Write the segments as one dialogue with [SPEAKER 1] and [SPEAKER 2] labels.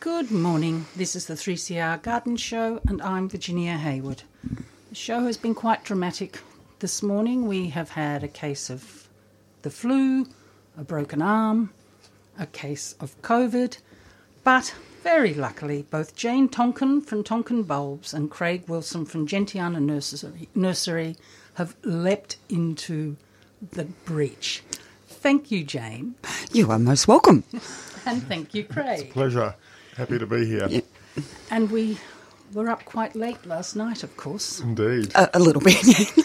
[SPEAKER 1] Good morning. This is the 3CR Garden Show, and I'm Virginia Hayward. The show has been quite dramatic. This morning we have had a case of the flu, a broken arm, a case of COVID, but very luckily, both Jane Tonkin from Tonkin Bulbs and Craig Wilson from Gentiana Nursery, Nursery have leapt into the breach. Thank you, Jane,
[SPEAKER 2] You are most welcome.
[SPEAKER 1] and thank you, Craig.
[SPEAKER 3] Pleasure. Happy to be here.
[SPEAKER 1] And we were up quite late last night, of course.
[SPEAKER 3] Indeed.
[SPEAKER 2] A, a little bit.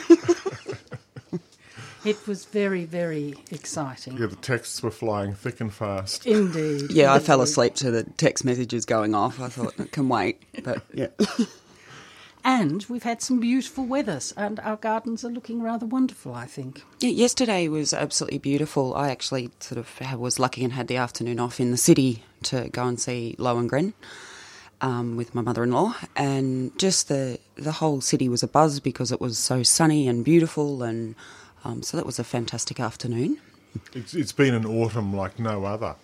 [SPEAKER 1] It was very, very exciting.
[SPEAKER 3] yeah, the texts were flying thick and fast.
[SPEAKER 1] Indeed.
[SPEAKER 2] yeah, I fell
[SPEAKER 1] Indeed.
[SPEAKER 2] asleep to the text messages going off. I thought it can wait, but yeah.
[SPEAKER 1] And we've had some beautiful weathers, and our gardens are looking rather wonderful, I think.
[SPEAKER 2] Yeah, yesterday was absolutely beautiful. I actually sort of ha- was lucky and had the afternoon off in the city to go and see Lohengrin um, with my mother-in-law, and just the the whole city was abuzz because it was so sunny and beautiful, and um, so that was a fantastic afternoon.
[SPEAKER 3] It's, it's been an autumn like no other.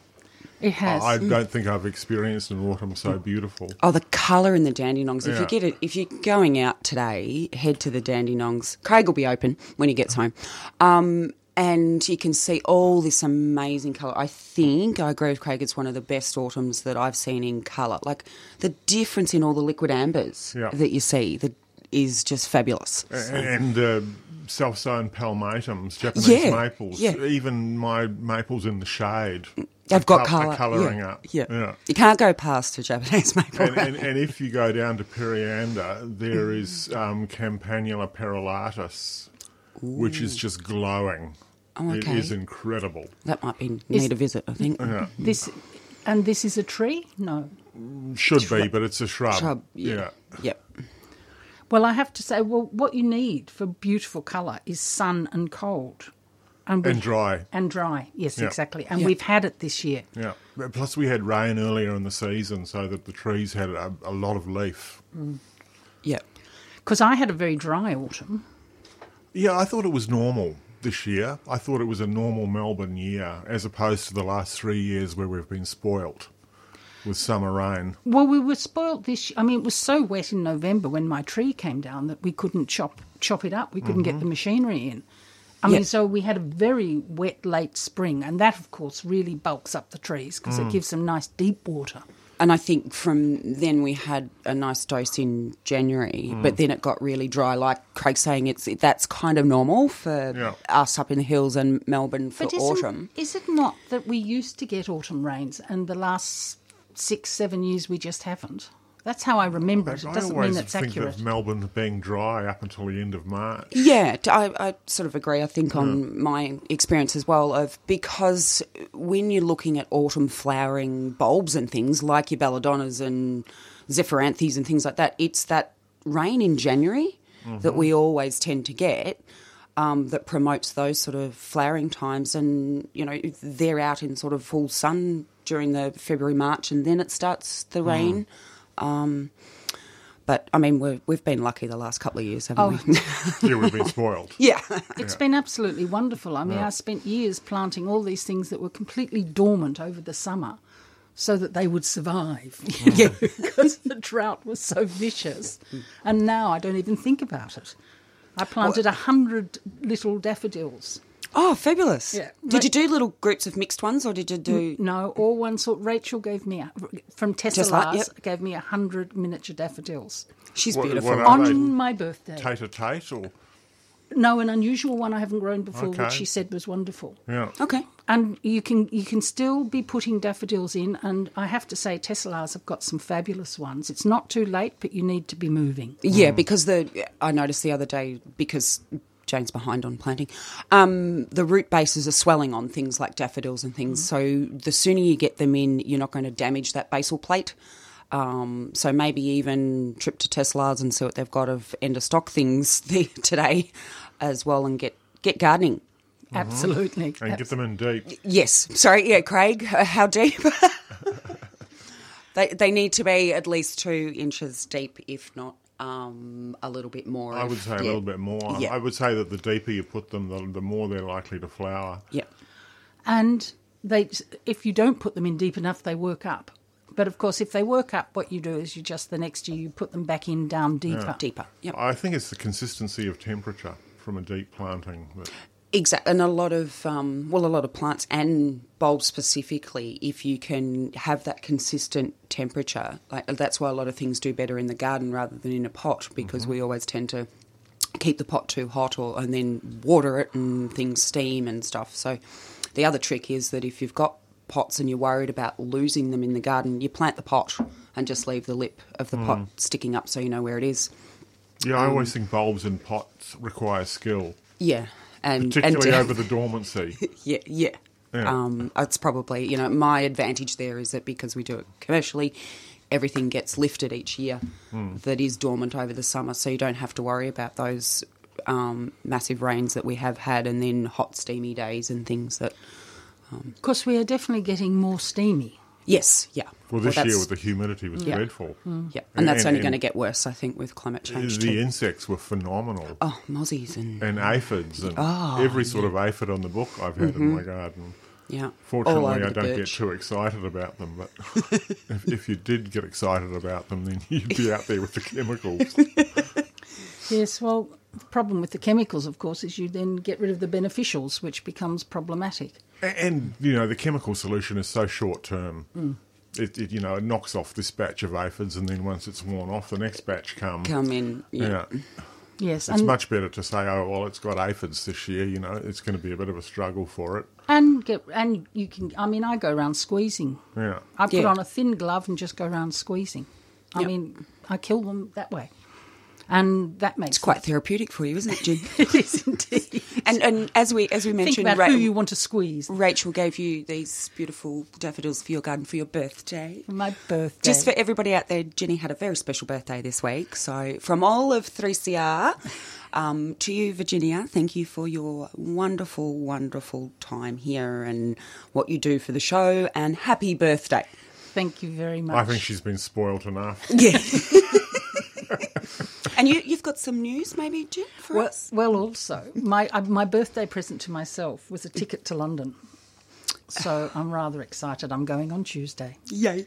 [SPEAKER 1] It has.
[SPEAKER 3] I
[SPEAKER 2] Mm.
[SPEAKER 3] don't think I've experienced an autumn so beautiful.
[SPEAKER 2] Oh, the colour in the Dandenongs. If you
[SPEAKER 3] Yeah.
[SPEAKER 2] get it, if you're going out today, head to the Dandenongs. Craig will be open when he gets home. Um, and you can see all this amazing colour. I think, I agree with Craig, it's one of the best autumns that I've seen in colour. Like the difference in all the liquid ambers
[SPEAKER 3] Yeah.
[SPEAKER 2] that you see that is just fabulous.
[SPEAKER 3] And uh, self sown palmatums, Japanese
[SPEAKER 2] Yeah,
[SPEAKER 3] maples,
[SPEAKER 2] yeah.
[SPEAKER 3] even my maples in the shade.
[SPEAKER 2] They've got
[SPEAKER 3] col-
[SPEAKER 2] colour.
[SPEAKER 3] are colouring
[SPEAKER 2] yeah,
[SPEAKER 3] up.
[SPEAKER 2] Yeah. You can't go past a Japanese maple.
[SPEAKER 3] And, and, and if you go down to Periander, there
[SPEAKER 2] Mm.
[SPEAKER 3] is um, Campanula perulatus, which is just glowing.
[SPEAKER 2] Oh, okay.
[SPEAKER 3] It is incredible.
[SPEAKER 2] that might be need a visit, I think.
[SPEAKER 1] this, and this is a tree? No.
[SPEAKER 3] Should be, but it's a shrub.
[SPEAKER 2] Shrub,
[SPEAKER 3] yeah.
[SPEAKER 2] yeah. Yep.
[SPEAKER 1] Well, I have to say, well, what you need for beautiful colour is sun and cold. we-
[SPEAKER 3] And dry.
[SPEAKER 1] And dry, yes,
[SPEAKER 3] Yeah.
[SPEAKER 1] exactly. And we've had it this year.
[SPEAKER 3] Yeah. But Plus, we had rain earlier in the season, so that the trees had a, a lot of leaf.
[SPEAKER 2] Yep.
[SPEAKER 1] Because I had a very dry autumn.
[SPEAKER 3] Yeah, I thought it was normal this year. I thought it was a normal Melbourne year, as opposed to the last three years where we've been spoilt with summer rain.
[SPEAKER 1] Well, we were spoilt this. I mean, it was so wet in November when my tree came down that we couldn't chop chop it up. We couldn't get
[SPEAKER 3] Mm-hmm.
[SPEAKER 1] the machinery in. I mean,
[SPEAKER 2] Yeah.
[SPEAKER 1] so we had a very wet late spring, and that, of course, really bulks up the trees because
[SPEAKER 3] Mm.
[SPEAKER 1] it gives them nice deep water.
[SPEAKER 2] And I think from then we had a nice dose in January, but then it got really dry. Like Craig's saying, it's that's kind of normal for
[SPEAKER 3] Yeah.
[SPEAKER 2] us up in the hills and Melbourne for
[SPEAKER 1] isn't,
[SPEAKER 2] autumn.
[SPEAKER 1] is it not that we used to get autumn rains, and the last six, seven years we just haven't? That's how I remember it. It
[SPEAKER 3] I
[SPEAKER 1] doesn't
[SPEAKER 3] always
[SPEAKER 1] mean it's
[SPEAKER 3] think
[SPEAKER 1] accurate.
[SPEAKER 3] of Melbourne being dry up until the end of March.
[SPEAKER 2] Yeah, t- I, I sort of agree. I think on my experience as well of because when you're looking at autumn flowering bulbs and things like your belladonnas and zephyranthes and things like that, it's that rain in January that we always tend to get um, that promotes those sort of flowering times, and you know they're out in sort of full sun during the February March, and then it starts the rain. Um, but I mean, we're, we've been lucky the last couple of years, haven't we?
[SPEAKER 1] Oh,
[SPEAKER 3] yeah, we've been spoiled.
[SPEAKER 2] Yeah.
[SPEAKER 1] It's been absolutely wonderful. I mean, I spent years planting all these things that were completely dormant over the summer so that they would survive
[SPEAKER 2] Yeah.
[SPEAKER 1] because the drought was so vicious. And now I don't even think about it. I planted a hundred little daffodils.
[SPEAKER 2] Oh, fabulous.
[SPEAKER 1] Yeah.
[SPEAKER 2] Did you do little groups of mixed ones or did you do.
[SPEAKER 1] No, all one sort. Rachel gave me, a, from Tesla,
[SPEAKER 2] like- yep.
[SPEAKER 1] gave me a hundred miniature daffodils
[SPEAKER 2] She's
[SPEAKER 3] What-
[SPEAKER 2] beautiful.
[SPEAKER 3] what are-
[SPEAKER 1] on
[SPEAKER 3] they?
[SPEAKER 1] my birthday.
[SPEAKER 3] Tate a tate or
[SPEAKER 1] No, an unusual one I haven't grown before,
[SPEAKER 3] Okay.
[SPEAKER 1] which she said was wonderful.
[SPEAKER 3] Yeah.
[SPEAKER 2] Okay.
[SPEAKER 1] And you can you can still be putting daffodils in, and I have to say, Tesselars have got some fabulous ones. It's not too late, but you need to be moving.
[SPEAKER 2] Yeah,
[SPEAKER 3] Mm.
[SPEAKER 2] because the I noticed the other day because Jane's behind on planting, um, the root bases are swelling on things like daffodils and things. So the sooner you get them in, you're not going to damage that basal plate. Um, so maybe even trip to Tesla's and see what they've got of end of stock things the- today as well, and get get gardening.
[SPEAKER 1] Absolutely.
[SPEAKER 3] Mm-hmm. And get them in deep.
[SPEAKER 2] Yes. Sorry. Yeah, Craig. uh, How deep? they they need to be at least two inches deep, if not um, a little bit more.
[SPEAKER 3] I would say a little bit more.
[SPEAKER 2] Yeah.
[SPEAKER 3] I would say that the deeper you put them, the, the more they're likely to flower.
[SPEAKER 2] Yeah.
[SPEAKER 1] and they if you don't put them in deep enough they work up but of course if they work up what you do is you just the next year you put them back in down deeper
[SPEAKER 2] Deeper. Yep.
[SPEAKER 3] I think it's the consistency of temperature from a deep planting. That,
[SPEAKER 2] Exactly. And a lot of um, well, a lot of plants and bulbs specifically, if you can have that consistent temperature, like that's why a lot of things do better in the garden rather than in a pot because
[SPEAKER 3] Mm-hmm.
[SPEAKER 2] we always tend to keep the pot too hot or and then water it and things steam and stuff. So the other trick is that if you've got pots and you're worried about losing them in the garden, you plant the pot and just leave the lip of the
[SPEAKER 3] Mm.
[SPEAKER 2] pot sticking up so you know where it is.
[SPEAKER 3] yeah, I
[SPEAKER 2] Mm.
[SPEAKER 3] always think bulbs in pots require skill,
[SPEAKER 2] Yeah. Mm, And
[SPEAKER 3] particularly
[SPEAKER 2] and,
[SPEAKER 3] over the dormancy.
[SPEAKER 2] Yeah, yeah.
[SPEAKER 3] Yeah.
[SPEAKER 2] Um, it's probably you know my advantage there is that because we do it commercially, everything gets lifted each year
[SPEAKER 3] Hmm.
[SPEAKER 2] that is dormant over the summer, so you don't have to worry about those um, massive rains that we have had and then hot steamy days and things that.
[SPEAKER 1] of course we are definitely getting more steamy
[SPEAKER 2] Yes, yeah.
[SPEAKER 3] Well, this year
[SPEAKER 2] that's-
[SPEAKER 3] with the humidity was
[SPEAKER 2] Yeah. Mm.
[SPEAKER 3] dreadful.
[SPEAKER 2] yeah, and that's
[SPEAKER 3] and-
[SPEAKER 2] only
[SPEAKER 3] and-
[SPEAKER 2] going to get worse, I think, with climate change
[SPEAKER 3] The
[SPEAKER 2] too.
[SPEAKER 3] insects were phenomenal.
[SPEAKER 2] oh, mozzies and
[SPEAKER 3] And aphids and every sort of aphid on the book I've had in my garden.
[SPEAKER 2] yeah. Mm-hmm. all
[SPEAKER 3] Fortunately,
[SPEAKER 2] over
[SPEAKER 3] I
[SPEAKER 2] the
[SPEAKER 3] don't get
[SPEAKER 2] birch.
[SPEAKER 3] too excited about them, but if, if you did get excited about them, then you'd be out there with the chemicals.
[SPEAKER 1] yes well the problem with the chemicals of course is you then get rid of the beneficials which becomes problematic
[SPEAKER 3] A- And, you know, the chemical solution is so short term.
[SPEAKER 2] Mm.
[SPEAKER 3] It, it, you know, it knocks off this batch of aphids, and then once it's worn off, the next batch comes.
[SPEAKER 2] Come in, yeah.
[SPEAKER 3] Yeah.
[SPEAKER 1] yes
[SPEAKER 3] It's
[SPEAKER 1] and,
[SPEAKER 3] much better to say, oh, well, it's got aphids this year, you know, it's going to be a bit of a struggle for it.
[SPEAKER 1] and get and you can i mean i go around squeezing
[SPEAKER 3] Yeah.
[SPEAKER 1] i put
[SPEAKER 2] Yeah.
[SPEAKER 1] on a thin glove and just go around squeezing i
[SPEAKER 2] Yep.
[SPEAKER 1] mean i kill them that way and that makes
[SPEAKER 2] It's quite therapeutic for you, isn't it, Jim?
[SPEAKER 1] it is indeed
[SPEAKER 2] and and as we as we
[SPEAKER 1] think
[SPEAKER 2] mentioned,
[SPEAKER 1] about
[SPEAKER 2] ra-
[SPEAKER 1] who you want to squeeze
[SPEAKER 2] Rachel gave you these beautiful daffodils for your garden for your birthday.
[SPEAKER 1] My birthday.
[SPEAKER 2] Just for everybody out there, Jenny had a very special birthday this week. So, from all of 3CR um, to you, Virginia, thank you for your wonderful, wonderful time here and what you do for the show. And happy birthday.
[SPEAKER 1] Thank you very much.
[SPEAKER 3] I think she's been spoilt enough.
[SPEAKER 2] Yeah. and you, you've got some news, maybe, Jim, for
[SPEAKER 1] well,
[SPEAKER 2] us?
[SPEAKER 1] well, also, my uh, my birthday present to myself was a ticket to London. So I'm rather excited. I'm going on Tuesday.
[SPEAKER 2] Yay.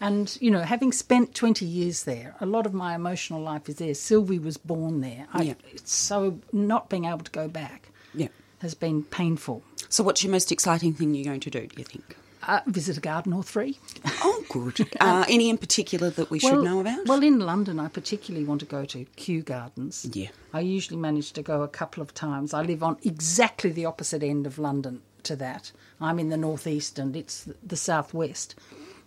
[SPEAKER 1] And, you know, having spent 20 years there, a lot of my emotional life is there. Sylvie was born there. I,
[SPEAKER 2] Yeah.
[SPEAKER 1] It's so not being able to go back
[SPEAKER 2] Yeah.
[SPEAKER 1] has been painful.
[SPEAKER 2] So, what's your most exciting thing you're going to do, do you think?
[SPEAKER 1] Uh, visit a garden or three.
[SPEAKER 2] Oh, good. Uh, any in particular that we should know about?
[SPEAKER 1] Well, in London, I particularly want to go to Kew Gardens.
[SPEAKER 2] Yeah.
[SPEAKER 1] I usually manage to go a couple of times. I live on exactly the opposite end of London to that. I'm in the northeast and it's th- the southwest.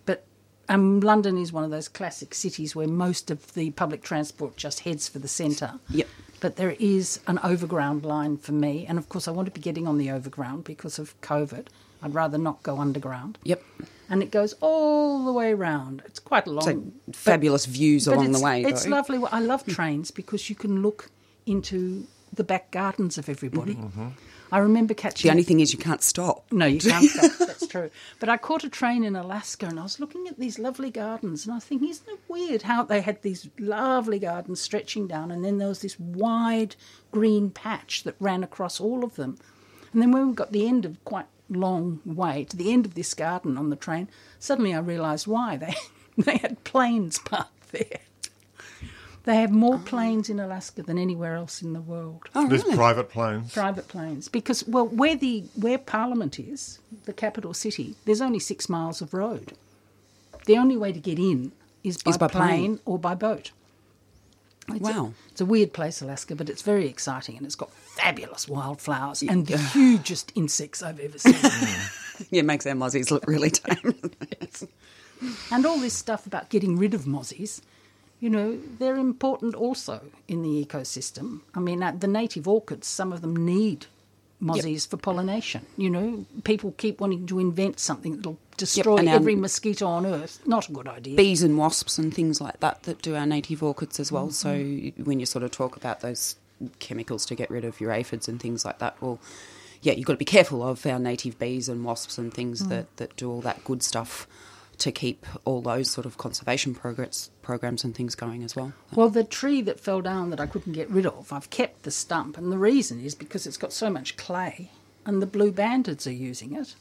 [SPEAKER 1] But um, London is one of those classic cities where most of the public transport just heads for the centre.
[SPEAKER 2] Yep.
[SPEAKER 1] But there is an overground line for me. And of course, I want to be getting on the overground because of COVID. I'd rather not go underground.
[SPEAKER 2] Yep.
[SPEAKER 1] And it goes all the way round. It's quite long.
[SPEAKER 2] So
[SPEAKER 1] Um, but-
[SPEAKER 2] fabulous views
[SPEAKER 1] but
[SPEAKER 2] along the
[SPEAKER 1] it's-
[SPEAKER 2] way.
[SPEAKER 1] It's
[SPEAKER 2] though.
[SPEAKER 1] lovely. Well, I love trains because you can look into the back gardens of everybody. I remember catching.
[SPEAKER 2] Mm-hmm. The only thing is you can't stop.
[SPEAKER 1] no, you can't. stop, that's true. But I caught a train in Alaska, and I was looking at these lovely gardens, and I was thinking, isn't it weird how they had these lovely gardens stretching down, and then there was this wide green patch that ran across all of them, and then when we got the end of quite long way to the end of this garden on the train, suddenly I realised why they they had planes parked there. They have more planes in Alaska than anywhere else in the world.
[SPEAKER 2] Oh,
[SPEAKER 3] There's
[SPEAKER 2] really?
[SPEAKER 3] private planes.
[SPEAKER 1] Private planes, because well, where the where Parliament is, the capital city, there's only six miles of road. The only way to get in is by,
[SPEAKER 2] Is by plane.
[SPEAKER 1] plane or by boat. It's
[SPEAKER 2] Wow.
[SPEAKER 1] A, it's a weird place, Alaska, but it's very exciting and it's got fabulous wildflowers and the hugest insects I've ever seen.
[SPEAKER 2] Yeah, it makes our muzzies look really tame.
[SPEAKER 1] and all this stuff about getting rid of mozzies, you know, they're important also in the ecosystem. I mean, uh, the native orchids, some of them need mozzies for pollination. You know, people keep wanting to invent something that'll destroy
[SPEAKER 2] and our-
[SPEAKER 1] every mosquito on earth. Not a good idea.
[SPEAKER 2] Bees and wasps and things like that that do our native orchids as well.
[SPEAKER 1] Mm-hmm.
[SPEAKER 2] So when you sort of talk about those chemicals to get rid of your aphids and things like that, well, yeah, you've got to be careful of our native bees and wasps and
[SPEAKER 1] Mm.
[SPEAKER 2] things that, that do all that good stuff to keep all those sort of conservation progress programs and things going as well.
[SPEAKER 1] Well, the tree that fell down that I couldn't get rid of, I've kept the stump, and the reason is because it's got so much clay, and the blue bandits are using it.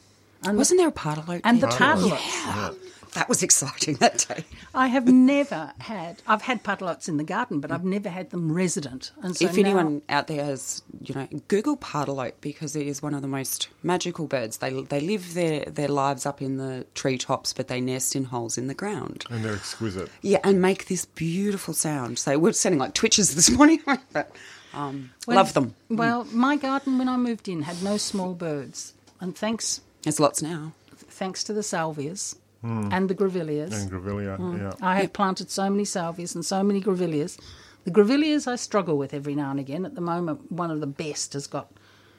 [SPEAKER 1] And
[SPEAKER 2] Wasn't there a pardalote?
[SPEAKER 1] and the
[SPEAKER 2] there?
[SPEAKER 1] pardalots.
[SPEAKER 2] That was exciting that day.
[SPEAKER 1] I have never had. I've had pardalots in the garden, but I've never had them resident. And so
[SPEAKER 2] if
[SPEAKER 1] now-
[SPEAKER 2] anyone out there has, you know, Google pardalote because it is one of the most magical birds. They they live their their lives up in the treetops, but they nest in holes in the ground.
[SPEAKER 3] And they're exquisite.
[SPEAKER 2] Yeah, and make this beautiful sound. So we're sounding like twitches this morning, but um,
[SPEAKER 1] When-
[SPEAKER 2] love them.
[SPEAKER 1] Well, my garden when I moved in had no small birds, and thanks
[SPEAKER 2] There's lots now.
[SPEAKER 1] thanks to the salvias and the grevilleas,
[SPEAKER 3] And Gravilia,
[SPEAKER 2] Mm.
[SPEAKER 3] yeah.
[SPEAKER 1] I have planted so many salvias and so many grevilleas. The grevilleas I struggle with every now and again. At the moment, one of the best has got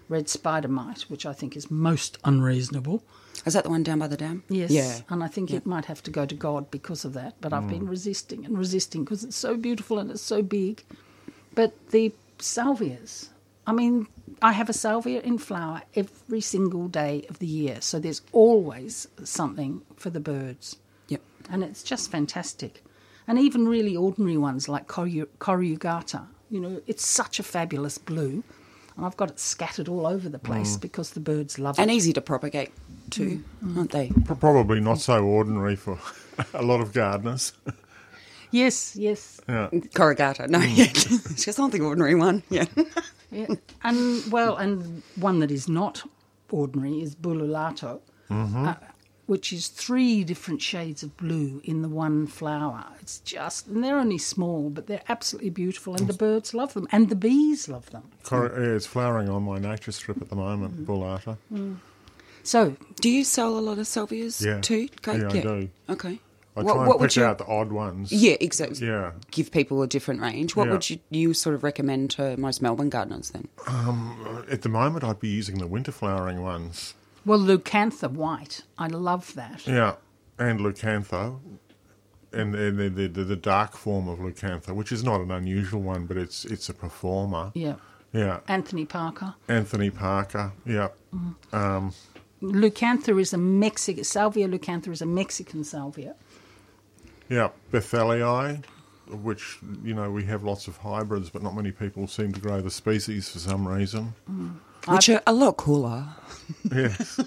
[SPEAKER 1] red spider mite, which I think is most unreasonable.
[SPEAKER 2] Is that the one down by the dam?
[SPEAKER 1] Yes.
[SPEAKER 2] Yeah. Mm.
[SPEAKER 1] And I think it might have to go to God because of that. But I've been resisting and resisting because it's so beautiful and it's so big. But the salvias, I mean, I have a salvia in flower every single day of the year. So there's always something for the birds
[SPEAKER 2] Yep.
[SPEAKER 1] and it's just fantastic. And even really ordinary ones like coryu- corrugata, you know, it's such a fabulous blue, and I've got it scattered all over the place because the birds love
[SPEAKER 2] Mm. And
[SPEAKER 1] it.
[SPEAKER 2] easy to propagate too,
[SPEAKER 1] Mm.
[SPEAKER 2] aren't they?
[SPEAKER 3] P- Probably not so ordinary for a lot of gardeners.
[SPEAKER 1] Yes, yes,
[SPEAKER 2] Corrugata. No,
[SPEAKER 1] Mm.
[SPEAKER 2] yeah. just not the ordinary one. Yeah.
[SPEAKER 1] yeah. and well, and one that is not ordinary is bululato. uh, which is three different shades of blue in the one flower. It's just, and they're only small, but they're absolutely beautiful, and the birds love them, and the bees love them.
[SPEAKER 3] Cor- yeah, it's flowering on my nature strip at the
[SPEAKER 2] Mm.
[SPEAKER 3] moment, Bullata.
[SPEAKER 1] So
[SPEAKER 2] Do you sell a lot of salvias
[SPEAKER 3] Yeah.
[SPEAKER 2] too? Kate?
[SPEAKER 3] Yeah, I do.
[SPEAKER 2] Okay.
[SPEAKER 3] I
[SPEAKER 2] What-
[SPEAKER 3] try
[SPEAKER 2] what
[SPEAKER 3] and
[SPEAKER 2] would
[SPEAKER 3] pick
[SPEAKER 2] you-
[SPEAKER 3] out the odd ones.
[SPEAKER 2] Yeah, exactly.
[SPEAKER 3] Yeah.
[SPEAKER 2] Give people a different range. What
[SPEAKER 3] Yeah.
[SPEAKER 2] would you, you sort of recommend to most Melbourne gardeners then?
[SPEAKER 3] At the moment, I'd be using the winter flowering ones.
[SPEAKER 1] Well, leucantha white. I love that.
[SPEAKER 3] Yeah, and leucantha, and, and the, the, the, the dark form of leucantha, which is not an unusual one, but it's it's a performer.
[SPEAKER 1] Yeah.
[SPEAKER 3] Yeah,
[SPEAKER 1] Anthony Parker.
[SPEAKER 3] Anthony Parker. Yeah,
[SPEAKER 1] Leucantha is a Mexican, Salvia leucantha is a Mexican salvia.
[SPEAKER 3] yeah, Bethelii, which you know we have lots of hybrids, but not many people seem to grow the species for some reason.
[SPEAKER 2] Which are a lot cooler.
[SPEAKER 3] Yes,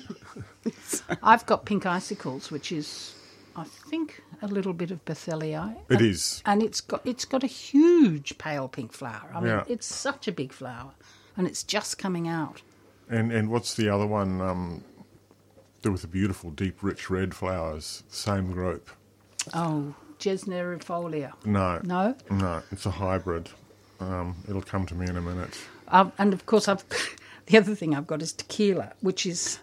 [SPEAKER 1] I've got pink icicles, which is, I think, a little bit of Bethelii.
[SPEAKER 3] it is.
[SPEAKER 1] And it's got, it's got a huge pale pink flower. I mean,
[SPEAKER 3] Yeah.
[SPEAKER 1] it's such a big flower. And it's just coming out.
[SPEAKER 3] And and what's the other one? Um, there with the beautiful deep, rich red flowers. Same group.
[SPEAKER 1] Oh, Gesnerifolia.
[SPEAKER 3] No,
[SPEAKER 1] No?
[SPEAKER 3] no. It's a hybrid. Um, it'll come to me in a minute.
[SPEAKER 1] Um, and of course, I've the other thing I've got is tequila, which is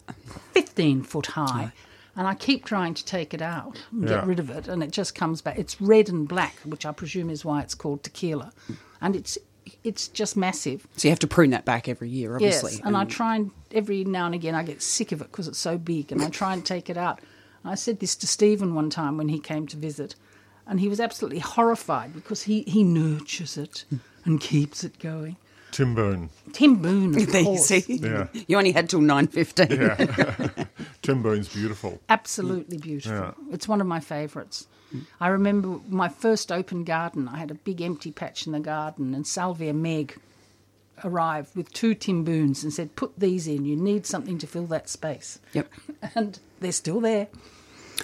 [SPEAKER 1] fifteen foot high, and I keep trying to take it out and
[SPEAKER 3] Yeah.
[SPEAKER 1] get rid of it, and it just comes back. It's red and black, which I presume is why it's called tequila, and it's it's just massive.
[SPEAKER 2] So you have to prune that back every year, obviously.
[SPEAKER 1] Yes, and I try and every now and again I get sick of it because it's so big, and I try and take it out. I said this to Stephen one time when he came to visit, and he was absolutely horrified because he he nurtures it and keeps it going.
[SPEAKER 3] Tim Boone.
[SPEAKER 1] Tim Boone, of
[SPEAKER 2] there you
[SPEAKER 1] course.
[SPEAKER 2] see.
[SPEAKER 3] Yeah.
[SPEAKER 2] You only had till 9.15.
[SPEAKER 3] Tim Boone's beautiful.
[SPEAKER 1] Absolutely beautiful. It's one of my favourites. I remember my first open garden, I had a big empty patch in the garden, and Salvia Meg arrived with two timboons and said, Put these in, you need something to fill that space.
[SPEAKER 2] Yep.
[SPEAKER 1] And they're still there.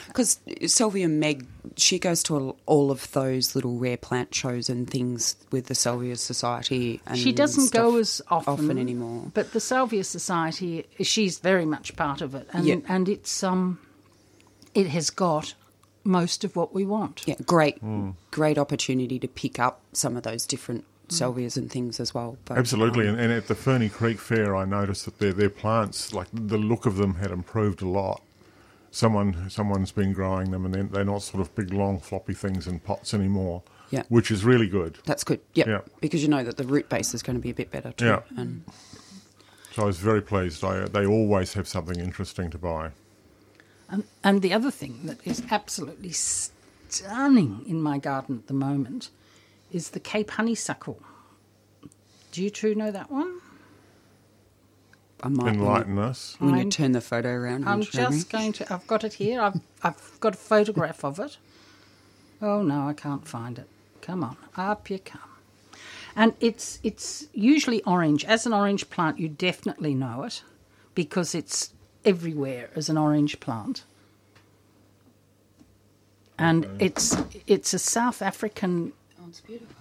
[SPEAKER 2] Because Sylvia Meg, she goes to all- all of those little rare plant shows and things with the Sylvia Society. And
[SPEAKER 1] She doesn't
[SPEAKER 2] stuff
[SPEAKER 1] go as often,
[SPEAKER 2] anymore.
[SPEAKER 1] But the Salvia Society, she's very much part of it, and
[SPEAKER 2] Yeah.
[SPEAKER 1] and it's um, it has got most of what we want.
[SPEAKER 2] Yeah, great,
[SPEAKER 3] Hmm.
[SPEAKER 2] great opportunity to pick up some of those different salvias and things as well. But,
[SPEAKER 3] Absolutely,
[SPEAKER 2] um,
[SPEAKER 3] and, and at the Fernie Creek Fair, I noticed that their their plants, like the look of them, had improved a lot. Someone someone's been growing them, and they're, they're not sort of big, long, floppy things in pots anymore.
[SPEAKER 2] Yeah.
[SPEAKER 3] which is really good.
[SPEAKER 2] that's good. Yep.
[SPEAKER 3] Yeah.
[SPEAKER 2] because you know that the root base is going to be a bit better too.
[SPEAKER 3] Yeah.
[SPEAKER 2] And
[SPEAKER 3] So I was very pleased. I, they always have something interesting to buy.
[SPEAKER 1] And, and the other thing that is absolutely stunning in my garden at the moment is the Cape honeysuckle. Do you two know that one?
[SPEAKER 2] I might
[SPEAKER 3] Enlighten us.
[SPEAKER 2] When
[SPEAKER 1] I'm-
[SPEAKER 2] you turn the photo around, and
[SPEAKER 1] I'm
[SPEAKER 2] show me.
[SPEAKER 1] just going to. I've got it here. I've I've got a photograph of it. Oh no, I can't find it. Come on, up you come. And it's it's usually orange. As an orange plant, you definitely know it because it's everywhere as an orange plant. And it's it's a South African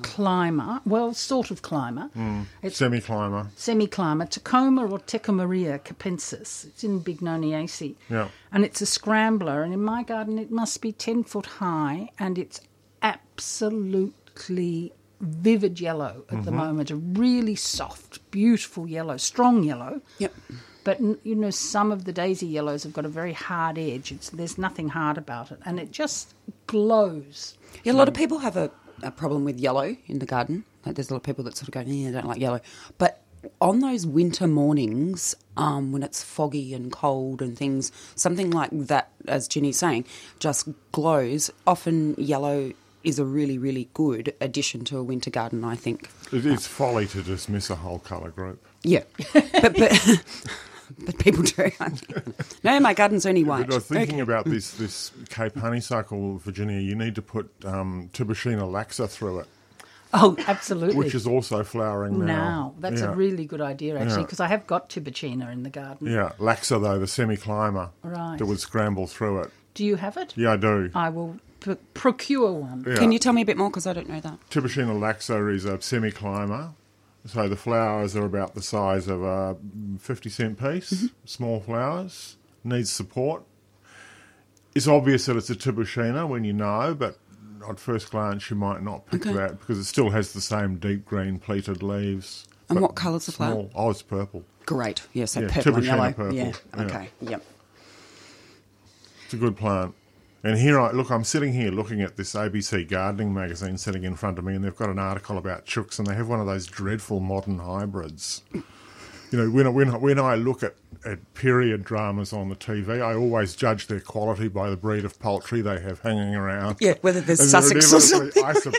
[SPEAKER 1] climber, well, sort of climber.
[SPEAKER 2] Hmm.
[SPEAKER 1] It's
[SPEAKER 3] Semi climber.
[SPEAKER 1] semiclimber, Tacoma or Tecomaria capensis. It's in Bignoniaceae.
[SPEAKER 3] Yeah.
[SPEAKER 1] And it's a scrambler, and in my garden it must be 10 foot high, and it's absolutely vivid yellow at
[SPEAKER 3] Mm-hmm.
[SPEAKER 1] the moment, a really soft, beautiful yellow, strong yellow.
[SPEAKER 2] Yep.
[SPEAKER 1] But n- you know, some of the daisy yellows have got a very hard edge. It's, there's nothing hard about it, and it just glows.
[SPEAKER 2] Yeah, a lot of people have a, a problem with yellow in the garden. Like there's a lot of people that sort of go, yeah, I don't like yellow. But on those winter mornings, um, when it's foggy and cold and things, something like that, as Ginny's saying, just glows. Often yellow is a really, really good addition to a winter garden, I think.
[SPEAKER 3] It, it's folly to dismiss a whole colour group.
[SPEAKER 2] Yeah. but, but, but people do. no, my garden's only white.
[SPEAKER 3] But I was thinking
[SPEAKER 2] Okay.
[SPEAKER 3] about this this Cape honeysuckle, Virginia. You need to put um, Tibishina laxa through it,
[SPEAKER 1] Oh, absolutely.
[SPEAKER 3] which is also flowering now.
[SPEAKER 1] now, that's
[SPEAKER 3] yeah.
[SPEAKER 1] a really good idea actually,
[SPEAKER 3] Yeah.
[SPEAKER 1] because I have got Tibicina in the garden.
[SPEAKER 3] yeah laxa though the semi climber
[SPEAKER 1] Right.
[SPEAKER 3] that would scramble through it.
[SPEAKER 1] Do you have it?
[SPEAKER 3] Yeah, I do.
[SPEAKER 1] I will p- procure one.
[SPEAKER 3] Yeah.
[SPEAKER 2] Can you tell me a bit more? Because I don't know that.
[SPEAKER 3] Tibishina laxa is a semi climber, so the flowers are about the size of a fifty cent piece,
[SPEAKER 2] Mm-hmm.
[SPEAKER 3] small flowers. Needs support. It's obvious that it's a Tibushina when you know, but at first glance you might not pick
[SPEAKER 2] Okay.
[SPEAKER 3] that because it still has the same deep green pleated leaves.
[SPEAKER 2] And
[SPEAKER 3] but
[SPEAKER 2] what colour's the flower?
[SPEAKER 3] small. Oh, it's purple.
[SPEAKER 2] Great. Yes, that
[SPEAKER 3] Yeah,
[SPEAKER 2] purple and
[SPEAKER 3] Tibushina
[SPEAKER 2] yellow.
[SPEAKER 3] purple.
[SPEAKER 2] Yeah.
[SPEAKER 3] Yeah.
[SPEAKER 2] Okay. Yep.
[SPEAKER 3] It's a good plant. And here I look, I'm sitting here looking at this ABC gardening magazine sitting in front of me, and they've got an article about chooks, and they have one of those dreadful modern hybrids. You know, when, I- when, I- when I look at, at period dramas on the TV, I always judge their quality by the breed of poultry they have hanging around.
[SPEAKER 2] Yeah, whether there's
[SPEAKER 3] And they're
[SPEAKER 2] Sussex or
[SPEAKER 3] inevitably Isa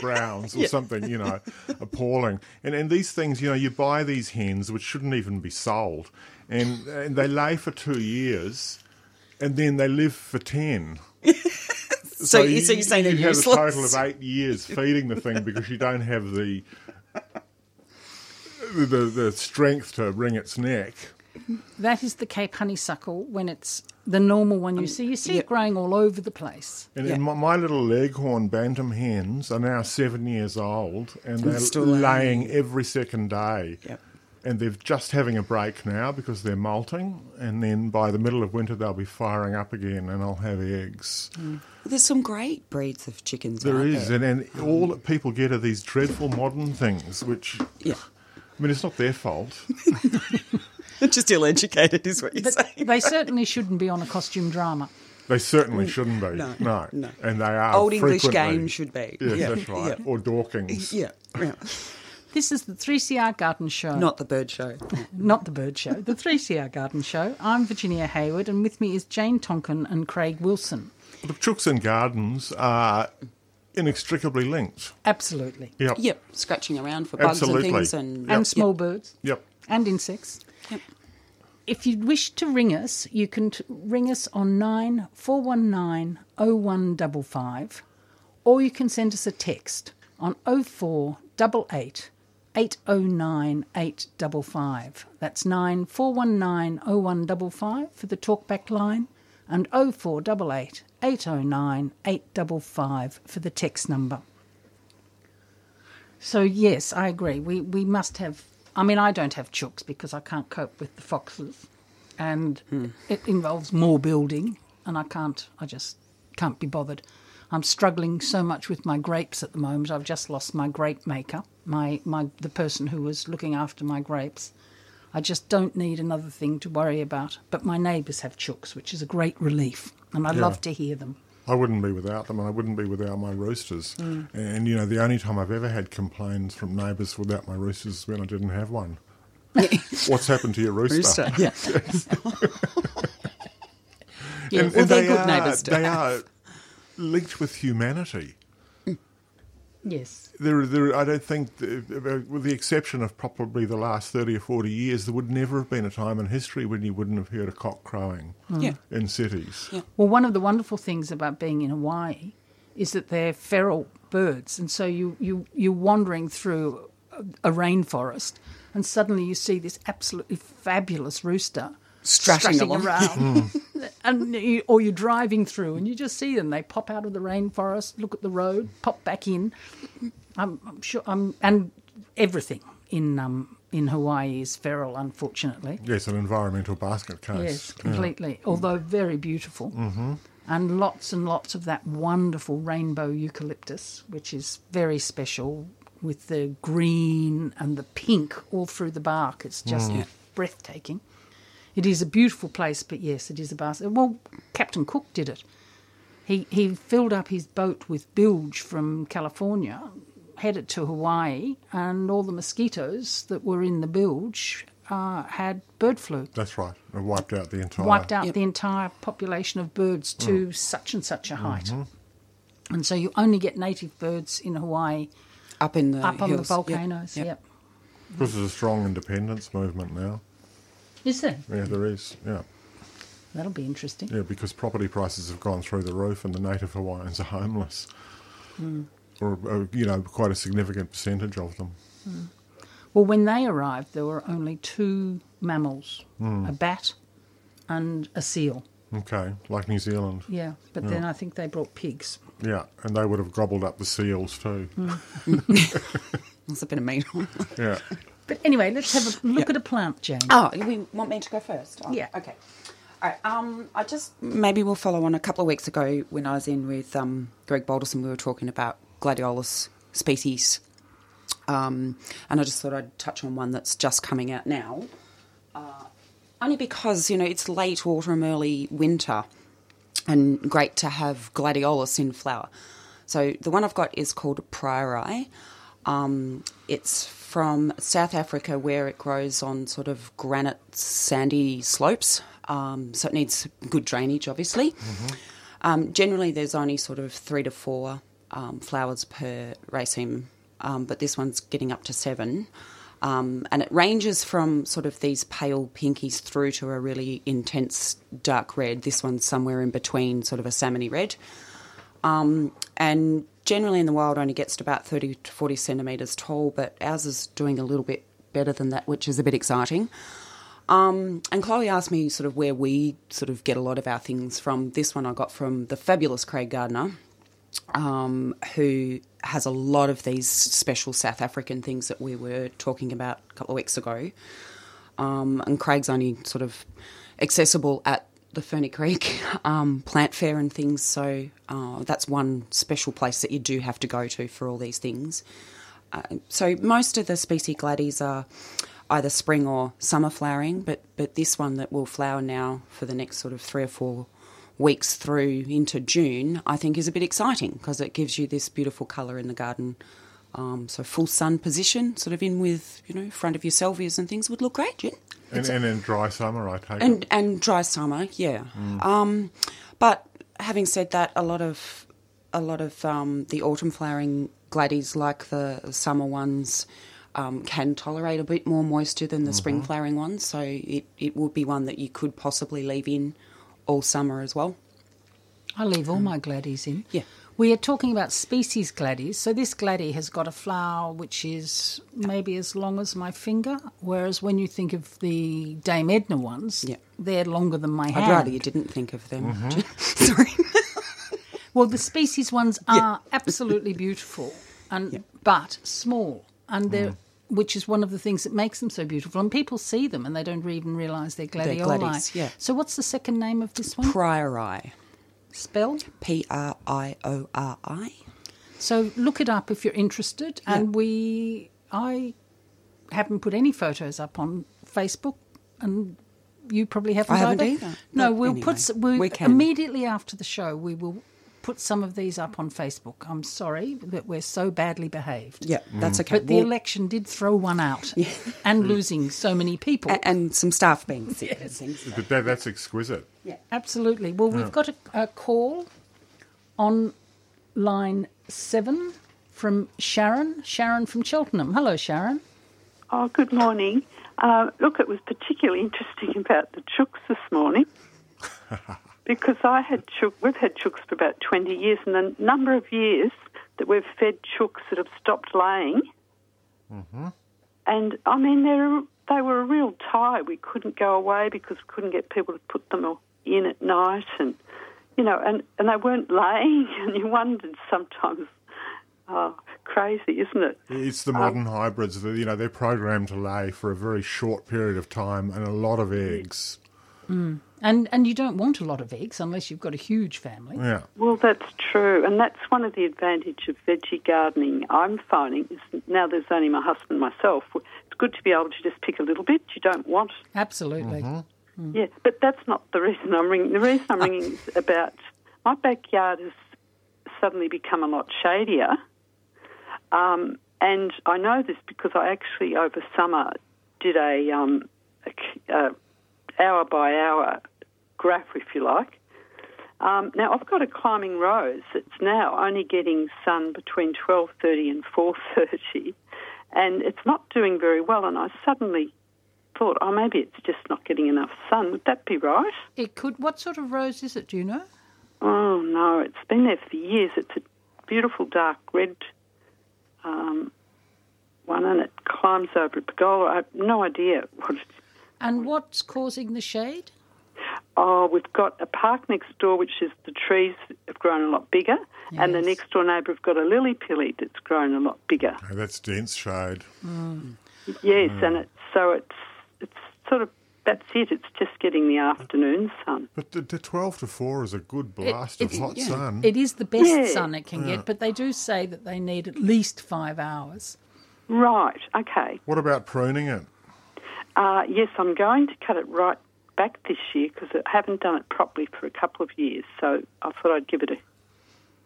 [SPEAKER 3] Browns or something, you know, appalling. And and these things, you know, you buy these hens which shouldn't even be sold, and and they lay for two years, and then they live for ten.
[SPEAKER 2] So, you, so you're saying they're
[SPEAKER 3] you have
[SPEAKER 2] useless?
[SPEAKER 3] a total of eight years feeding the thing because you don't have the the, the strength to wring its neck.
[SPEAKER 1] That is the Cape honeysuckle when it's the normal one you see. You see it growing all over the place.
[SPEAKER 3] And
[SPEAKER 2] Yeah.
[SPEAKER 3] my, my little leghorn bantam hens are now seven years old, and they're
[SPEAKER 2] still
[SPEAKER 3] laying every second day.
[SPEAKER 2] Yep.
[SPEAKER 3] And they're just having a break now because they're molting, and then by the middle of winter they'll be firing up again, and I'll have eggs.
[SPEAKER 2] Mm. There's some great breeds of chickens.
[SPEAKER 3] There
[SPEAKER 2] aren't
[SPEAKER 3] is, and, and all that people get are these dreadful modern things, which
[SPEAKER 2] Yeah.
[SPEAKER 3] I mean, it's not their fault.
[SPEAKER 2] Just ill-educated is what you're saying.
[SPEAKER 1] They certainly shouldn't be on a costume drama.
[SPEAKER 3] They certainly shouldn't be. No,
[SPEAKER 2] no.
[SPEAKER 3] and they are
[SPEAKER 2] Old English
[SPEAKER 3] Oh, frequently-
[SPEAKER 2] game should be.
[SPEAKER 3] Yes,
[SPEAKER 2] Yeah,
[SPEAKER 3] that's right.
[SPEAKER 2] yeah.
[SPEAKER 3] Or Dawkins.
[SPEAKER 2] Yeah. yeah.
[SPEAKER 1] This is the 3CR Garden Show.
[SPEAKER 2] Not the bird show.
[SPEAKER 1] Not the Bird Show, the 3CR Garden Show. I'm Virginia Hayward, and with me is Jane Tonkin and Craig Wilson.
[SPEAKER 3] The Chooks and Gardens are inextricably linked.
[SPEAKER 1] Absolutely.
[SPEAKER 3] Yep.
[SPEAKER 2] Yep. Scratching around for bugs
[SPEAKER 3] Absolutely.
[SPEAKER 2] and things and,
[SPEAKER 1] And small birds.
[SPEAKER 3] Yep.
[SPEAKER 1] and insects. If you wish to ring us, you can t- ring us on 9419 0155 or you can send us a text on 0488 809 855. That's 9419 0155 for the talkback line and 0488 809 855 for the text number. So yes, I agree. We we must have. I mean, I don't have chooks because I can't cope with the foxes, and it involves more building, and I can't. I just can't be bothered. I'm struggling so much with my grapes at the moment. I've just lost my grape maker, my, my the person who was looking after my grapes. I just don't need another thing to worry about. But my neighbours have chooks, which is a great relief, and I
[SPEAKER 3] Yeah.
[SPEAKER 1] love to hear them.
[SPEAKER 3] I wouldn't be without them, and I wouldn't be without my roosters.
[SPEAKER 2] Mm.
[SPEAKER 3] And you know, the only time I've ever had complaints from neighbours without my roosters is when I didn't have one. What's happened to your rooster?
[SPEAKER 2] Rooster. Yeah. yeah.
[SPEAKER 3] And-
[SPEAKER 2] well,
[SPEAKER 3] and
[SPEAKER 2] they're
[SPEAKER 3] they
[SPEAKER 2] good
[SPEAKER 3] are-
[SPEAKER 2] neighbours to
[SPEAKER 3] They
[SPEAKER 2] have.
[SPEAKER 3] are linked with humanity.
[SPEAKER 1] Yes.
[SPEAKER 3] There, there. I don't think, th- uh, with the exception of probably the last thirty or forty years, there would never have been a time in history when you wouldn't have heard a cock crowing
[SPEAKER 2] Yeah.
[SPEAKER 3] in cities.
[SPEAKER 1] Well, one of the wonderful things about being in Hawaii is that they're feral birds, and so you you you're wandering through a, a rainforest, and suddenly you see this absolutely fabulous rooster
[SPEAKER 2] Strutting along.
[SPEAKER 1] around, and you, or you're driving through, and you just see them. They pop out of the rainforest, look at the road, pop back in. I'm, I'm sure. I'm and everything in um in Hawaii is feral, unfortunately.
[SPEAKER 3] Yes, an environmental basket case.
[SPEAKER 1] Yes, completely. Although very beautiful. Mm-hmm. And lots and lots of that wonderful rainbow eucalyptus, which is very special with the green and the pink all through the bark. It's just breathtaking. It is a beautiful place, but yes, it is a basket. Well, Captain Cook did it. He, he filled up his boat with bilge from California, headed to Hawaii, and all the mosquitoes that were in the bilge uh, had bird flu
[SPEAKER 3] That's right. It wiped out the entire.
[SPEAKER 1] wiped out the entire population of birds to such and such a height. And so you only get native birds in Hawaii
[SPEAKER 2] Up in the
[SPEAKER 1] up on the
[SPEAKER 2] Uh, hills. Yep.
[SPEAKER 1] volcanoes. Yep.
[SPEAKER 3] Because there's a strong independence movement now.
[SPEAKER 1] Is there?
[SPEAKER 3] Yeah, there is. Yeah.
[SPEAKER 1] That'll be interesting.
[SPEAKER 3] Yeah, because property prices have gone through the roof and the native Hawaiians are homeless.
[SPEAKER 1] Hmm.
[SPEAKER 3] Or, uh, you know, quite a significant percentage of them.
[SPEAKER 1] Well, when they arrived, there were only two mammals a bat and a seal.
[SPEAKER 3] Okay, like New Zealand.
[SPEAKER 1] Yeah. But then I think they brought pigs.
[SPEAKER 3] Yeah, and they would have gobbled up the seals too.
[SPEAKER 1] Hmm.
[SPEAKER 2] That's a bit of meat on it.
[SPEAKER 3] Yeah.
[SPEAKER 1] But anyway, let's have a look at a plant, Jane.
[SPEAKER 2] Oh, we want me to go first? Oh,
[SPEAKER 1] Yeah.
[SPEAKER 2] Okay. All right. Um, I just maybe we'll follow on. A couple of weeks ago, when I was in with um, Greg Balderson, we were talking about gladiolus species, um, and I just thought I'd touch on one that's just coming out now, uh, only because you know it's late autumn, early winter, and great to have gladiolus in flower. So the one I've got is called Priory. Um, it's from South Africa, where it grows on sort of granite, sandy slopes. Um, so it needs good drainage, obviously. Um, generally, there's only sort of three to four um, flowers per raceme, um, but this one's getting up to seven. Um, and it ranges from sort of these pale pinkies through to a really intense dark red. This one's somewhere in between, sort of a salmony red Um, and generally in the wild only gets to about 30 to 40 centimetres tall, but ours is doing a little bit better than that, which is a bit exciting. Um, and Chloe asked me sort of where we sort of get a lot of our things from. This one I got from the fabulous Craig Gardner, um, who has a lot of these special South African things that we were talking about a couple of weeks ago. Um, and Craig's only sort of accessible at the Ferny Creek um, plant fair and things. So uh, that's one special place that you do have to go to for all these things. Uh, so most of the species gladdies are either spring or summer flowering, but but this one that will flower now for the next sort of three or four weeks through into June, I think is a bit exciting because it gives you this beautiful colour in the garden. Um, so full sun position, sort of in with you know front of your salvias and things would look great, Jen
[SPEAKER 3] And, and in dry summer, I take it.
[SPEAKER 2] and and dry summer, yeah. Um, but having said that, a lot of a lot of um, the autumn flowering gladdies, like the summer ones, um, can tolerate a bit more moisture than the spring flowering ones. So it it would be one that you could possibly leave in all summer as well.
[SPEAKER 1] I leave all my gladdies in.
[SPEAKER 2] Mm. Yeah.
[SPEAKER 1] We are talking about species gladdies. So this gladdie has got a flower which is maybe as long as my finger, whereas when you think of the Dame Edna ones,
[SPEAKER 2] Yeah.
[SPEAKER 1] they're longer than my hand.
[SPEAKER 2] I'd rather you didn't think of them.
[SPEAKER 3] Mm-hmm.
[SPEAKER 2] Sorry.
[SPEAKER 1] Well, the species ones are absolutely beautiful, and but small, and they're.
[SPEAKER 2] Mm.
[SPEAKER 1] Which is one of the things that makes them so beautiful, and people see them and they don't even realise they're gladioli.
[SPEAKER 2] gladdies, yeah.
[SPEAKER 1] So, what's the second name of this one?
[SPEAKER 2] Priori.
[SPEAKER 1] Spell.
[SPEAKER 2] P R I O R I.
[SPEAKER 1] So look it up if you're interested. And we, I haven't put any photos up on Facebook, and you probably haven't.
[SPEAKER 2] I haven't
[SPEAKER 1] either.
[SPEAKER 2] either,
[SPEAKER 1] No,
[SPEAKER 2] but
[SPEAKER 1] we'll put. s-
[SPEAKER 2] anyway,
[SPEAKER 1] We,
[SPEAKER 2] we can.
[SPEAKER 1] immediately after the show, we will put some of these up on Facebook. I'm sorry that we're so badly behaved.
[SPEAKER 2] Yeah, that's okay.
[SPEAKER 1] But the
[SPEAKER 2] We'll-
[SPEAKER 1] election did throw one out, and losing so many people.
[SPEAKER 2] a- and some staff being sick. and things.
[SPEAKER 3] But that, that's exquisite.
[SPEAKER 1] Absolutely. Well,
[SPEAKER 3] Oh.
[SPEAKER 1] we've got a, a call on line seven from Sharon. Sharon from Cheltenham. Hello, Sharon.
[SPEAKER 4] Oh, good morning. Uh, look, it was particularly interesting about the chooks this morning because I had chook, we've had chooks for about 20 years, and the number of years that we've fed chooks that have stopped laying. And I mean, they're, they were a real tie. We couldn't go away because we couldn't get people to put them in at night, and you know, and, and they weren't laying, and you wondered sometimes. Oh, crazy, isn't it?
[SPEAKER 3] It's the modern
[SPEAKER 1] Oh.
[SPEAKER 3] hybrids. That, you know, they're programmed to lay for a very short period of time and a lot of eggs.
[SPEAKER 1] And and you don't want a lot of eggs unless you've got a huge family.
[SPEAKER 3] Yeah.
[SPEAKER 4] Well, that's true, and that's one of the advantage of veggie gardening. I'm finding is now there's only my husband and myself. It's good to be able to just pick a little bit. You don't want,
[SPEAKER 1] Absolutely.
[SPEAKER 3] Mm-hmm.
[SPEAKER 4] yeah, but that's not the reason I'm ringing. The reason I'm ringing is about my backyard has suddenly become a lot shadier, um, and I know this because I actually over summer did a, um, a c- uh, hour by hour graph, if you like. Um, now I've got a climbing rose that's now only getting sun between twelve thirty and four thirty, and it's not doing very well. And I suddenly thought, oh, maybe it's just not getting enough sun. Would that be right?
[SPEAKER 1] It could. What sort of rose is it? Do you know?
[SPEAKER 4] Oh no, it's been there for years. It's a beautiful dark red um, one, and it climbs over a pergola. I have no idea what. It,
[SPEAKER 1] And what's causing the shade?
[SPEAKER 4] oh, we've got a park next door, which is the trees have grown a lot bigger, and the
[SPEAKER 1] Yes.
[SPEAKER 4] next door neighbour have got a lily pilly that's grown a lot bigger.
[SPEAKER 3] Oh, that's dense shade.
[SPEAKER 4] Yes, and it's so it's it's sort of that's it. It's just getting the afternoon sun.
[SPEAKER 3] But the, the 12 to 4 is a good blast
[SPEAKER 1] it's-
[SPEAKER 3] of hot sun.
[SPEAKER 1] It is the best
[SPEAKER 4] Yeah.
[SPEAKER 1] sun it can get, but they do say that they need at least five hours.
[SPEAKER 4] Right. Okay.
[SPEAKER 3] what about pruning it?
[SPEAKER 4] Uh, yes, I'm going to cut it right back this year because I haven't done it properly for a couple of years. So I thought I'd give it a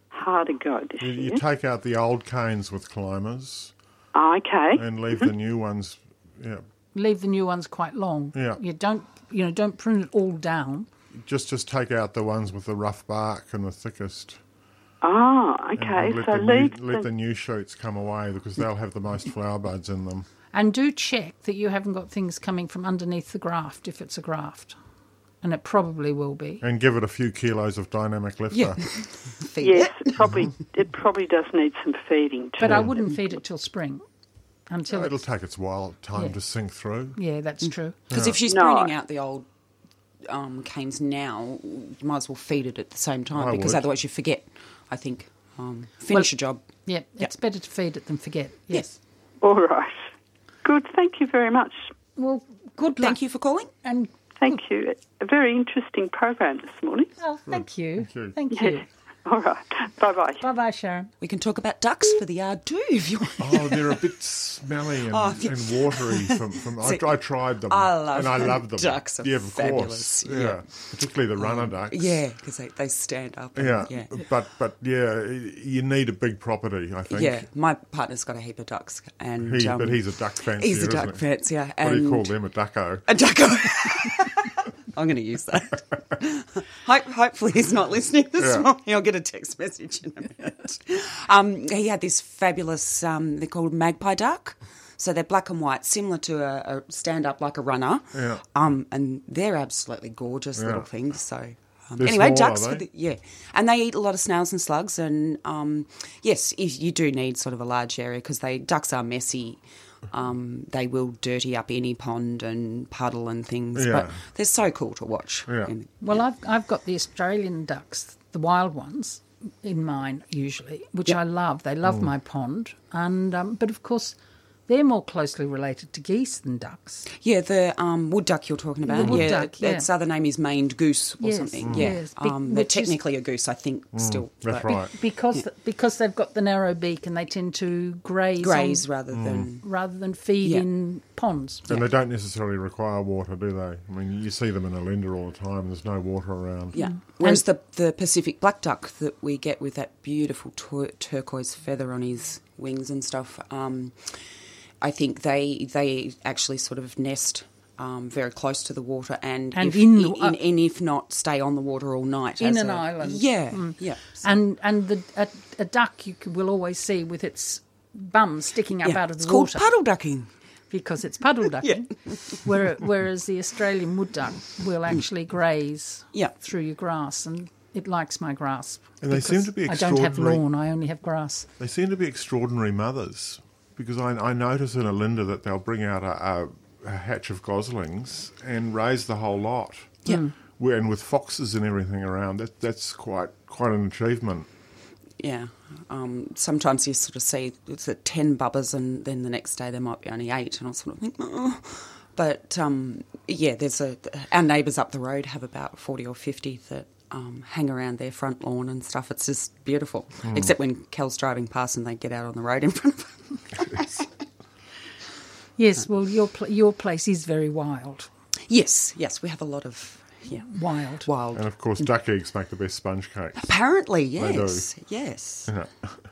[SPEAKER 4] harder go this
[SPEAKER 3] You, you
[SPEAKER 4] year.
[SPEAKER 3] take out the old canes with climbers
[SPEAKER 4] Ah, okay.
[SPEAKER 3] and leave the new ones. Yeah,
[SPEAKER 1] Leave the new ones quite long.
[SPEAKER 3] Yeah.
[SPEAKER 1] You don't. You know, don't prune it all down.
[SPEAKER 3] just just take out the ones with the rough bark and the thickest.
[SPEAKER 4] Ah,
[SPEAKER 3] and
[SPEAKER 4] okay.
[SPEAKER 3] let
[SPEAKER 4] So
[SPEAKER 3] the new,
[SPEAKER 4] leave
[SPEAKER 3] let the
[SPEAKER 4] the,
[SPEAKER 3] new shoots come away because they'll have the most flower buds in them.
[SPEAKER 1] And do check that you haven't got things coming from underneath the graft if it's a graft. And it probably will be.
[SPEAKER 3] And give it a few kilos of dynamic lifter.
[SPEAKER 2] Yeah.
[SPEAKER 4] yes, it probably it probably does need some feeding too.
[SPEAKER 1] But I wouldn't feed it till spring. Until
[SPEAKER 3] It'll
[SPEAKER 1] it's,
[SPEAKER 3] take its while
[SPEAKER 1] Yeah.
[SPEAKER 3] time to sink through.
[SPEAKER 1] yeah, that's true.
[SPEAKER 2] Because if she's
[SPEAKER 4] No,
[SPEAKER 2] pruning
[SPEAKER 4] I-
[SPEAKER 2] out the old um, canes now, you might as well feed it at the same time
[SPEAKER 3] I
[SPEAKER 2] because
[SPEAKER 3] would.
[SPEAKER 2] otherwise you forget. I think um, finish a job.
[SPEAKER 1] Yeah, it's better to feed it than forget. Yes.
[SPEAKER 4] All right. Good. Thank you very much.
[SPEAKER 1] Well, good luck.
[SPEAKER 2] Thank you for calling.
[SPEAKER 1] And
[SPEAKER 4] Thank you. A very interesting program this morning.
[SPEAKER 1] oh, thank you. Thank
[SPEAKER 3] you.
[SPEAKER 1] you. Thank you.
[SPEAKER 4] All right. Bye bye.
[SPEAKER 1] Bye bye, Sharon.
[SPEAKER 2] We can talk about ducks for the yard too if you want.
[SPEAKER 3] Oh, they're a bit smelly and,
[SPEAKER 2] Oh, yeah.
[SPEAKER 3] and watery. From, from I,
[SPEAKER 2] See,
[SPEAKER 3] I tried them.
[SPEAKER 2] I love
[SPEAKER 3] and I
[SPEAKER 2] them.
[SPEAKER 3] love them.
[SPEAKER 2] Ducks are
[SPEAKER 3] yeah, of
[SPEAKER 2] fabulous, Um,
[SPEAKER 3] course. Yeah. particularly the runner ducks.
[SPEAKER 2] Yeah, because they, they stand up. and-
[SPEAKER 3] Yeah.
[SPEAKER 2] yeah.
[SPEAKER 3] but but yeah, you need a big property, I think.
[SPEAKER 2] Yeah, my partner's got a heap of ducks, and
[SPEAKER 3] He,
[SPEAKER 2] um,
[SPEAKER 3] but he's a duck fancier.
[SPEAKER 2] he's a duck
[SPEAKER 3] isn't he?
[SPEAKER 2] fancier.
[SPEAKER 3] What do you
[SPEAKER 2] and-
[SPEAKER 3] call them? A ducko.
[SPEAKER 2] A ducko. I'm going to use that. Hope, hopefully, he's not listening this
[SPEAKER 3] Yeah.
[SPEAKER 2] morning. I'll get a text message in a minute. Um, he had this fabulous. Um, they're called magpie duck. So they're black and white, similar to a, a stand up like a runner.
[SPEAKER 3] Yeah.
[SPEAKER 2] Um, and they're absolutely gorgeous little things. So. Um,
[SPEAKER 3] They're
[SPEAKER 2] anyway,
[SPEAKER 3] small,
[SPEAKER 2] ducks
[SPEAKER 3] are
[SPEAKER 2] for
[SPEAKER 3] they?
[SPEAKER 2] the yeah, and they eat a lot of snails and slugs, and um, yes, if you do need sort of a large area because they ducks are messy. Um, they will dirty up any pond and puddle and things,
[SPEAKER 3] Yeah.
[SPEAKER 2] but they're so cool to watch.
[SPEAKER 3] Yeah.
[SPEAKER 2] And-
[SPEAKER 1] Well, I've, I've got the Australian ducks, the wild ones, in mine usually, which I love. They love my pond, and um, but of course, they're They're more closely related to geese than ducks.
[SPEAKER 2] Yeah, the um, wood duck you're talking about.
[SPEAKER 1] wood
[SPEAKER 2] yeah,
[SPEAKER 1] duck, yeah.
[SPEAKER 2] Its other name is maned goose or
[SPEAKER 1] Yes,
[SPEAKER 2] something.
[SPEAKER 1] Mm.
[SPEAKER 2] Yeah,
[SPEAKER 1] yes, be-
[SPEAKER 2] um, they're
[SPEAKER 1] which is-
[SPEAKER 2] technically a goose, I think. Still,
[SPEAKER 3] Mm, That's
[SPEAKER 2] but
[SPEAKER 3] right.
[SPEAKER 1] Because because they've got the narrow beak and they tend to graze, on-
[SPEAKER 2] Graze rather
[SPEAKER 3] Mm.
[SPEAKER 2] than
[SPEAKER 1] rather than feed
[SPEAKER 2] Yeah.
[SPEAKER 1] in ponds.
[SPEAKER 3] And they don't necessarily require water, do they? I mean, you see them in Alinda all the time. and There's no water around.
[SPEAKER 1] Mm.
[SPEAKER 2] yeah. Whereas the the Pacific black duck that we get with that beautiful tur- turquoise feather on his wings and stuff, um, I think they they actually sort of nest. Um, very close to the water, and
[SPEAKER 1] And
[SPEAKER 2] if,
[SPEAKER 1] in
[SPEAKER 2] in,
[SPEAKER 1] the-
[SPEAKER 2] in, and if not, stay on the water all night
[SPEAKER 1] In
[SPEAKER 2] as
[SPEAKER 1] an
[SPEAKER 2] a-
[SPEAKER 1] island. Mm.
[SPEAKER 2] Yeah, yeah.
[SPEAKER 1] And and the a, a duck you c- will always see with its bum sticking up
[SPEAKER 2] Yeah.
[SPEAKER 1] out of the
[SPEAKER 2] it's
[SPEAKER 1] water
[SPEAKER 2] called puddle ducking.
[SPEAKER 1] because it's puddle ducking. where, whereas the Australian wood duck will actually graze
[SPEAKER 2] Yeah.
[SPEAKER 1] through your grass and it likes my grass.
[SPEAKER 3] And they seem
[SPEAKER 1] because
[SPEAKER 3] to be
[SPEAKER 1] I don't have
[SPEAKER 3] extraordinary-
[SPEAKER 1] lawn, I only have grass.
[SPEAKER 3] They seem to be extraordinary mothers because I, I notice in Alinda that they'll bring out a, a, a hatch of goslings and raise the whole lot.
[SPEAKER 2] Yeah. Mm.
[SPEAKER 3] Where, and with foxes and everything around, that that's quite quite an achievement.
[SPEAKER 2] Yeah. Um, sometimes you sort of see it's at 10 bubbers and then the next day there might be only eight. And I sort of think, oh. But um, yeah, there's a, our neighbours up the road have about 40 or 50 that um, hang around their front lawn and stuff. It's just beautiful.
[SPEAKER 3] Hmm.
[SPEAKER 2] Except when Cal's driving past and they get out on the road in front of her.
[SPEAKER 1] Yes, well, your pl- your place is very wild.
[SPEAKER 2] yes, yes, we have a lot of, yeah,
[SPEAKER 1] Wild.
[SPEAKER 2] wild.
[SPEAKER 3] And of course, duck eggs make the best sponge cakes.
[SPEAKER 2] Apparently,
[SPEAKER 3] do.
[SPEAKER 2] yes, yes.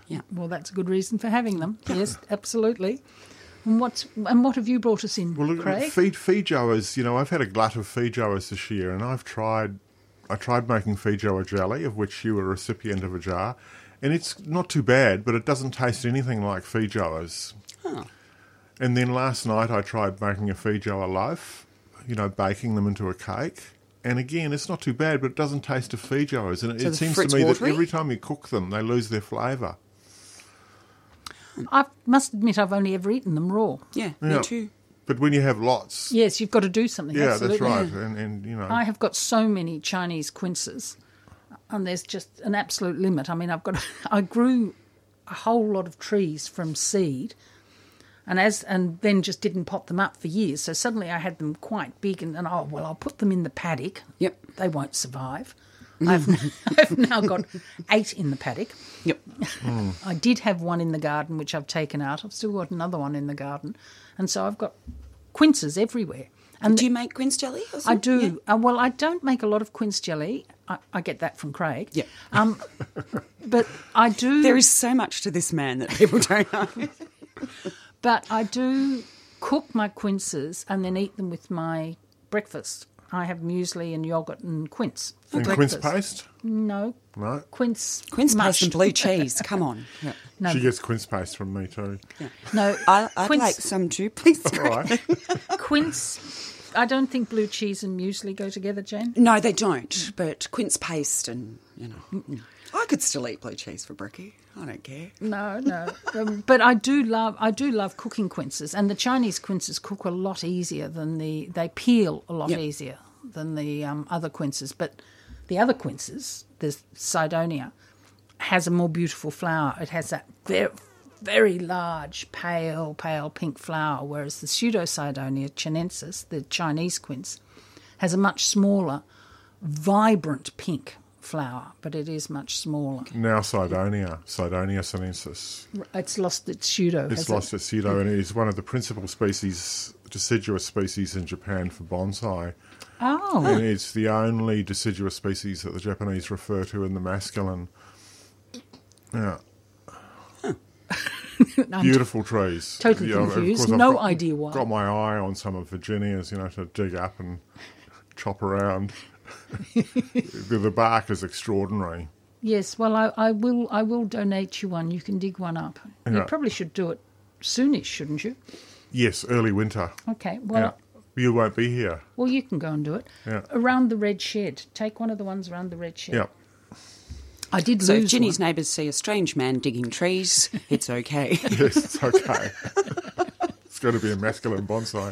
[SPEAKER 3] Yeah.
[SPEAKER 1] Well, that's a good reason for having them. Yes, absolutely. And what's and what have you brought us in,
[SPEAKER 3] Well, look,
[SPEAKER 1] Craig?
[SPEAKER 3] feed feed joas. You know, I've had a glut of feed joas this year, and I've tried. I tried making feed joa jelly, of which you were a recipient of a jar, and it's not too bad, but it doesn't taste anything like feed joas. And then last night I tried making a feed joa loaf. You know, baking them into a cake. And again, it's not too bad, but it doesn't taste of feed joas. And it,
[SPEAKER 2] So
[SPEAKER 3] it
[SPEAKER 2] the
[SPEAKER 3] seems to
[SPEAKER 2] fruit's
[SPEAKER 3] me
[SPEAKER 2] watery?
[SPEAKER 3] that every time you cook them, they lose their flavour.
[SPEAKER 1] I must admit, I've only ever eaten them raw.
[SPEAKER 2] Yeah,
[SPEAKER 3] Yeah.
[SPEAKER 2] me too.
[SPEAKER 3] But when you have lots,
[SPEAKER 1] Yes, you've got to do something.
[SPEAKER 3] yeah,
[SPEAKER 1] absolutely.
[SPEAKER 3] that's right. And, and you know,
[SPEAKER 1] I have got so many Chinese quinces, and there's just an absolute limit. I mean, I've got I grew a whole lot of trees from seed, and as and then just didn't pot them up for years. So suddenly I had them quite big, and, and oh well, I'll put them in the paddock.
[SPEAKER 2] Yep.
[SPEAKER 1] they won't survive. I've, n- I've now got eight in the paddock.
[SPEAKER 2] Yep.
[SPEAKER 1] I did have one in the garden, which I've taken out. I've still got another one in the garden, and so I've got quinces everywhere. And
[SPEAKER 2] Do you make quince jelly? Or
[SPEAKER 1] I
[SPEAKER 2] something?
[SPEAKER 1] do. Uh, well, I don't make a lot of quince jelly. I, I get that from Craig.
[SPEAKER 2] Yeah.
[SPEAKER 1] Um, but I do.
[SPEAKER 2] There is so much to this man that people don't know.
[SPEAKER 1] But I do cook my quinces and then eat them with my breakfast. I have muesli and yogurt and quince for
[SPEAKER 3] and quince
[SPEAKER 1] breakfast.
[SPEAKER 3] paste,
[SPEAKER 1] No,
[SPEAKER 3] right?
[SPEAKER 1] quince.
[SPEAKER 2] Quince paste and
[SPEAKER 1] mashed.
[SPEAKER 2] blue cheese. Come on.
[SPEAKER 1] No,
[SPEAKER 3] She gets quince paste from me too.
[SPEAKER 1] no.
[SPEAKER 2] I, I'd
[SPEAKER 1] quince,
[SPEAKER 2] like some too, please.
[SPEAKER 3] All right.
[SPEAKER 1] quince. I don't think blue cheese and muesli go together, Jane.
[SPEAKER 2] No, they don't. But quince paste and you know, mm-mm. I could still eat blue cheese for brekkie. I don't care.
[SPEAKER 1] No, no. Um, but I do love I do love cooking quinces, and the Chinese quinces cook a lot easier than the they peel a lot
[SPEAKER 2] Yep.
[SPEAKER 1] easier than the um, other quinces. But the other quinces, the Cydonia, has a more beautiful flower. It has that very very large, pale, pale pink flower, whereas the Pseudocydonia chinensis, the Chinese quince, has a much smaller, vibrant pink flower, but it is much smaller.
[SPEAKER 3] Now Cydonia, Cydonia sinensis.
[SPEAKER 1] It's lost its pseudo.
[SPEAKER 3] It's
[SPEAKER 1] has it? Mm-hmm.
[SPEAKER 3] lost its pseudo and it is one of the principal species, deciduous species in Japan for bonsai.
[SPEAKER 1] Oh,
[SPEAKER 3] And it's the only deciduous species that the Japanese refer to in the masculine. Yeah. Beautiful trees.
[SPEAKER 1] totally
[SPEAKER 3] Yeah, of
[SPEAKER 1] confused.
[SPEAKER 3] course I've
[SPEAKER 1] No
[SPEAKER 3] got-
[SPEAKER 1] idea why.
[SPEAKER 3] Got my eye on some of Virginia's, you know, to dig up and chop around. the the bark is extraordinary.
[SPEAKER 1] yes. Well, I, I will. I will donate you one. You can dig one up. You
[SPEAKER 3] Yeah.
[SPEAKER 1] probably should do it soonish, shouldn't you?
[SPEAKER 3] Yes, early winter.
[SPEAKER 1] Okay. Well,
[SPEAKER 3] yeah. You won't be here.
[SPEAKER 1] well, you can go and do it
[SPEAKER 3] Yeah.
[SPEAKER 1] around the red shed. Take one of the ones around the red shed.
[SPEAKER 3] Yeah.
[SPEAKER 1] I did
[SPEAKER 2] So if
[SPEAKER 1] lose
[SPEAKER 2] Ginny's
[SPEAKER 1] one.
[SPEAKER 2] neighbours see a strange man digging trees, it's okay.
[SPEAKER 3] Yes, it's okay. it's going to be a masculine bonsai.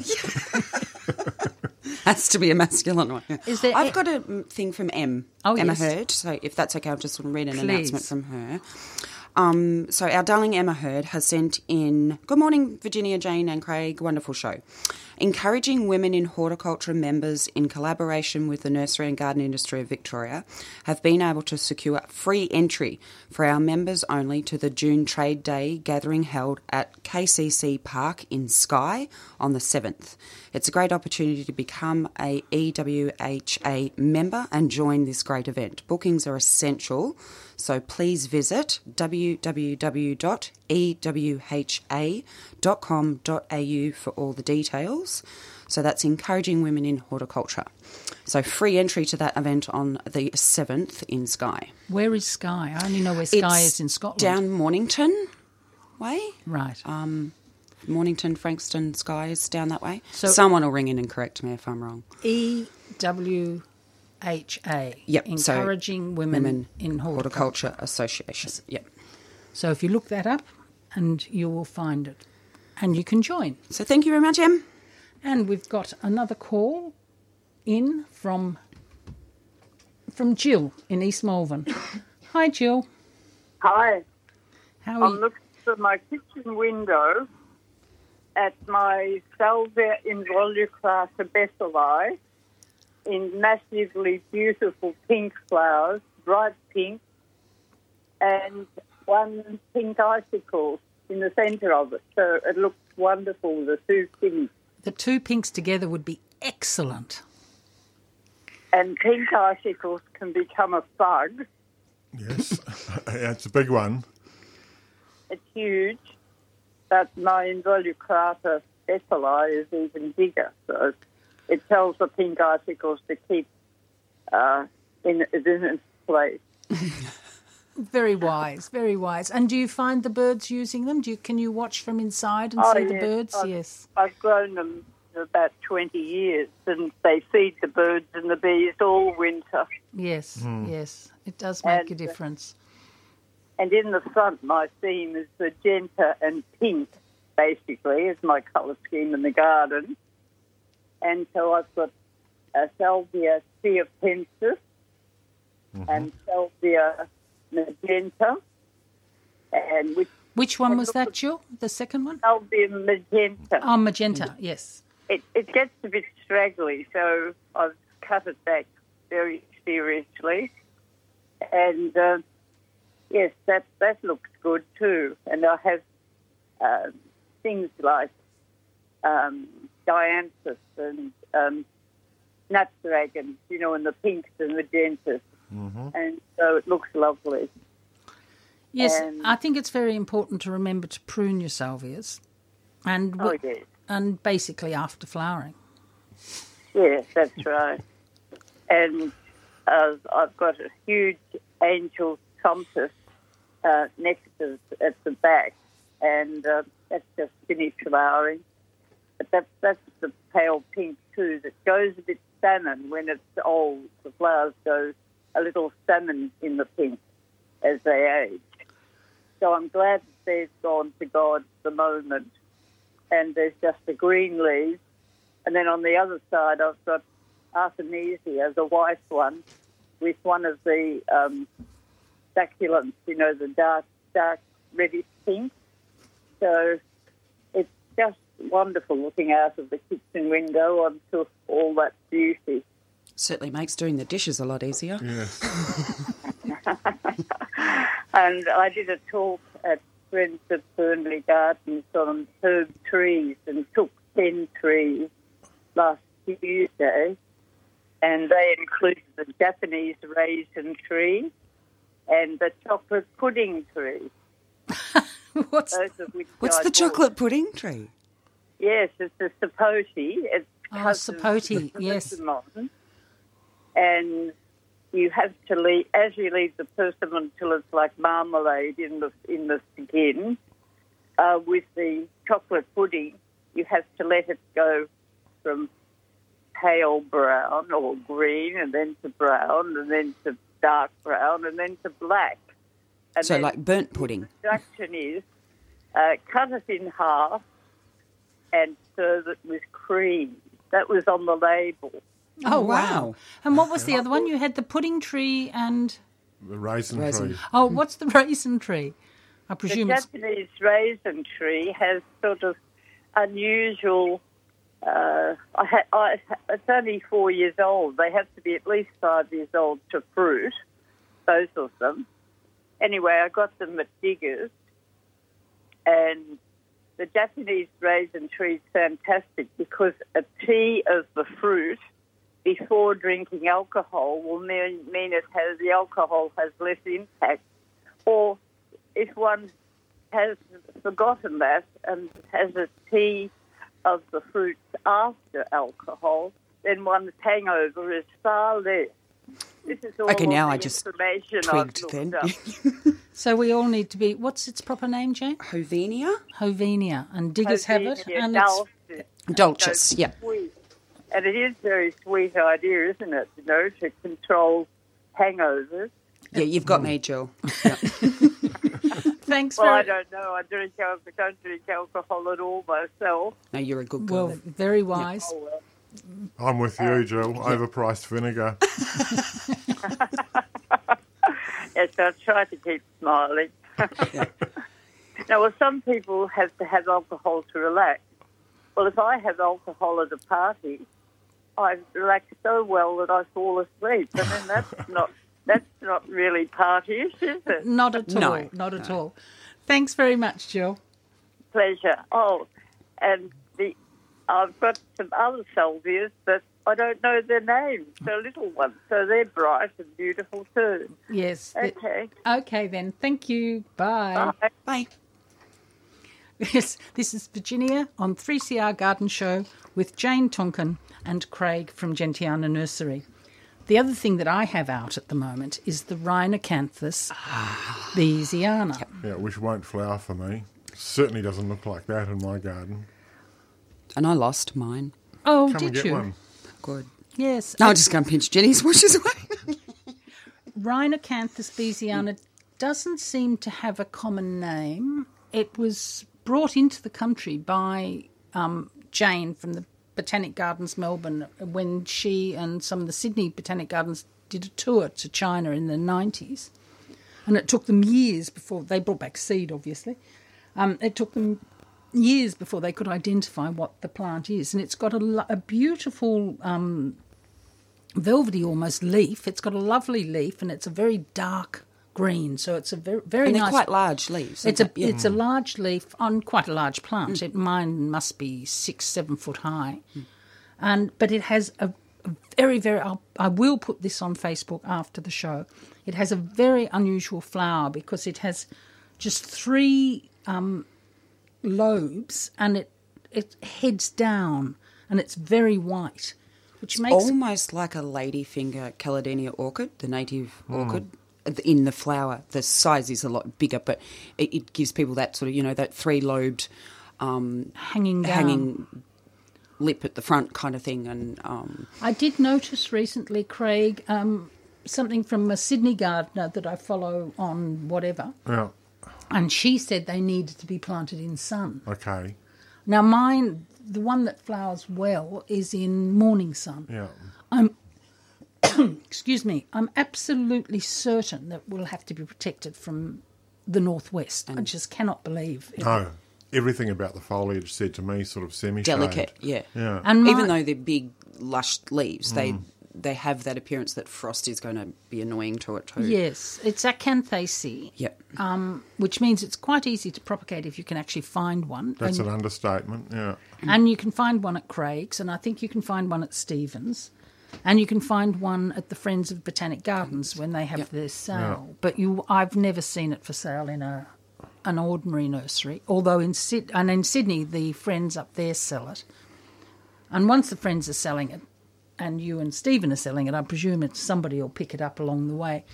[SPEAKER 2] Has to be a masculine one.
[SPEAKER 1] Is there a-
[SPEAKER 2] I've got a mm, thing from M.
[SPEAKER 1] Oh,
[SPEAKER 2] Emma
[SPEAKER 1] yes.
[SPEAKER 2] Heard. So if that's okay, I'll just read an
[SPEAKER 1] Please.
[SPEAKER 2] announcement from her. Um, so our darling Emma Heard has sent in Good morning, Virginia, Jane, and Craig. Wonderful show. Encouraging women in horticulture members in collaboration with the nursery and garden industry of Victoria have been able to secure free entry for our members only to the June Trade Day gathering held at KCC Park in Skye on the 7th. It's a great opportunity to become a E EWHA member and join this great event. Bookings are essential, so please visit E www.ewha.com.au for all the details. So that's encouraging women in horticulture. So free entry to that event on the 7th in Skye.
[SPEAKER 1] Where is Skye? I only know where Skye
[SPEAKER 2] It's
[SPEAKER 1] is in Scotland.
[SPEAKER 2] Down Mornington way.
[SPEAKER 1] Right.
[SPEAKER 2] um, Mornington, Frankston, Skye is down that way.
[SPEAKER 1] So-
[SPEAKER 2] Someone will ring in and correct me if I'm wrong.
[SPEAKER 1] E W H A.
[SPEAKER 2] Yep. so
[SPEAKER 1] Encouraging women, in horticulture.
[SPEAKER 2] Horticulture Association. Yep.
[SPEAKER 1] So if you look that up, and you will find it, and you can join.
[SPEAKER 2] So thank you very much, Em.
[SPEAKER 1] And we've got another call in from from Jill in East Malvern. Hi, Jill.
[SPEAKER 5] Hi,
[SPEAKER 1] How are
[SPEAKER 5] I'm
[SPEAKER 1] you?
[SPEAKER 5] looking through my kitchen window at my Salvia involucrata bacilli in massively beautiful pink flowers, bright pink, and one pink icicle in the centre of it. So it looks wonderful, the two things.
[SPEAKER 1] the two pinks together would be excellent.
[SPEAKER 5] And pink icicles can become a bug.
[SPEAKER 3] Yes, Yeah, it's a big one.
[SPEAKER 5] It's huge, but my involucrata bacilli is even bigger. So it tells the pink icicles to keep uh, in, in its place.
[SPEAKER 1] Very wise, very wise. And do you find the birds using them? Do you can you watch from inside and see the
[SPEAKER 5] Oh, yes,
[SPEAKER 1] birds?
[SPEAKER 5] I've,
[SPEAKER 1] yes.
[SPEAKER 5] I've grown them for about 20 years, and they feed the birds and the bees all winter.
[SPEAKER 1] Yes, yes. It does make a
[SPEAKER 5] And, uh,
[SPEAKER 1] difference.
[SPEAKER 5] And in the front, my theme is magenta and pink, basically, is my colour scheme in the garden. And so I've got a Salvia theopensis and Salvia magenta, and which
[SPEAKER 1] Which one was that, Jill? The second one?
[SPEAKER 5] Salvia magenta.
[SPEAKER 1] Oh,
[SPEAKER 5] Mm.
[SPEAKER 1] magenta. Yes.
[SPEAKER 5] It, it gets a bit straggly, so I've cut it back very seriously. And uh, yes, that that looks good too. And I have uh, things like um, dianthus and um, nutdragons, you know, and the pinks and magentas. And so it looks lovely.
[SPEAKER 1] Yes,
[SPEAKER 5] And-
[SPEAKER 1] I think it's very important to remember to prune your salvias, and
[SPEAKER 5] Oh,
[SPEAKER 1] wi-
[SPEAKER 5] yes.
[SPEAKER 1] and basically after flowering.
[SPEAKER 5] Yes, that's right. And uh, I've got a huge angel compass uh, next to at the back, and uh, that's just finished flowering. But that's that's the pale pink too that goes a bit salmon when it's old. The flowers go a little salmon in the pink as they age. So I'm glad that they've gone to God at the moment, and there's just the green leaves. And then on the other side, I've got Artemisia, the white one, with one of the um, succulents, you know, the dark, dark reddish pink. So it's just wonderful looking out of the kitchen window onto all that beauty.
[SPEAKER 2] Certainly makes doing the dishes a lot easier.
[SPEAKER 3] Yes,
[SPEAKER 5] And I did a talk at Friends of Burnley Gardens on herb trees and took 10 trees last Tuesday. And they included the Japanese raisin tree and the chocolate pudding tree,
[SPEAKER 1] What's
[SPEAKER 5] both of which
[SPEAKER 2] What's
[SPEAKER 5] I
[SPEAKER 2] the
[SPEAKER 5] bought.
[SPEAKER 2] chocolate pudding tree?
[SPEAKER 5] Yes, it's a sapote. It's
[SPEAKER 1] Oh,
[SPEAKER 5] cousin
[SPEAKER 1] sapote,
[SPEAKER 5] to the
[SPEAKER 1] yes.
[SPEAKER 5] persimmon. And you have to leave as you leave the persimmon till it's like marmalade in the in the skin. Uh, with the chocolate pudding, you have to let it go from pale brown or green, and then to brown, and then to dark brown, and then to black. And
[SPEAKER 2] So
[SPEAKER 5] then
[SPEAKER 2] like burnt pudding.
[SPEAKER 5] instruction is uh, cut it in half and serve it with cream. That was on the label.
[SPEAKER 1] oh
[SPEAKER 2] wow.
[SPEAKER 1] And what was the other one? You had the pudding tree and
[SPEAKER 3] the raisin,
[SPEAKER 2] Raisin.
[SPEAKER 3] tree.
[SPEAKER 1] oh, what's the raisin tree? I presume
[SPEAKER 5] the
[SPEAKER 1] it's
[SPEAKER 5] Japanese raisin tree has sort of unusual. Uh, I ha- I, it's only four years old. They have to be at least five years old to fruit, both of them. Anyway, I got them at Diggers, and the Japanese raisin tree is fantastic because a tea of the fruit before drinking alcohol will mean, mean it has the alcohol has less impact. Or if one has forgotten that and has a tea of the fruits after alcohol, then one's hangover is far less. This is all
[SPEAKER 2] Okay,
[SPEAKER 5] of
[SPEAKER 2] now
[SPEAKER 5] the
[SPEAKER 2] I just
[SPEAKER 5] information I've
[SPEAKER 2] twigged
[SPEAKER 5] looked
[SPEAKER 2] then.
[SPEAKER 5] up.
[SPEAKER 1] so we all need to be. What's its proper name, Jane?
[SPEAKER 2] Hovenia?
[SPEAKER 1] Hovenia and diggers have it,
[SPEAKER 5] Hopefully the
[SPEAKER 1] and it's
[SPEAKER 5] adults is
[SPEAKER 2] Dulcis,
[SPEAKER 5] so
[SPEAKER 2] yeah.
[SPEAKER 5] sweet. And it is a very sweet idea, isn't it? You know, to control hangovers.
[SPEAKER 2] Yeah, you've got me, Jill.
[SPEAKER 1] thanks
[SPEAKER 5] Well, I
[SPEAKER 1] very
[SPEAKER 5] don't know. I drink al- don't drink alcohol at all myself.
[SPEAKER 2] No, you're a good girl.
[SPEAKER 1] well, very wise.
[SPEAKER 5] Oh, well.
[SPEAKER 3] I'm with you, Jill. Overpriced vinegar.
[SPEAKER 5] Yes, I try to keep smiling. now, well, some people have to have alcohol to relax. Well, if I have alcohol at a party, I relax so well that I fall asleep. I mean, that's not that's not really partyish, is it?
[SPEAKER 1] Not at all.
[SPEAKER 2] No,
[SPEAKER 1] not at all. Thanks very much, Jill.
[SPEAKER 5] pleasure. Oh, and the I've got some other salvias, but I don't know their names. They're little ones, so they're bright and beautiful too.
[SPEAKER 1] Yes.
[SPEAKER 5] Uh,
[SPEAKER 1] th-
[SPEAKER 5] Okay,
[SPEAKER 1] okay then. Thank you. Bye.
[SPEAKER 5] bye.
[SPEAKER 2] Bye.
[SPEAKER 1] Yes, this is Virginia on 3CR Garden Show with Jane Tonkin and Craig from Gentiana Nursery. The other thing that I have out at the moment is the Rhinocanthus
[SPEAKER 3] Ah.
[SPEAKER 1] beesiana.
[SPEAKER 3] Yeah, which won't flower for me. Certainly doesn't look like that in my garden.
[SPEAKER 2] And I lost mine.
[SPEAKER 1] Oh,
[SPEAKER 3] Come
[SPEAKER 1] did
[SPEAKER 3] and get
[SPEAKER 1] you?
[SPEAKER 3] one.
[SPEAKER 2] Good.
[SPEAKER 1] Yes.
[SPEAKER 2] No, I'm just going to pinch Jenny's washes away.
[SPEAKER 1] Rhinocanthus beesiana doesn't seem to have a common name. It was brought into the country by um, Jane from the Botanic Gardens Melbourne when she and some of the Sydney Botanic Gardens did a tour to China in the 90s. And it took them years before they brought back seed, obviously. Um, it took them years before they could identify what the plant is. And it's got a, lo- a beautiful um, velvety almost leaf. It's got a lovely leaf and it's a very dark green, so it's a very very
[SPEAKER 2] and they're
[SPEAKER 1] nice.
[SPEAKER 2] quite large leaves.
[SPEAKER 1] it's a
[SPEAKER 2] aren't they? Yeah. Mm.
[SPEAKER 1] it's a large leaf on quite a large plant. It mine must be six seven foot high, Mm. and but it has a, a very very. I'll, I will put this on Facebook after the show. It has a very unusual flower because it has just three um, lobes and it it heads down and it's very white, which makes it
[SPEAKER 2] almost like a ladyfinger Caledonia orchid, the native orchid. In the flower, the size is a lot bigger, but it, it gives people that sort of you know that three lobed um,
[SPEAKER 1] hanging down.
[SPEAKER 2] hanging lip at the front kind of thing, and um,
[SPEAKER 1] I did notice recently, Craig, um, something from a Sydney gardener that I follow on whatever,
[SPEAKER 3] Yeah,
[SPEAKER 1] and she said they needed to be planted in sun.
[SPEAKER 3] okay.
[SPEAKER 1] Now, mine, the one that flowers well, is in morning sun.
[SPEAKER 3] Yeah.
[SPEAKER 1] Excuse me, I'm absolutely certain that we'll have to be protected from the northwest. I just cannot believe it.
[SPEAKER 3] No, everything about the foliage said to me sort of semi
[SPEAKER 2] delicate, yeah.
[SPEAKER 3] Yeah.
[SPEAKER 1] And my,
[SPEAKER 2] Even though they're big, lush leaves, they they have that appearance that frost is going to be annoying to it too.
[SPEAKER 1] yes, it's acanthaceae,
[SPEAKER 2] Yep.
[SPEAKER 1] um, which means it's quite easy to propagate if you can actually find one.
[SPEAKER 3] That's
[SPEAKER 1] And-
[SPEAKER 3] an understatement. Yeah.
[SPEAKER 1] And you can find one at Craig's, and I think you can find one at Stevens, and you can find one at the Friends of Botanic Gardens when they have their sale. But you, I've never seen it for sale in a an ordinary nursery. Although in Syd- and in Sydney, the Friends up there sell it. And once the Friends are selling it, and you and Stephen are selling it, I presume it's somebody will pick it up along the way.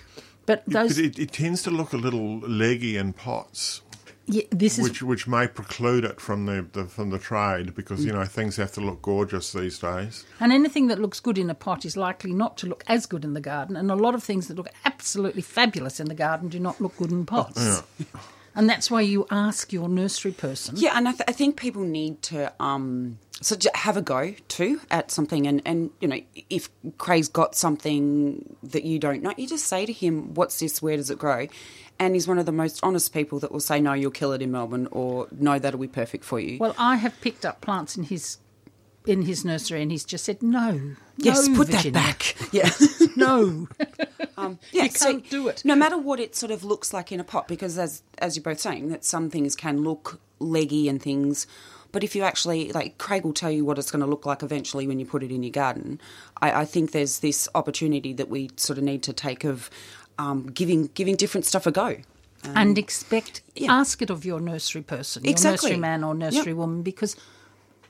[SPEAKER 1] But
[SPEAKER 3] But
[SPEAKER 1] those,
[SPEAKER 3] it, it tends to look a little leggy in pots,
[SPEAKER 1] yeah, this is
[SPEAKER 3] which which may preclude it from the, the from the trade because you
[SPEAKER 1] Mm.
[SPEAKER 3] know things have to look gorgeous these days.
[SPEAKER 1] And anything that looks good in a pot is likely not to look as good in the garden. And a lot of things that look absolutely fabulous in the garden do not look good in pots. And that's why you ask your nursery person.
[SPEAKER 2] Yeah, and I, th- I think people need to um, so j- have a go too at something, and and you know if Craig's got something that you don't know, you just say to him, "What's this? Where does it grow?" and he's one of the most honest people that will say, no, you'll kill it in Melbourne, or no, that'll be perfect for you.
[SPEAKER 1] Well, I have picked up plants in his in his nursery, and he's just said no.
[SPEAKER 2] yes,
[SPEAKER 1] no,
[SPEAKER 2] put
[SPEAKER 1] Virginia,
[SPEAKER 2] that back. Yeah.
[SPEAKER 1] No,
[SPEAKER 2] yeah,
[SPEAKER 1] You can't do it.
[SPEAKER 2] No matter what it sort of looks like in a pot, because as as you're both saying, that some things can look leggy and things, but if you actually like, Craig will tell you what it's going to look like eventually when you put it in your garden. I, I think there's this opportunity that we sort of need to take of um, giving giving different stuff a go.
[SPEAKER 1] and expect
[SPEAKER 2] Um, yeah.
[SPEAKER 1] ask it of your nursery person, your
[SPEAKER 2] Exactly.
[SPEAKER 1] nursery man or nursery
[SPEAKER 2] Yep.
[SPEAKER 1] woman, because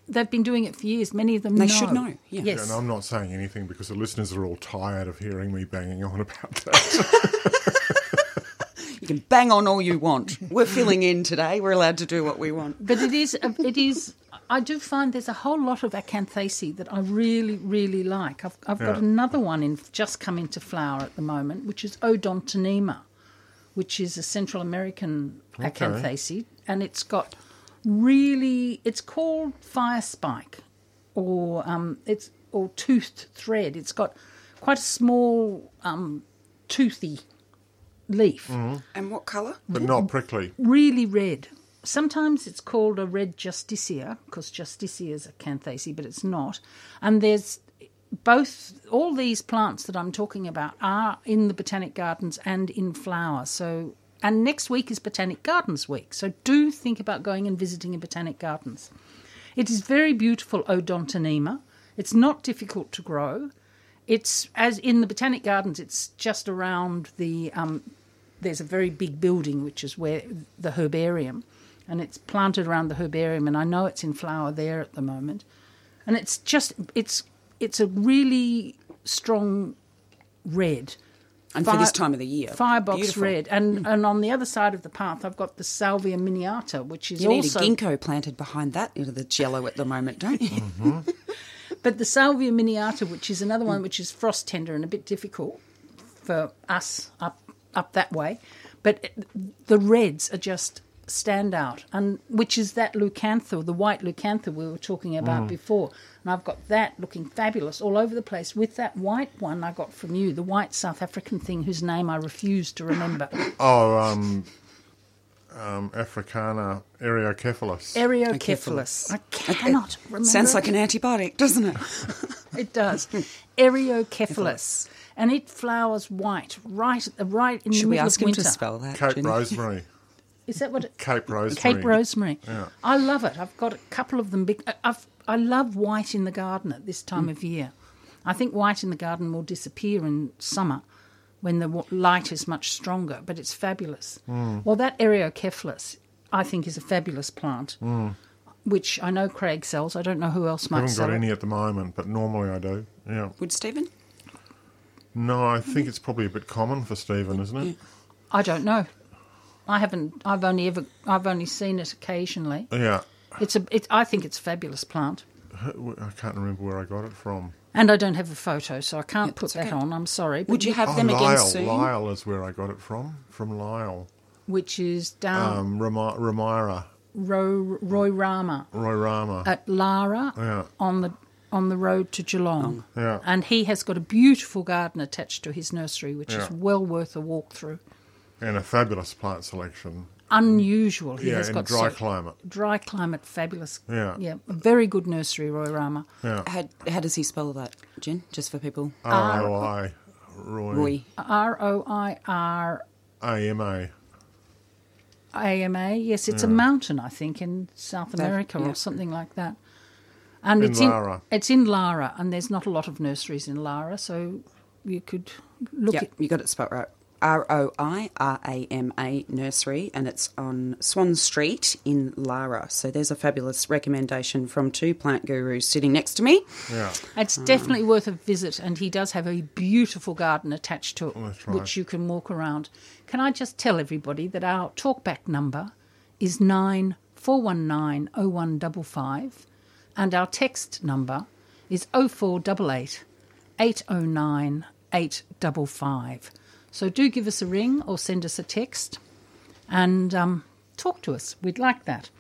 [SPEAKER 1] they've been doing it for years. Many of them
[SPEAKER 2] They
[SPEAKER 1] know.
[SPEAKER 2] should know, yeah. Yeah,
[SPEAKER 1] Yes.
[SPEAKER 3] And I'm not saying anything because the listeners are all tired of hearing me banging on about that.
[SPEAKER 2] You can bang on all you want. We're filling in today. We're allowed to do what we want.
[SPEAKER 1] but it is um, it is i do find there's a whole lot of acanthaceae that i really really like i've, I've got
[SPEAKER 3] Yeah.
[SPEAKER 1] another one in just come into flower at the moment which is odontonema which is a central american acanthaceae and it's got really it's called fire spike or um, it's or toothed thread it's got quite a small um, toothy leaf
[SPEAKER 2] And what colour?
[SPEAKER 3] but not prickly.
[SPEAKER 1] really red. Sometimes it's called a red justicia because justicia is a canthaceae, but it's not. And there's both all these plants that I'm talking about are in the botanic gardens and in flower. So and next week is botanic gardens week. So do think about going and visiting in botanic gardens. It is very beautiful odontonema. It's not difficult to grow. It's as in the botanic gardens. It's just around the um, there's a very big building which is where the herbarium and it's planted around the herbarium and I know it's in flower there at the moment and it's just it's it's a really strong red
[SPEAKER 2] And for this time of the year,
[SPEAKER 1] firebox
[SPEAKER 2] beautiful. Mm.
[SPEAKER 1] red and and on the other side of the path I've got the salvia miniata which is
[SPEAKER 2] You need
[SPEAKER 1] also
[SPEAKER 2] a ginkgo planted behind that into the jello at the moment, don't you?
[SPEAKER 1] But the Salvia miniata, which is another one which is frost tender and a bit difficult for us up up that way, but the reds are just stand out, and which is that leucantha, the white leucantha we were talking
[SPEAKER 2] Mm.
[SPEAKER 1] about before. And I've got that looking fabulous all over the place with that white one I got from you, the white South African thing whose name I refuse to remember.
[SPEAKER 3] Oh, um, um, Africana areocephalus.
[SPEAKER 1] Areocephalus. I cannot remember.
[SPEAKER 2] Sounds
[SPEAKER 1] it.
[SPEAKER 2] like an antibiotic, doesn't it?
[SPEAKER 1] It does. Areocephalus. And it flowers white, right, right in the
[SPEAKER 2] Should
[SPEAKER 1] middle
[SPEAKER 2] we ask
[SPEAKER 1] of
[SPEAKER 2] him
[SPEAKER 1] winter.
[SPEAKER 2] to spell that?
[SPEAKER 3] Cape
[SPEAKER 2] Jenny?
[SPEAKER 3] rosemary.
[SPEAKER 1] Is that what it,
[SPEAKER 3] Cape rosemary.
[SPEAKER 1] Cape rosemary?
[SPEAKER 3] Yeah.
[SPEAKER 1] I love it. I've got a couple of them. Big, I- I've, I love white in the garden at this
[SPEAKER 2] Mm.
[SPEAKER 1] time of year. I think white in the garden will disappear in summer when the wa- light is much stronger, but it's fabulous.
[SPEAKER 3] Mm.
[SPEAKER 1] Well, that Areocephalus, I think, is a fabulous plant, which I know Craig sells. I don't know who else
[SPEAKER 3] I
[SPEAKER 1] might
[SPEAKER 3] Mm. haven't
[SPEAKER 1] sell
[SPEAKER 3] got
[SPEAKER 1] it.
[SPEAKER 3] any at the moment, but normally I do. Yeah.
[SPEAKER 2] Would Stephen?
[SPEAKER 3] No, I think it's probably a bit common for Stephen, isn't it?
[SPEAKER 1] I don't know. I haven't. I've only ever. I've only seen it occasionally.
[SPEAKER 3] Yeah.
[SPEAKER 1] It's a. It, I think it's a fabulous plant,
[SPEAKER 3] I can't remember where I got it from.
[SPEAKER 1] and I don't have a photo, so I can't put
[SPEAKER 2] that's
[SPEAKER 1] that
[SPEAKER 2] okay.
[SPEAKER 1] on. I'm sorry. but-
[SPEAKER 2] Would you have
[SPEAKER 3] Oh,
[SPEAKER 2] them again
[SPEAKER 3] Lyle.
[SPEAKER 2] soon?
[SPEAKER 3] Lyle is where I got it from. From Lyle.
[SPEAKER 1] Which is
[SPEAKER 2] Oh.
[SPEAKER 1] down
[SPEAKER 3] Um, Rama- Ramira.
[SPEAKER 1] Ro, Roy Rama
[SPEAKER 3] Roy Rama.
[SPEAKER 2] Uh,
[SPEAKER 1] at Lara
[SPEAKER 3] Yeah.
[SPEAKER 1] on the on the road to Geelong.
[SPEAKER 2] Oh.
[SPEAKER 3] Yeah.
[SPEAKER 1] And he has got a beautiful garden attached to his nursery, which is
[SPEAKER 3] Yeah.
[SPEAKER 1] well worth a walk through.
[SPEAKER 3] and a fabulous plant selection.
[SPEAKER 1] Unusual. He
[SPEAKER 3] Yeah,
[SPEAKER 1] has
[SPEAKER 3] in
[SPEAKER 1] got
[SPEAKER 3] dry
[SPEAKER 1] so-
[SPEAKER 3] climate.
[SPEAKER 1] Dry climate, fabulous.
[SPEAKER 3] Yeah.
[SPEAKER 1] Yeah. a Very good nursery, Roy Rama.
[SPEAKER 3] Yeah.
[SPEAKER 2] How, how does he spell that, Jen? Just for people.
[SPEAKER 3] R O I. Roy.
[SPEAKER 2] Roy.
[SPEAKER 1] R O I R
[SPEAKER 3] A M A.
[SPEAKER 1] AMA. Yes, it's a mountain, I think, in South America
[SPEAKER 2] yeah.
[SPEAKER 1] or something like that. And
[SPEAKER 3] In
[SPEAKER 1] it's
[SPEAKER 3] Lara.
[SPEAKER 1] in it's in Lara, and there's not a lot of nurseries in Lara, so you could look
[SPEAKER 2] Yep,
[SPEAKER 1] at
[SPEAKER 2] you got it spelled right. R O I R A M A Nursery, and it's on Swan Street in Lara. So there's a fabulous recommendation from two plant gurus sitting next to me.
[SPEAKER 3] Yeah.
[SPEAKER 1] It's
[SPEAKER 3] Um,
[SPEAKER 1] definitely worth a visit, and he does have a beautiful garden attached to it,
[SPEAKER 3] Oh, That's right.
[SPEAKER 1] which you can walk around. Can I just tell everybody that our talkback number is nine four one nine oh one double five, and our text number is oh four double eight eight oh nine eight double five. So do give us a ring or send us a text, and um, talk to us. We'd like that.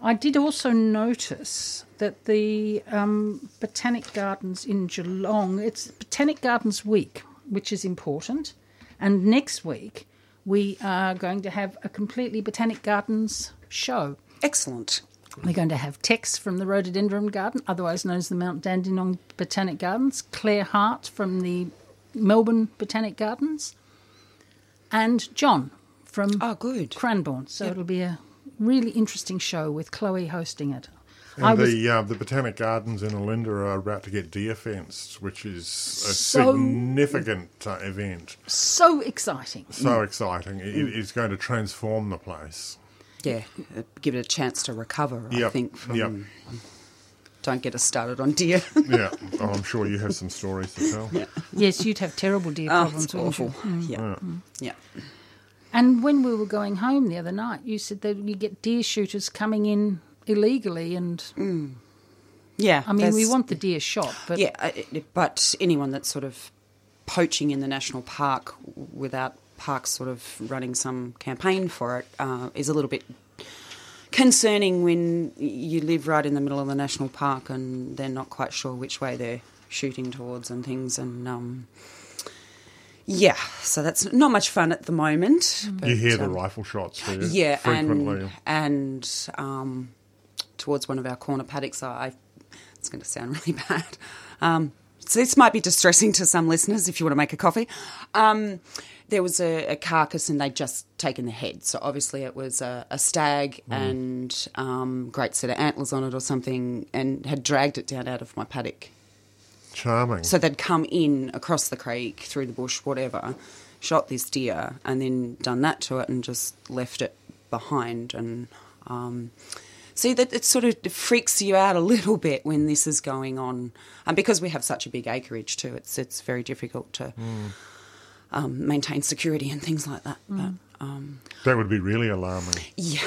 [SPEAKER 1] I did also notice that the um, Botanic Gardens in Geelong, it's Botanic Gardens Week, which is important. And next week, we are going to have a completely Botanic Gardens show.
[SPEAKER 2] Excellent.
[SPEAKER 1] We're going to have Tex from the Rhododendron Garden, otherwise known as the Mount Dandenong Botanic Gardens, Claire Hart from the Melbourne Botanic Gardens, and John from
[SPEAKER 2] Oh, good.
[SPEAKER 1] Cranbourne. So it'll be a really interesting show with Chloe hosting it. I
[SPEAKER 3] And
[SPEAKER 1] was
[SPEAKER 3] the uh, the botanic gardens in Olinda are about to get deer fenced, which is a
[SPEAKER 1] So-
[SPEAKER 3] significant uh, event.
[SPEAKER 1] so exciting.
[SPEAKER 2] Hmm.
[SPEAKER 3] So exciting! It, it's going to transform the place.
[SPEAKER 2] Yeah, uh, give it a chance to recover. I
[SPEAKER 3] Yep,
[SPEAKER 2] think. From,
[SPEAKER 3] yep.
[SPEAKER 2] Don't get us started on deer.
[SPEAKER 3] Yeah, oh, I'm sure you have some stories to tell.
[SPEAKER 1] Yes, you'd have terrible deer
[SPEAKER 2] oh,
[SPEAKER 1] problems.
[SPEAKER 2] it's
[SPEAKER 1] wouldn't you?
[SPEAKER 2] awful. Yeah. yeah.
[SPEAKER 1] And when we were going home the other night, you said that you get deer shooters coming in illegally, and
[SPEAKER 2] Yeah.
[SPEAKER 1] I mean, we
[SPEAKER 2] that's-
[SPEAKER 1] want the deer shot, but
[SPEAKER 2] Yeah, uh, it- but anyone that's sort of poaching in the national park without parks sort of running some campaign for it uh, is a little bit concerning when you live right in the middle of the national park and they're not quite sure which way they're shooting towards and things and um, yeah so that's not much fun at the moment but,
[SPEAKER 3] You hear the
[SPEAKER 2] um,
[SPEAKER 3] rifle shots there
[SPEAKER 2] yeah,
[SPEAKER 3] frequently.
[SPEAKER 2] and and um, towards one of our corner paddocks, I it's going to sound really bad. Um, so this might be distressing to some listeners if you want to make a coffee. Um, there was a, a carcass and they'd just taken the head. So obviously it was a, a stag and um, great set of antlers on it or something and had dragged it down out of my paddock
[SPEAKER 3] Charming.
[SPEAKER 2] so they'd come in across the creek, through the bush, whatever, shot this deer, and then done that to it and just left it behind. And um, see, that it sort of freaks you out a little bit when this is going on, and because we have such a big acreage too, it's it's very difficult to. Um, maintain security and things like that. But, um,
[SPEAKER 3] that would be really alarming.
[SPEAKER 2] yeah.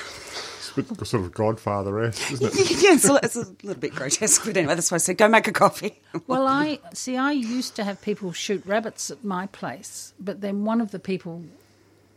[SPEAKER 3] It's a bit sort of Godfather esque, isn't it?
[SPEAKER 2] yeah, it's a, it's a little bit grotesque, but anyway, that's why I said go make a coffee.
[SPEAKER 1] Well, I see. I used to have people shoot rabbits at my place, but then one of the people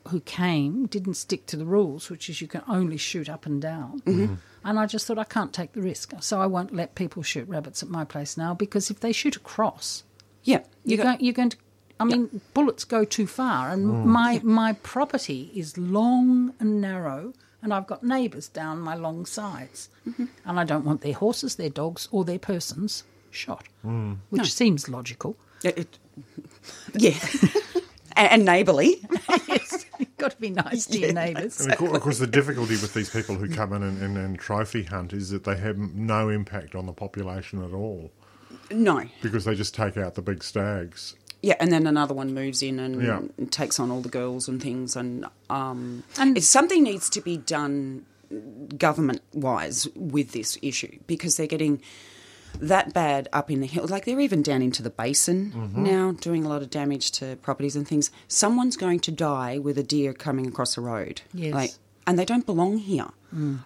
[SPEAKER 1] who came didn't stick to the rules, which is you can only shoot up and down. And I just thought I can't take the risk, so I won't let people shoot rabbits at my place now because if they shoot across,
[SPEAKER 2] yeah,
[SPEAKER 1] you're,
[SPEAKER 2] go-
[SPEAKER 1] going, you're going to. I mean, bullets go too far, and my my property is long and narrow, and I've got neighbours down my long sides, and I don't want their horses, their dogs, or their persons shot, which seems logical.
[SPEAKER 2] It- Uh, it- yeah, and, and neighbourly.
[SPEAKER 1] yes, you've got to be nice to your neighbours.
[SPEAKER 3] And of course, of course, the difficulty with these people who come in and, and, and trophy hunt is that they have no impact on the population at all
[SPEAKER 2] No,
[SPEAKER 3] because they just take out the big stags.
[SPEAKER 2] yeah, and then another one moves in and
[SPEAKER 3] Yeah.
[SPEAKER 2] takes on all the girls and things, and um,
[SPEAKER 1] And-
[SPEAKER 2] if something needs to be done government-wise with this issue because they're getting that bad up in the hill. Like they're even down into the basin now, doing a lot of damage to properties and things. Someone's going to die with a deer coming across the road.
[SPEAKER 1] Yes. Mm.
[SPEAKER 2] Like, and they don't belong here.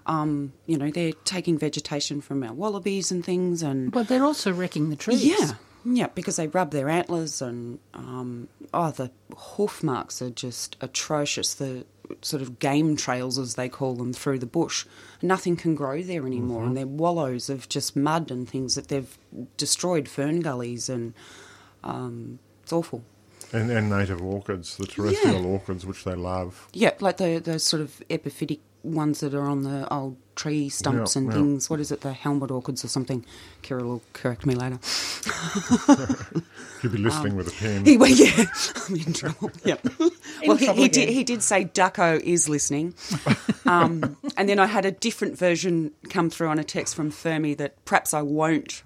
[SPEAKER 2] Um, you know, they're taking vegetation from our wallabies and things, and
[SPEAKER 1] Well, they're also wrecking the trees.
[SPEAKER 2] yeah, yeah, because they rub their antlers and um, oh, the hoof marks are just atrocious. The sort of game trails, as they call them, through the bush. Nothing can grow there anymore,
[SPEAKER 3] Mm-hmm.
[SPEAKER 2] and they're wallows of just mud and things that they've destroyed. Fern gullies and um, it's awful.
[SPEAKER 3] And, and native orchids, the terrestrial
[SPEAKER 2] Yeah.
[SPEAKER 3] orchids, which they love.
[SPEAKER 2] Yeah, like the the sort of epiphytic ones that are on the old tree stumps
[SPEAKER 3] Yeah,
[SPEAKER 2] and
[SPEAKER 3] yeah.
[SPEAKER 2] things. What is it? The helmet orchids or something. Kira will correct me later.
[SPEAKER 3] You'd be listening with a pen.
[SPEAKER 2] Um, He, well, yeah, I'm in trouble. Yep. well, he,
[SPEAKER 1] trouble
[SPEAKER 2] he did.
[SPEAKER 1] again.
[SPEAKER 2] He did say Ducko is listening, um, and then I had a different version come through on a text from Fermi that perhaps I won't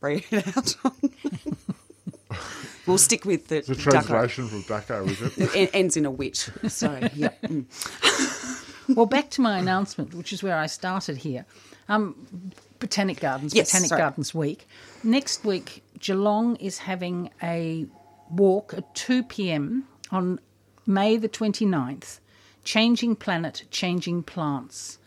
[SPEAKER 2] read it out. on. we'll stick with the,
[SPEAKER 3] The
[SPEAKER 2] Ducko.
[SPEAKER 3] translation from Daco, is it?
[SPEAKER 2] It en- ends in a wit. So yeah, mm.
[SPEAKER 1] Well, back to my announcement, which is where I started here. Um, Botanic Gardens,
[SPEAKER 2] Yes,
[SPEAKER 1] Botanic
[SPEAKER 2] sorry.
[SPEAKER 1] Gardens Week. Next week, Geelong is having a walk at 2 pm on May the 29th Changing Planet, Changing Plants.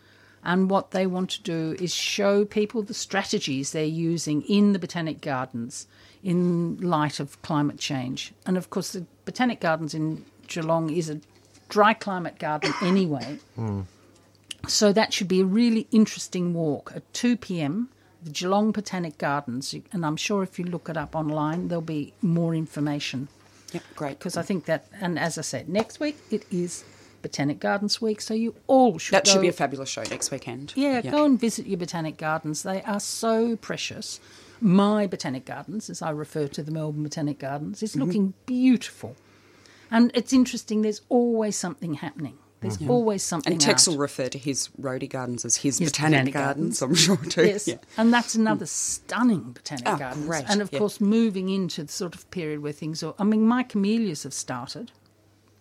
[SPEAKER 1] And what they want to do is show people the strategies they're using in the Botanic Gardens in light of climate change. And of course, the Botanic Gardens in Geelong is a dry climate garden anyway. So that should be a really interesting walk at 2 pm, the Geelong Botanic Gardens. And I'm sure if you look it up online, there'll be more information.
[SPEAKER 2] yep, great.
[SPEAKER 1] Because I think that, and as I said, next week it is Botanic Gardens Week, so you all should
[SPEAKER 2] That
[SPEAKER 1] go-
[SPEAKER 2] should be a fabulous show next weekend.
[SPEAKER 1] yeah, go and visit your botanic gardens. They are so precious. My botanic gardens, as I refer to the Melbourne Botanic Gardens,
[SPEAKER 2] Mm-hmm.
[SPEAKER 1] is looking beautiful. And it's interesting, there's always something happening. There's always something
[SPEAKER 2] Mm-hmm. And Tex
[SPEAKER 1] out.
[SPEAKER 2] will refer to his roadie gardens as his,
[SPEAKER 1] His botanic
[SPEAKER 2] botanic, gardens, I'm sure too.
[SPEAKER 1] Yes,
[SPEAKER 2] Yeah.
[SPEAKER 1] and that's another stunning botanic
[SPEAKER 2] Oh,
[SPEAKER 1] garden.
[SPEAKER 2] great,
[SPEAKER 1] And of
[SPEAKER 2] yeah.
[SPEAKER 1] course, moving into the sort of period where things are. I mean, my camellias have started.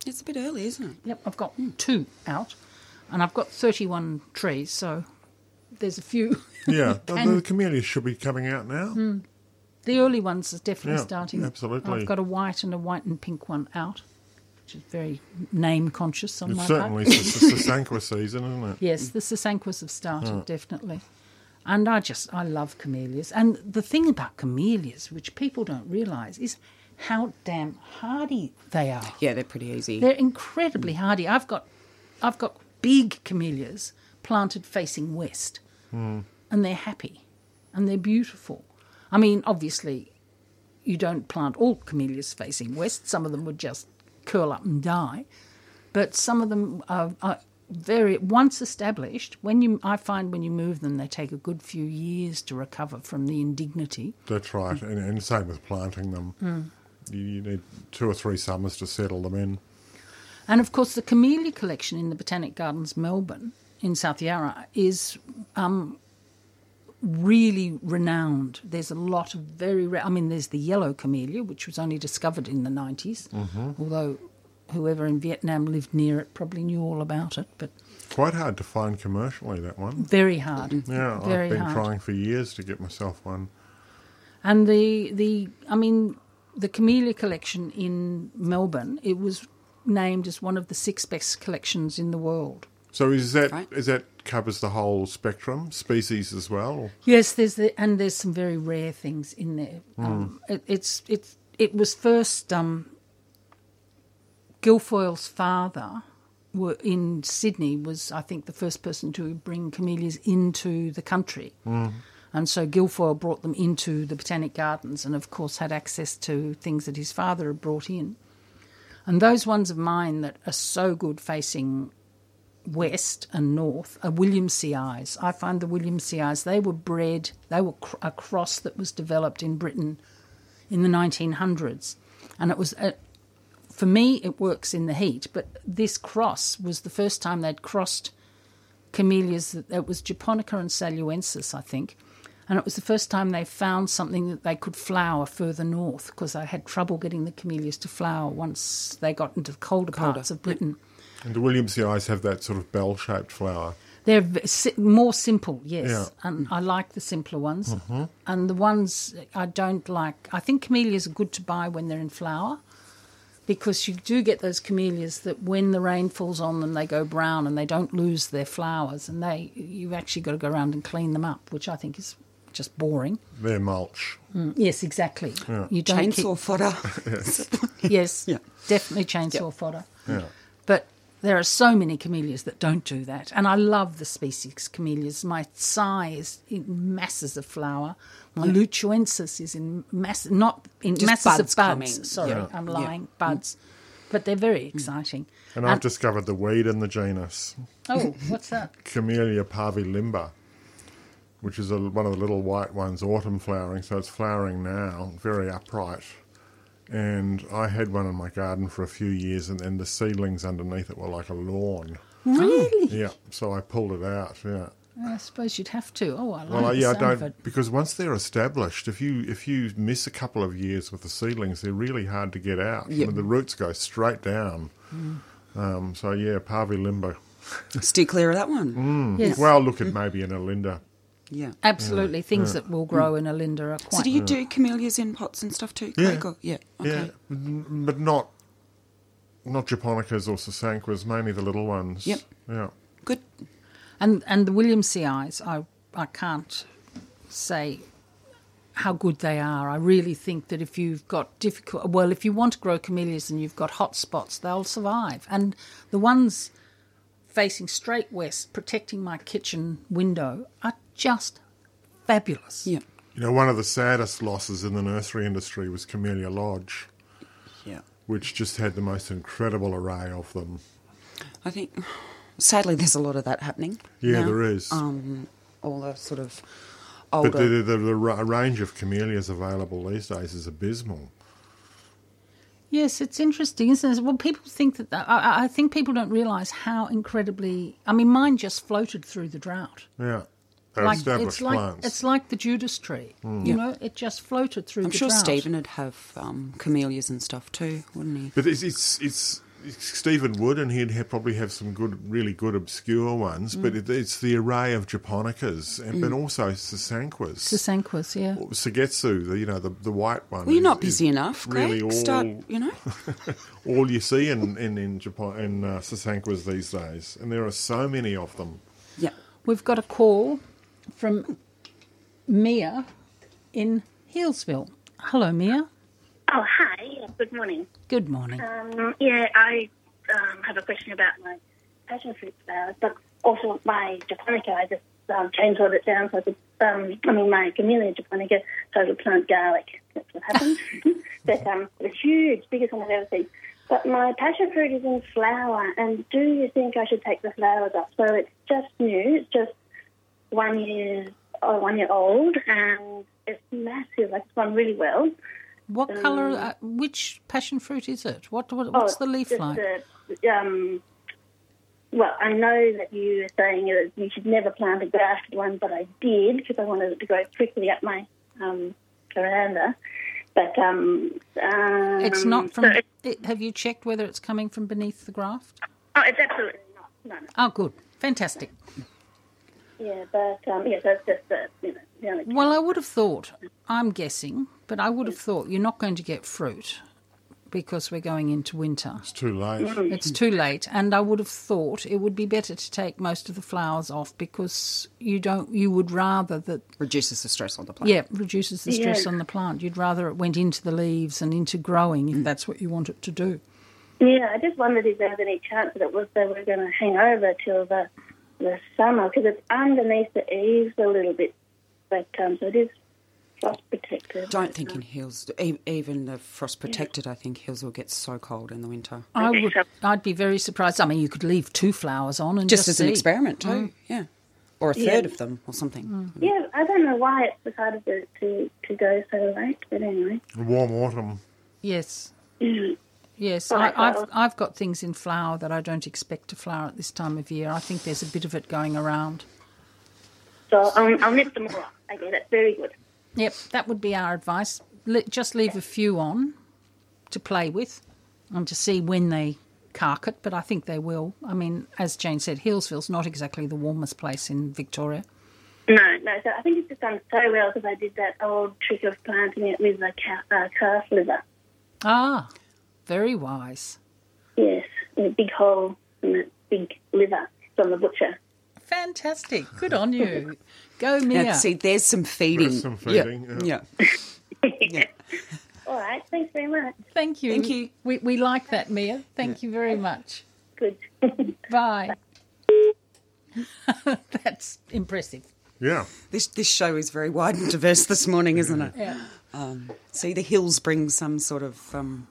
[SPEAKER 2] It's a bit early, isn't it?
[SPEAKER 1] Yep, I've got two out, and I've got 31 trees, so there's a few.
[SPEAKER 3] Yeah, the,
[SPEAKER 1] And-
[SPEAKER 3] the camellias should be coming out now.
[SPEAKER 2] Hmm,
[SPEAKER 1] The early ones are definitely
[SPEAKER 3] Yeah,
[SPEAKER 1] starting.
[SPEAKER 3] absolutely.
[SPEAKER 1] I've got a white and a white and pink one out, which is very name conscious on
[SPEAKER 3] It's
[SPEAKER 1] my
[SPEAKER 3] certainly
[SPEAKER 1] part.
[SPEAKER 3] s- s- Sasanqua season, isn't it?
[SPEAKER 1] Yes, the Sasanquas have started, definitely. And I just, I love camellias. And the thing about camellias, which people don't realise, is how damn hardy they are.
[SPEAKER 2] Yeah, they're pretty easy.
[SPEAKER 1] They're incredibly hardy. I've got, I've got big camellias planted facing west, and they're happy, and they're beautiful. I mean, obviously, you don't plant all camellias facing west. Some of them would just curl up and die, but some of them are, are very once established. When you, I find when you move them, they take a good few years to recover from the indignity.
[SPEAKER 3] That's right. And, and same with planting them. You, you need two or three summers to settle them in.
[SPEAKER 1] And of course, the camellia collection in the Botanic Gardens, Melbourne, in South Yarra, is um, really renowned. There's a lot of very rare. I mean, there's the yellow camellia, which was only discovered in the 90s,
[SPEAKER 3] Mm-hmm.
[SPEAKER 1] although whoever in Vietnam lived near it probably knew all about it, but
[SPEAKER 3] Quite hard to find commercially, that one.
[SPEAKER 1] very hard.
[SPEAKER 3] Yeah,
[SPEAKER 1] very
[SPEAKER 3] I've been
[SPEAKER 1] hard.
[SPEAKER 3] trying for years to get myself one.
[SPEAKER 1] And the the I mean the Camellia collection in Melbourne, it was named as one of the six best collections in the world.
[SPEAKER 3] So is that is
[SPEAKER 2] Right.
[SPEAKER 3] that covers the whole spectrum, species as well?
[SPEAKER 1] Yes, there's the and there's some very rare things in there. Um, it, it's it's it was first um, Guilfoyle's father were in Sydney was I think the first person to bring camellias into the country, and so Guilfoyle brought them into the botanic gardens and of course had access to things that his father had brought in, and those ones of mine that are so good facing west and north are William C. Eyes. I find the William C. Eyes, they were bred, they were cr- a cross that was developed in Britain in the 1900s. And it was, a, for me, it works in the heat, but this cross was the first time they'd crossed camellias. that- It was Japonica and Saluensis, I think. And it was the first time they found something that they could flower further north because they had trouble getting the camellias to flower once they got into the colder, parts of Britain.
[SPEAKER 3] And the Williamsea eyes have that sort of bell-shaped flower.
[SPEAKER 1] They're v- si- more simple, yes,
[SPEAKER 3] Yeah.
[SPEAKER 1] and I like the simpler ones. And the ones I don't like, I think camellias are good to buy when they're in flower, because you do get those camellias that when the rain falls on them, they go brown and they don't lose their flowers, and they you've actually got to go around and clean them up, which I think is just boring. Mm.
[SPEAKER 3] They're mulch.
[SPEAKER 1] Yes, exactly. You don't keep-
[SPEAKER 2] Chainsaw fodder.
[SPEAKER 1] yes,
[SPEAKER 2] Yeah.
[SPEAKER 1] definitely chainsaw fodder. But there are so many camellias that don't do that, and I love the species camellias. My Tsai is in masses of flower. My Luchuensis is in mass, not in
[SPEAKER 2] Just
[SPEAKER 1] masses
[SPEAKER 2] buds
[SPEAKER 1] of buds.
[SPEAKER 2] coming.
[SPEAKER 1] Sorry,
[SPEAKER 2] Yeah.
[SPEAKER 1] I'm
[SPEAKER 2] Yeah. Mm.
[SPEAKER 1] lying, buds. But they're very exciting.
[SPEAKER 3] Mm. And I've discovered the weed in the genus,
[SPEAKER 1] Oh, what's that?
[SPEAKER 3] Camellia parvilimba, which is a, one of the little white ones, autumn flowering. So it's flowering now, very upright. And I had one in my garden for a few years, and then the seedlings underneath it were like a lawn.
[SPEAKER 1] Really?
[SPEAKER 3] Yeah, so I pulled it out. Yeah.
[SPEAKER 1] I suppose you'd have to. Oh, I like
[SPEAKER 3] Well, I-
[SPEAKER 1] the
[SPEAKER 3] yeah, I
[SPEAKER 1] sound of it.
[SPEAKER 3] don't because once they're established, if you if you miss a couple of years with the seedlings, they're really hard to get out. I
[SPEAKER 2] Yep.
[SPEAKER 3] mean, the roots go straight down.
[SPEAKER 1] Mm.
[SPEAKER 3] Um, so yeah, Parvi Limbo.
[SPEAKER 2] Steer clear of that one.
[SPEAKER 3] Mm.
[SPEAKER 1] Yes,
[SPEAKER 3] Well, Mm. look at maybe an Alinda.
[SPEAKER 2] Yeah.
[SPEAKER 1] absolutely. Things that will grow in a linda are quite.
[SPEAKER 2] So do you do camellias in pots and stuff too?
[SPEAKER 3] Yeah.
[SPEAKER 2] Craig, or- Yeah. Okay.
[SPEAKER 3] Yeah, m- but not not Japonicas or Sasanquas, mainly the little ones.
[SPEAKER 2] Yep.
[SPEAKER 3] Yeah.
[SPEAKER 2] Good.
[SPEAKER 1] And and the William CIs, I I can't say how good they are. I really think that if you've got difficult, well, if you want to grow camellias and you've got hot spots, they'll survive. And the ones facing straight west, protecting my kitchen window, are just fabulous.
[SPEAKER 2] Yeah.
[SPEAKER 3] You know, one of the saddest losses in the nursery industry was Camellia Lodge,
[SPEAKER 2] Yeah.
[SPEAKER 3] which just had the most incredible array of them.
[SPEAKER 2] I think, sadly, there's a lot of that happening.
[SPEAKER 3] Yeah,
[SPEAKER 2] now.
[SPEAKER 3] there is.
[SPEAKER 2] Um, all the sort of
[SPEAKER 1] Oh,
[SPEAKER 3] but the,
[SPEAKER 2] older.
[SPEAKER 3] the, the, the ra- range of camellias available these days is abysmal.
[SPEAKER 1] Yes, it's interesting, isn't it? Well, people think that I- I, I think people don't realise how incredibly. I mean, mine just floated through the drought.
[SPEAKER 3] Yeah. They're established
[SPEAKER 1] it's like
[SPEAKER 3] plants. Hmm.
[SPEAKER 1] it's like the Judas tree. You know, it just floated through.
[SPEAKER 2] I'm
[SPEAKER 1] the
[SPEAKER 2] sure
[SPEAKER 1] drought.
[SPEAKER 2] Stephen would have um, camellias and stuff too, wouldn't he?
[SPEAKER 3] But it's it's it's, it's Stephen Wood, and he'd ha probably have some good, really good obscure ones.
[SPEAKER 1] Mm.
[SPEAKER 3] But it, it's the array of japonicas, and but also
[SPEAKER 1] the
[SPEAKER 3] sasanquas,
[SPEAKER 1] Sanquas, yeah.
[SPEAKER 3] sagetsu, the you know the, the white one.
[SPEAKER 2] Well, you're not
[SPEAKER 3] is- is
[SPEAKER 2] busy enough, Greg.
[SPEAKER 3] Really, all
[SPEAKER 2] Start, you know.
[SPEAKER 3] all you see in in in Japan in uh, sasanquas these days, and there are so many of them.
[SPEAKER 2] yeah.
[SPEAKER 1] We've got a call from Mia in Healesville. Hello, Mia.
[SPEAKER 6] Oh, hi. Good morning.
[SPEAKER 1] Good morning.
[SPEAKER 6] Um, yeah, I um, have a question about my passion fruit flowers, but also my japonica. I just um, chainsawed it down so I could, um, I mean, my camellia japonica, so I could plant garlic. That's what happened. but um, it's huge, biggest one I've ever seen. But my passion fruit is in flower, and do you think I should take the flowers off? So it's just new, it's just one year, oh, one year old, and it's massive. Like it's gone really well.
[SPEAKER 1] What colour? Uh, which passion fruit is it? What, what
[SPEAKER 6] Um, Oh,
[SPEAKER 1] what's the leaf
[SPEAKER 6] it's
[SPEAKER 1] like?
[SPEAKER 6] the, um, well, I know that you were saying that you should never plant a grafted one, but I did because I wanted it to grow quickly up my um, veranda. But um, um,
[SPEAKER 1] it's not from.
[SPEAKER 6] so it-
[SPEAKER 1] it- have you checked whether it's coming from beneath the graft?
[SPEAKER 6] oh, it's absolutely not. No, no.
[SPEAKER 1] Oh, good, fantastic.
[SPEAKER 6] Yeah, but um, yeah, so it's just the you know the only.
[SPEAKER 1] Well, I would have thought. I'm guessing, but I
[SPEAKER 6] Mm.
[SPEAKER 1] would have thought you're not going to get fruit because we're going into winter.
[SPEAKER 3] It's too late.
[SPEAKER 1] It's too late, and I would have thought it would be better to take most of the flowers off because you don't. You would rather that
[SPEAKER 2] Reduces the stress on the plant.
[SPEAKER 1] yeah reduces the stress
[SPEAKER 6] Yeah.
[SPEAKER 1] on the plant. You'd rather it went into the leaves and into growing if that's what you want it to do.
[SPEAKER 6] Yeah, I just wondered if there was any chance that it was they were going to hang over till the the summer because it's underneath the eaves a little bit, but um, so it is frost protected.
[SPEAKER 2] Don't think in hills, e- even the frost protected. I think hills will get so cold in the winter.
[SPEAKER 1] I would. I'd be very surprised. I mean, you could leave two flowers on and
[SPEAKER 2] Just,
[SPEAKER 1] just,
[SPEAKER 2] as an
[SPEAKER 1] see. Mm.
[SPEAKER 2] experiment too. Yeah, or a
[SPEAKER 6] Yeah.
[SPEAKER 2] third of them or something.
[SPEAKER 6] Yeah, I don't know why it's decided to, to, to go so late, but anyway.
[SPEAKER 3] Warm autumn.
[SPEAKER 1] Yes.
[SPEAKER 6] Mm.
[SPEAKER 1] Yes,
[SPEAKER 6] Right,
[SPEAKER 1] I, I've
[SPEAKER 6] well-
[SPEAKER 1] I've got things in flower that I don't expect to flower at this time of year. I think there's a bit of it going around.
[SPEAKER 6] So um, I'll nip them all up. Okay, that's very good.
[SPEAKER 1] Yep, that would be our advice. Let, just leave a few on to play with and to see when they cark it, but I think they will. I mean, as Jane said, Hillsville's not exactly the warmest place in Victoria.
[SPEAKER 6] No, no, so I think it's just done so well because I did that old trick of planting it with a calf, uh, calf liver.
[SPEAKER 1] Ah, very wise.
[SPEAKER 6] Yes, in a big hole in a big liver from the butcher.
[SPEAKER 1] Fantastic. Good on you. Go,
[SPEAKER 2] Now,
[SPEAKER 1] Mia.
[SPEAKER 2] see, there's some feeding.
[SPEAKER 3] There's some feeding,
[SPEAKER 2] Yeah.
[SPEAKER 3] yeah.
[SPEAKER 2] yeah.
[SPEAKER 6] All right, thanks very much.
[SPEAKER 1] Thank you.
[SPEAKER 2] Thank you.
[SPEAKER 1] We, we like that, Mia. Thank you very much.
[SPEAKER 6] Good.
[SPEAKER 1] Bye. That's impressive.
[SPEAKER 3] Yeah.
[SPEAKER 2] This this show is very wide and diverse this morning, isn't it?
[SPEAKER 1] Yeah.
[SPEAKER 2] Um, see, the hills bring some sort of um,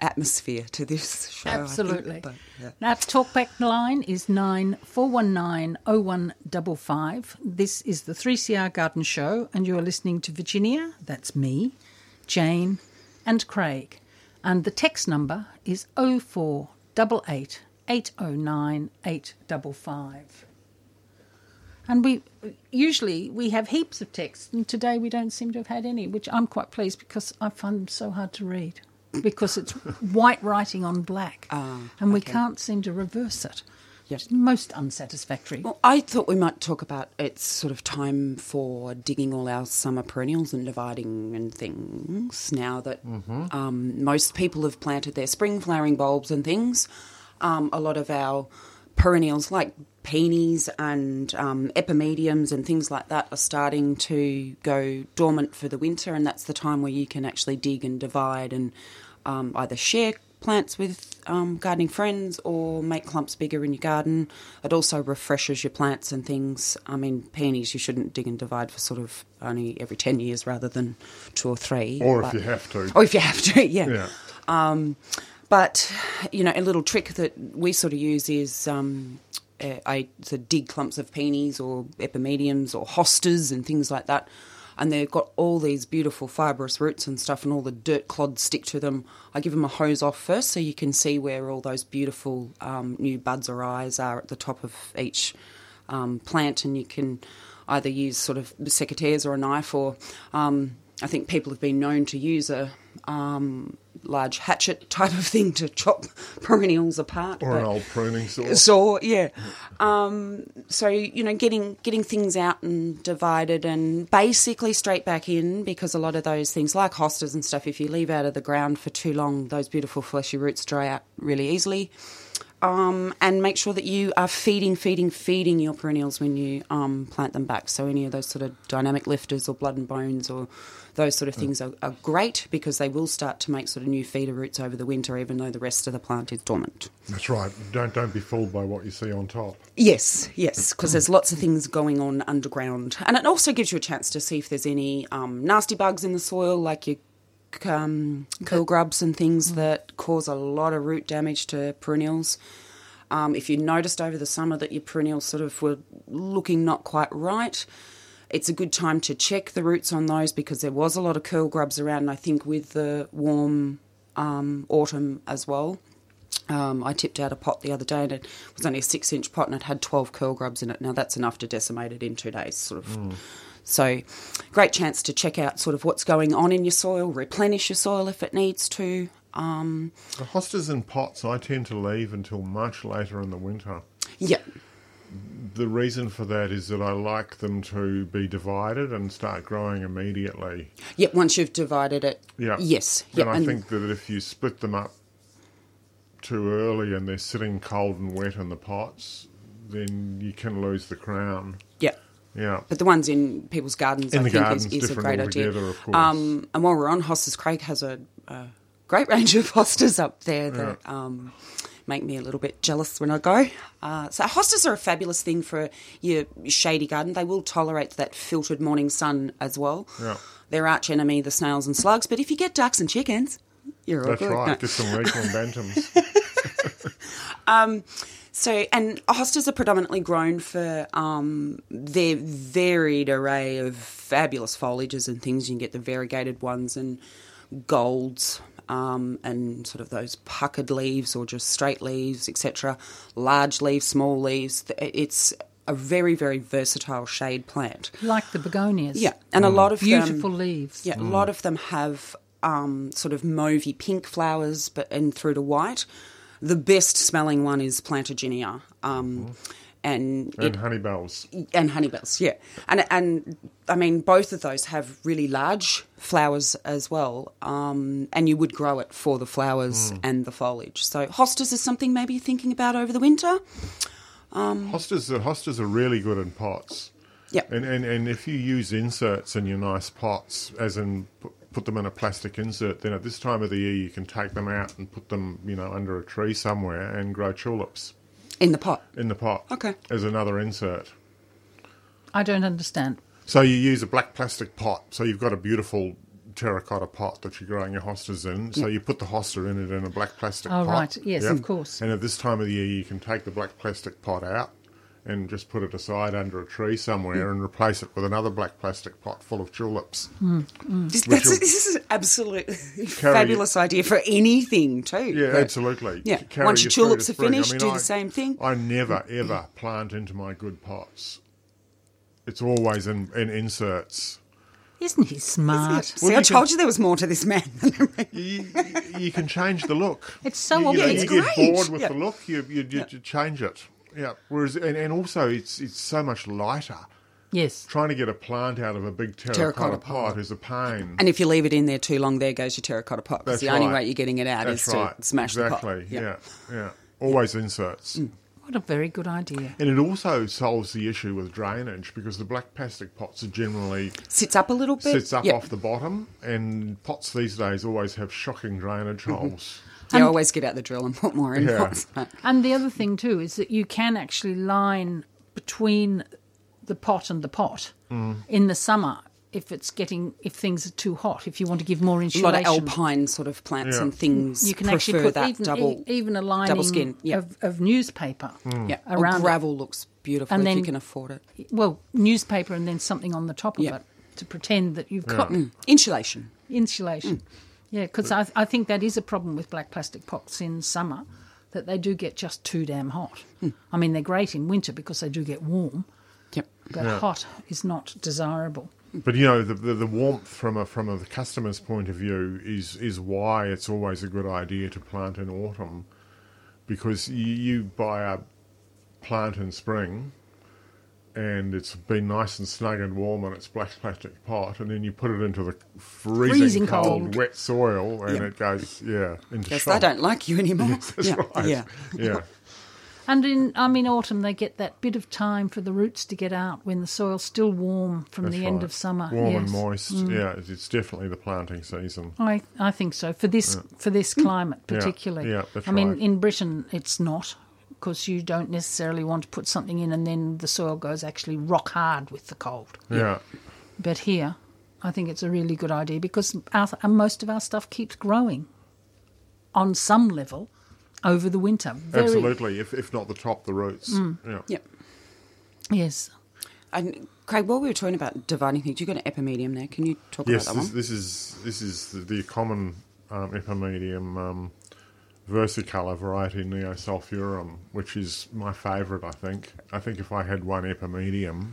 [SPEAKER 2] atmosphere to this show. I think,
[SPEAKER 1] Absolutely.
[SPEAKER 2] but, yeah.
[SPEAKER 1] Now, talkback line is nine four one nine oh one double five. This is the 3CR Garden Show, and you're listening to Virginia, that's me, Jane, and Craig. And the text number is 0488 809 855. And we usually we have heaps of texts, and today we don't seem to have had any, which I'm quite pleased because I find them so hard to read because it's white writing on black,
[SPEAKER 2] Ah,
[SPEAKER 1] and we
[SPEAKER 2] okay.
[SPEAKER 1] can't seem to reverse it.
[SPEAKER 2] Yes.
[SPEAKER 1] It's most unsatisfactory.
[SPEAKER 2] Well, I thought we might talk about it's sort of time for digging all our summer perennials and dividing and things now that um, most people have planted their spring flowering bulbs and things. Um, a lot of our perennials, like peonies and um, epimediums and things like that, are starting to go dormant for the winter, and that's the time where you can actually dig and divide and um, either share plants with um, gardening friends or make clumps bigger in your garden. It also refreshes your plants and things. I mean, peonies you shouldn't dig and divide for sort of only every 10 years rather than two or three.
[SPEAKER 3] Or if
[SPEAKER 2] but-
[SPEAKER 3] you have to.
[SPEAKER 2] Or if you have to, yeah.
[SPEAKER 3] Yeah.
[SPEAKER 2] Um, But you know, a little trick that we sort of use is um, uh, I so dig clumps of peonies or epimediums or hostas and things like that, and they've got all these beautiful fibrous roots and stuff, and all the dirt clods stick to them. I give them a hose off first, so you can see where all those beautiful um, new buds or eyes are at the top of each um, plant, and you can either use sort of secateurs or a knife, or um, I think people have been known to use a um, large hatchet type of thing to chop perennials apart.
[SPEAKER 3] Or an
[SPEAKER 2] but-
[SPEAKER 3] old pruning saw.
[SPEAKER 2] saw, yeah. Um, so you know, getting getting things out and divided, and basically straight back in because a lot of those things, like hostas and stuff, if you leave out of the ground for too long, those beautiful fleshy roots dry out really easily. Um, and make sure that you are feeding, feeding, feeding your perennials when you um, plant them back. So any of those sort of dynamic lifters or blood and bones or those sort of things are, are great because they will start to make sort of new feeder roots over the winter, even though the rest of the plant is dormant.
[SPEAKER 3] That's right. Don't don't be fooled by what you see on top.
[SPEAKER 2] Yes, yes, because there's lots of things going on underground, and it also gives you a chance to see if there's any um, nasty bugs in the soil, like your um, curl grubs and things that cause a lot of root damage to perennials. Um, if you noticed over the summer that your perennials sort of were looking not quite right, it's a good time to check the roots on those because there was a lot of curl grubs around. And I think with the warm um, autumn as well. Um, I tipped out a pot the other day and it was only a six inch pot and it had 12 curl grubs in it. Now that's enough to decimate it in two days, sort of.
[SPEAKER 3] Mm.
[SPEAKER 2] So, great chance to check out sort of what's going on in your soil, replenish your soil if it needs to. Um,
[SPEAKER 3] The hostas and pots I tend to leave until much later in the winter.
[SPEAKER 2] yeah,
[SPEAKER 3] The reason for that is that I like them to be divided and start growing immediately.
[SPEAKER 2] yeah, once you've divided it.
[SPEAKER 3] Yeah.
[SPEAKER 2] Yes. Yeah,
[SPEAKER 3] and I think that if you split them up too early and they're sitting cold and wet in the pots, then you can lose the crown.
[SPEAKER 2] yeah.
[SPEAKER 3] Yeah.
[SPEAKER 2] But the ones in people's gardens,
[SPEAKER 3] In
[SPEAKER 2] I
[SPEAKER 3] the
[SPEAKER 2] think,
[SPEAKER 3] gardens,
[SPEAKER 2] is, is a
[SPEAKER 3] different
[SPEAKER 2] great idea.
[SPEAKER 3] altogether, of course.
[SPEAKER 2] Um, and while we're on hostas, Craig has a, a great range of hostas up there that um, make me a little bit jealous when I go. Uh, so hostas are a fabulous thing for your shady garden. They will tolerate that filtered morning sun as well.
[SPEAKER 3] Yeah.
[SPEAKER 2] Their arch enemy, the snails and slugs. But if you get ducks and chickens, you're all
[SPEAKER 3] That's
[SPEAKER 2] good.
[SPEAKER 3] right.
[SPEAKER 2] No.
[SPEAKER 3] Get some regional bantams.
[SPEAKER 2] So, and hostas are predominantly grown for um, their varied array of fabulous foliages and things. You can get the variegated ones and golds um, and sort of those puckered leaves or just straight leaves, etc. Large leaves, small leaves. Th- It's a very, very versatile shade plant.
[SPEAKER 1] Like the begonias.
[SPEAKER 2] Yeah, um, and a lot of them-
[SPEAKER 1] Beautiful leaves.
[SPEAKER 2] yeah, a lot of them have um, sort of mauvey pink flowers, but and through to white. The best smelling one is Plantaginia, um, and
[SPEAKER 3] and honeybells.
[SPEAKER 2] and honeybells, yeah, and and I mean both of those have really large flowers as well, um, and you would grow it for the flowers and the foliage. So hostas is something maybe you're thinking about over the winter.
[SPEAKER 3] Hostas, the hostas are really good in pots.
[SPEAKER 2] Yep.
[SPEAKER 3] And, and and if you use inserts in your nice pots, as in pu- put them in a plastic insert, then at this time of the year you can take them out and put them, you know, under a tree somewhere and grow tulips
[SPEAKER 2] In the pot,
[SPEAKER 3] in the pot.
[SPEAKER 2] Okay.
[SPEAKER 3] As another insert.
[SPEAKER 1] I don't understand.
[SPEAKER 3] So you use a black plastic pot. So you've got a beautiful terracotta pot that you're growing your hostas in. So you put the hosta in it in a black plastic
[SPEAKER 1] Oh,
[SPEAKER 3] pot.
[SPEAKER 1] right. Yes, of course.
[SPEAKER 3] And at this time of the year, you can take the black plastic pot out and just put it aside under a tree somewhere and replace it with another black plastic pot full of tulips.
[SPEAKER 1] Hmm.
[SPEAKER 2] this,
[SPEAKER 3] Which
[SPEAKER 2] that's,
[SPEAKER 3] will-
[SPEAKER 2] this is absolutely fabulous idea for anything too.
[SPEAKER 3] Yeah,
[SPEAKER 2] but-
[SPEAKER 3] absolutely.
[SPEAKER 2] Yeah,
[SPEAKER 3] C- carry
[SPEAKER 2] once your
[SPEAKER 3] you through to
[SPEAKER 2] tulips are
[SPEAKER 3] spring.
[SPEAKER 2] finished, do the same thing. Mm-hmm.
[SPEAKER 3] I never, ever plant into my good pots. It's always in, in inserts.
[SPEAKER 1] Isn't he smart?
[SPEAKER 2] See,
[SPEAKER 3] Well,
[SPEAKER 2] I
[SPEAKER 3] you can-
[SPEAKER 2] told you there was more to this man.
[SPEAKER 3] you, you can change the look.
[SPEAKER 1] It's so
[SPEAKER 3] you, you, know,
[SPEAKER 1] obvious.
[SPEAKER 3] you
[SPEAKER 2] It's
[SPEAKER 3] get
[SPEAKER 2] great.
[SPEAKER 3] bored with
[SPEAKER 2] Yeah.
[SPEAKER 3] the look, you, you, you, you change it. Yeah. Whereas, and, and also, it's it's so much lighter.
[SPEAKER 1] Yes.
[SPEAKER 3] Trying to get a plant out of a big terracotta,
[SPEAKER 2] Terracotta
[SPEAKER 3] pot is a pain.
[SPEAKER 2] And if you leave it in there too long, there goes your terracotta pot. 'cause
[SPEAKER 3] That's
[SPEAKER 2] the only
[SPEAKER 3] right.
[SPEAKER 2] way you're getting it out
[SPEAKER 3] That's
[SPEAKER 2] is
[SPEAKER 3] right.
[SPEAKER 2] to smash
[SPEAKER 3] exactly.
[SPEAKER 2] the pot. Mm.
[SPEAKER 3] Yeah. yeah. Always inserts.
[SPEAKER 1] What a very good idea.
[SPEAKER 3] And it also solves the issue with drainage because the black plastic pots are generally
[SPEAKER 2] Sits up a little bit.
[SPEAKER 3] sits up
[SPEAKER 2] yeah.
[SPEAKER 3] off the bottom, and pots these days always have shocking drainage
[SPEAKER 2] Mm-hmm.
[SPEAKER 3] holes.
[SPEAKER 2] You always get out the drill and put more in.
[SPEAKER 3] Yeah.
[SPEAKER 2] pots, but-
[SPEAKER 1] And the other thing too is that you can
[SPEAKER 2] Mm.
[SPEAKER 1] actually line between the pot and the pot in the summer if it's getting if things are too hot. If you want to give more
[SPEAKER 2] A
[SPEAKER 1] insulation,
[SPEAKER 2] lot of alpine sort of plants
[SPEAKER 3] Yeah.
[SPEAKER 2] and things
[SPEAKER 1] you can
[SPEAKER 2] prefer
[SPEAKER 1] actually put
[SPEAKER 2] that
[SPEAKER 1] even,
[SPEAKER 2] double.
[SPEAKER 1] e- even a lining
[SPEAKER 2] double skin, yeah. Mm.
[SPEAKER 1] of, of newspaper.
[SPEAKER 2] yeah, Or
[SPEAKER 1] around it.
[SPEAKER 2] gravel looks beautiful
[SPEAKER 1] And
[SPEAKER 2] if
[SPEAKER 1] then-
[SPEAKER 2] you can afford it.
[SPEAKER 1] Well, newspaper and then something on the top of
[SPEAKER 2] Yeah. Mm.
[SPEAKER 1] it to pretend that you've got
[SPEAKER 2] Insulation. Mm.
[SPEAKER 1] insulation. Yeah, because I, I think that is a problem with black plastic pots in summer, that they do get just too damn hot.
[SPEAKER 2] Mm.
[SPEAKER 1] I mean, they're great in winter because they do get warm,
[SPEAKER 2] Yep.
[SPEAKER 1] but hot is not desirable.
[SPEAKER 3] But you know the, the the warmth from a from a customer's point of view is is why it's always a good idea to plant in autumn, because you, you buy a plant in spring, and it's been nice and snug and warm on its black plastic pot, and then you put it into the freezing,
[SPEAKER 1] Freezing
[SPEAKER 3] cold,
[SPEAKER 1] cold.
[SPEAKER 3] wet soil, and it goes yeah into
[SPEAKER 2] Yes,
[SPEAKER 3] shock.
[SPEAKER 2] they don't like you anymore.
[SPEAKER 3] That's
[SPEAKER 2] yeah.
[SPEAKER 3] right.
[SPEAKER 2] yeah.
[SPEAKER 3] yeah.
[SPEAKER 1] And in I mean autumn they get that bit of time for the roots to get out when the soil's still warm from
[SPEAKER 3] That's
[SPEAKER 1] the end
[SPEAKER 3] right.
[SPEAKER 1] of summer.
[SPEAKER 3] Warm and
[SPEAKER 1] yes. Mm.
[SPEAKER 3] moist. Yeah, it's- it's definitely the planting season.
[SPEAKER 1] I, I think so for this for this climate
[SPEAKER 3] Mm. Yeah,
[SPEAKER 1] particularly.
[SPEAKER 3] yeah, that's
[SPEAKER 1] I mean
[SPEAKER 3] right.
[SPEAKER 1] in Britain it's not because you don't necessarily want to put something in and then the soil goes actually rock hard with the cold.
[SPEAKER 3] Yeah.
[SPEAKER 1] But here I think it's a really good idea because our, and most of our stuff keeps growing on some level over the winter. Very,
[SPEAKER 3] Absolutely. If, if not the top, the roots. Yeah.
[SPEAKER 2] Yep.
[SPEAKER 1] Yes.
[SPEAKER 2] And Craig, while we were talking about dividing things, you got an epimedium there. Can you talk
[SPEAKER 3] Yes,
[SPEAKER 2] about that
[SPEAKER 3] this,
[SPEAKER 2] one?
[SPEAKER 3] this is this is the, the common um, epimedium um, versicolor variety Neosulfurum, which is my favourite. I think. I think if I had one epimedium,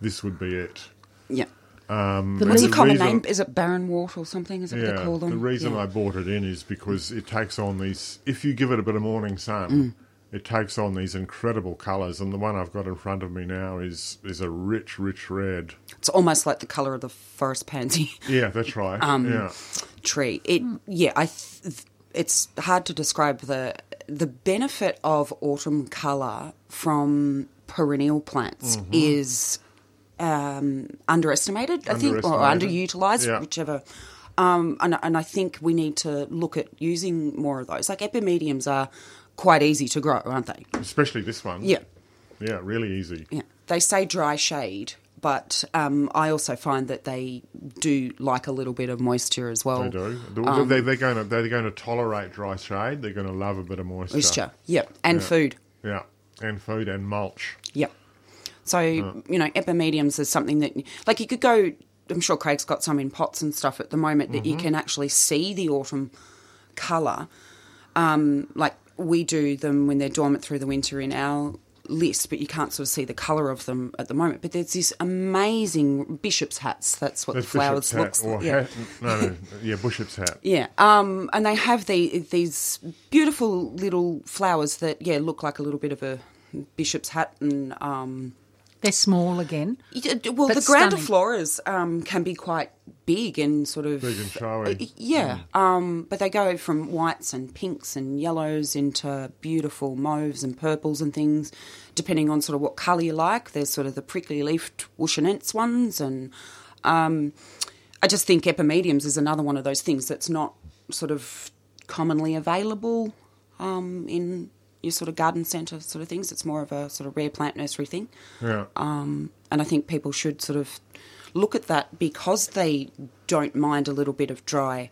[SPEAKER 3] this would be it.
[SPEAKER 2] Yeah.
[SPEAKER 3] Mm,
[SPEAKER 1] The
[SPEAKER 2] What's the
[SPEAKER 1] leaf-
[SPEAKER 3] the
[SPEAKER 2] common
[SPEAKER 3] reason-
[SPEAKER 2] name? Is it barrenwort or something? Is it what
[SPEAKER 3] Yeah,
[SPEAKER 2] they call them?
[SPEAKER 3] the reason
[SPEAKER 2] Yeah.
[SPEAKER 3] I bought it in is because it takes on these. If you give it a bit of morning sun,
[SPEAKER 2] Mm.
[SPEAKER 3] it takes on these incredible colours. And the one I've got in front of me now is is a rich, rich red.
[SPEAKER 2] It's almost like the colour of the forest pansy
[SPEAKER 3] Yeah, that's right.
[SPEAKER 2] Um,
[SPEAKER 3] yeah,
[SPEAKER 2] tree. It yeah, I th- it's hard to describe the the benefit of autumn colour from perennial plants
[SPEAKER 3] Mm-hmm.
[SPEAKER 2] is um, underestimated, I think, or
[SPEAKER 3] Underestimated.
[SPEAKER 2] underutilized,
[SPEAKER 3] Yeah.
[SPEAKER 2] whichever. Um, and, and I think we need to look at using more of those. Like epimediums are quite easy to grow, aren't they?
[SPEAKER 3] especially this one.
[SPEAKER 2] Yeah.
[SPEAKER 3] yeah, really easy.
[SPEAKER 2] Yeah. They say dry shade, but um, I also find that they do like a little bit of moisture as well. Um,
[SPEAKER 3] They do. They- they, they're going to they're going to tolerate dry shade. They're going to love a bit of moisture.
[SPEAKER 2] Moisture. Yep. And food.
[SPEAKER 3] Yeah, and food and mulch.
[SPEAKER 2] Yep. So, you know, epimediums is something that, like, you could go, I'm sure Craig's got some in pots and stuff at the moment that you
[SPEAKER 3] Mm-hmm.
[SPEAKER 2] can actually see the autumn colour. Um, like, we do them when they're dormant through the winter in our list, but you can't sort of see the colour of them at the moment. But there's this amazing bishop's hats. That's what
[SPEAKER 3] That's
[SPEAKER 2] the flowers
[SPEAKER 3] bishop's
[SPEAKER 2] looks
[SPEAKER 3] hat or
[SPEAKER 2] like. Yeah.
[SPEAKER 3] hat- no, no, yeah, bishop's hat.
[SPEAKER 2] Yeah, um, and they have the, these beautiful little flowers that yeah look like a little bit of a bishop's hat, and um,
[SPEAKER 1] They're small again.
[SPEAKER 2] yeah, d- well,
[SPEAKER 1] But
[SPEAKER 2] the grander
[SPEAKER 1] stunning.
[SPEAKER 2] floras um, can be quite big and sort of
[SPEAKER 3] Big and showy.
[SPEAKER 2] Uh, Yeah, um, but they go from whites and pinks and yellows into beautiful mauves and purples and things, depending on sort of what colour you like. There's sort of the prickly leafed Wushinets ones, and um, I just think epimediums is another one of those things that's not sort of commonly available um, in your sort of garden centre sort of things. It's more of a sort of rare plant nursery thing.
[SPEAKER 3] Yeah,
[SPEAKER 2] Um, and I think people should sort of look at that because they don't mind a little bit of dry,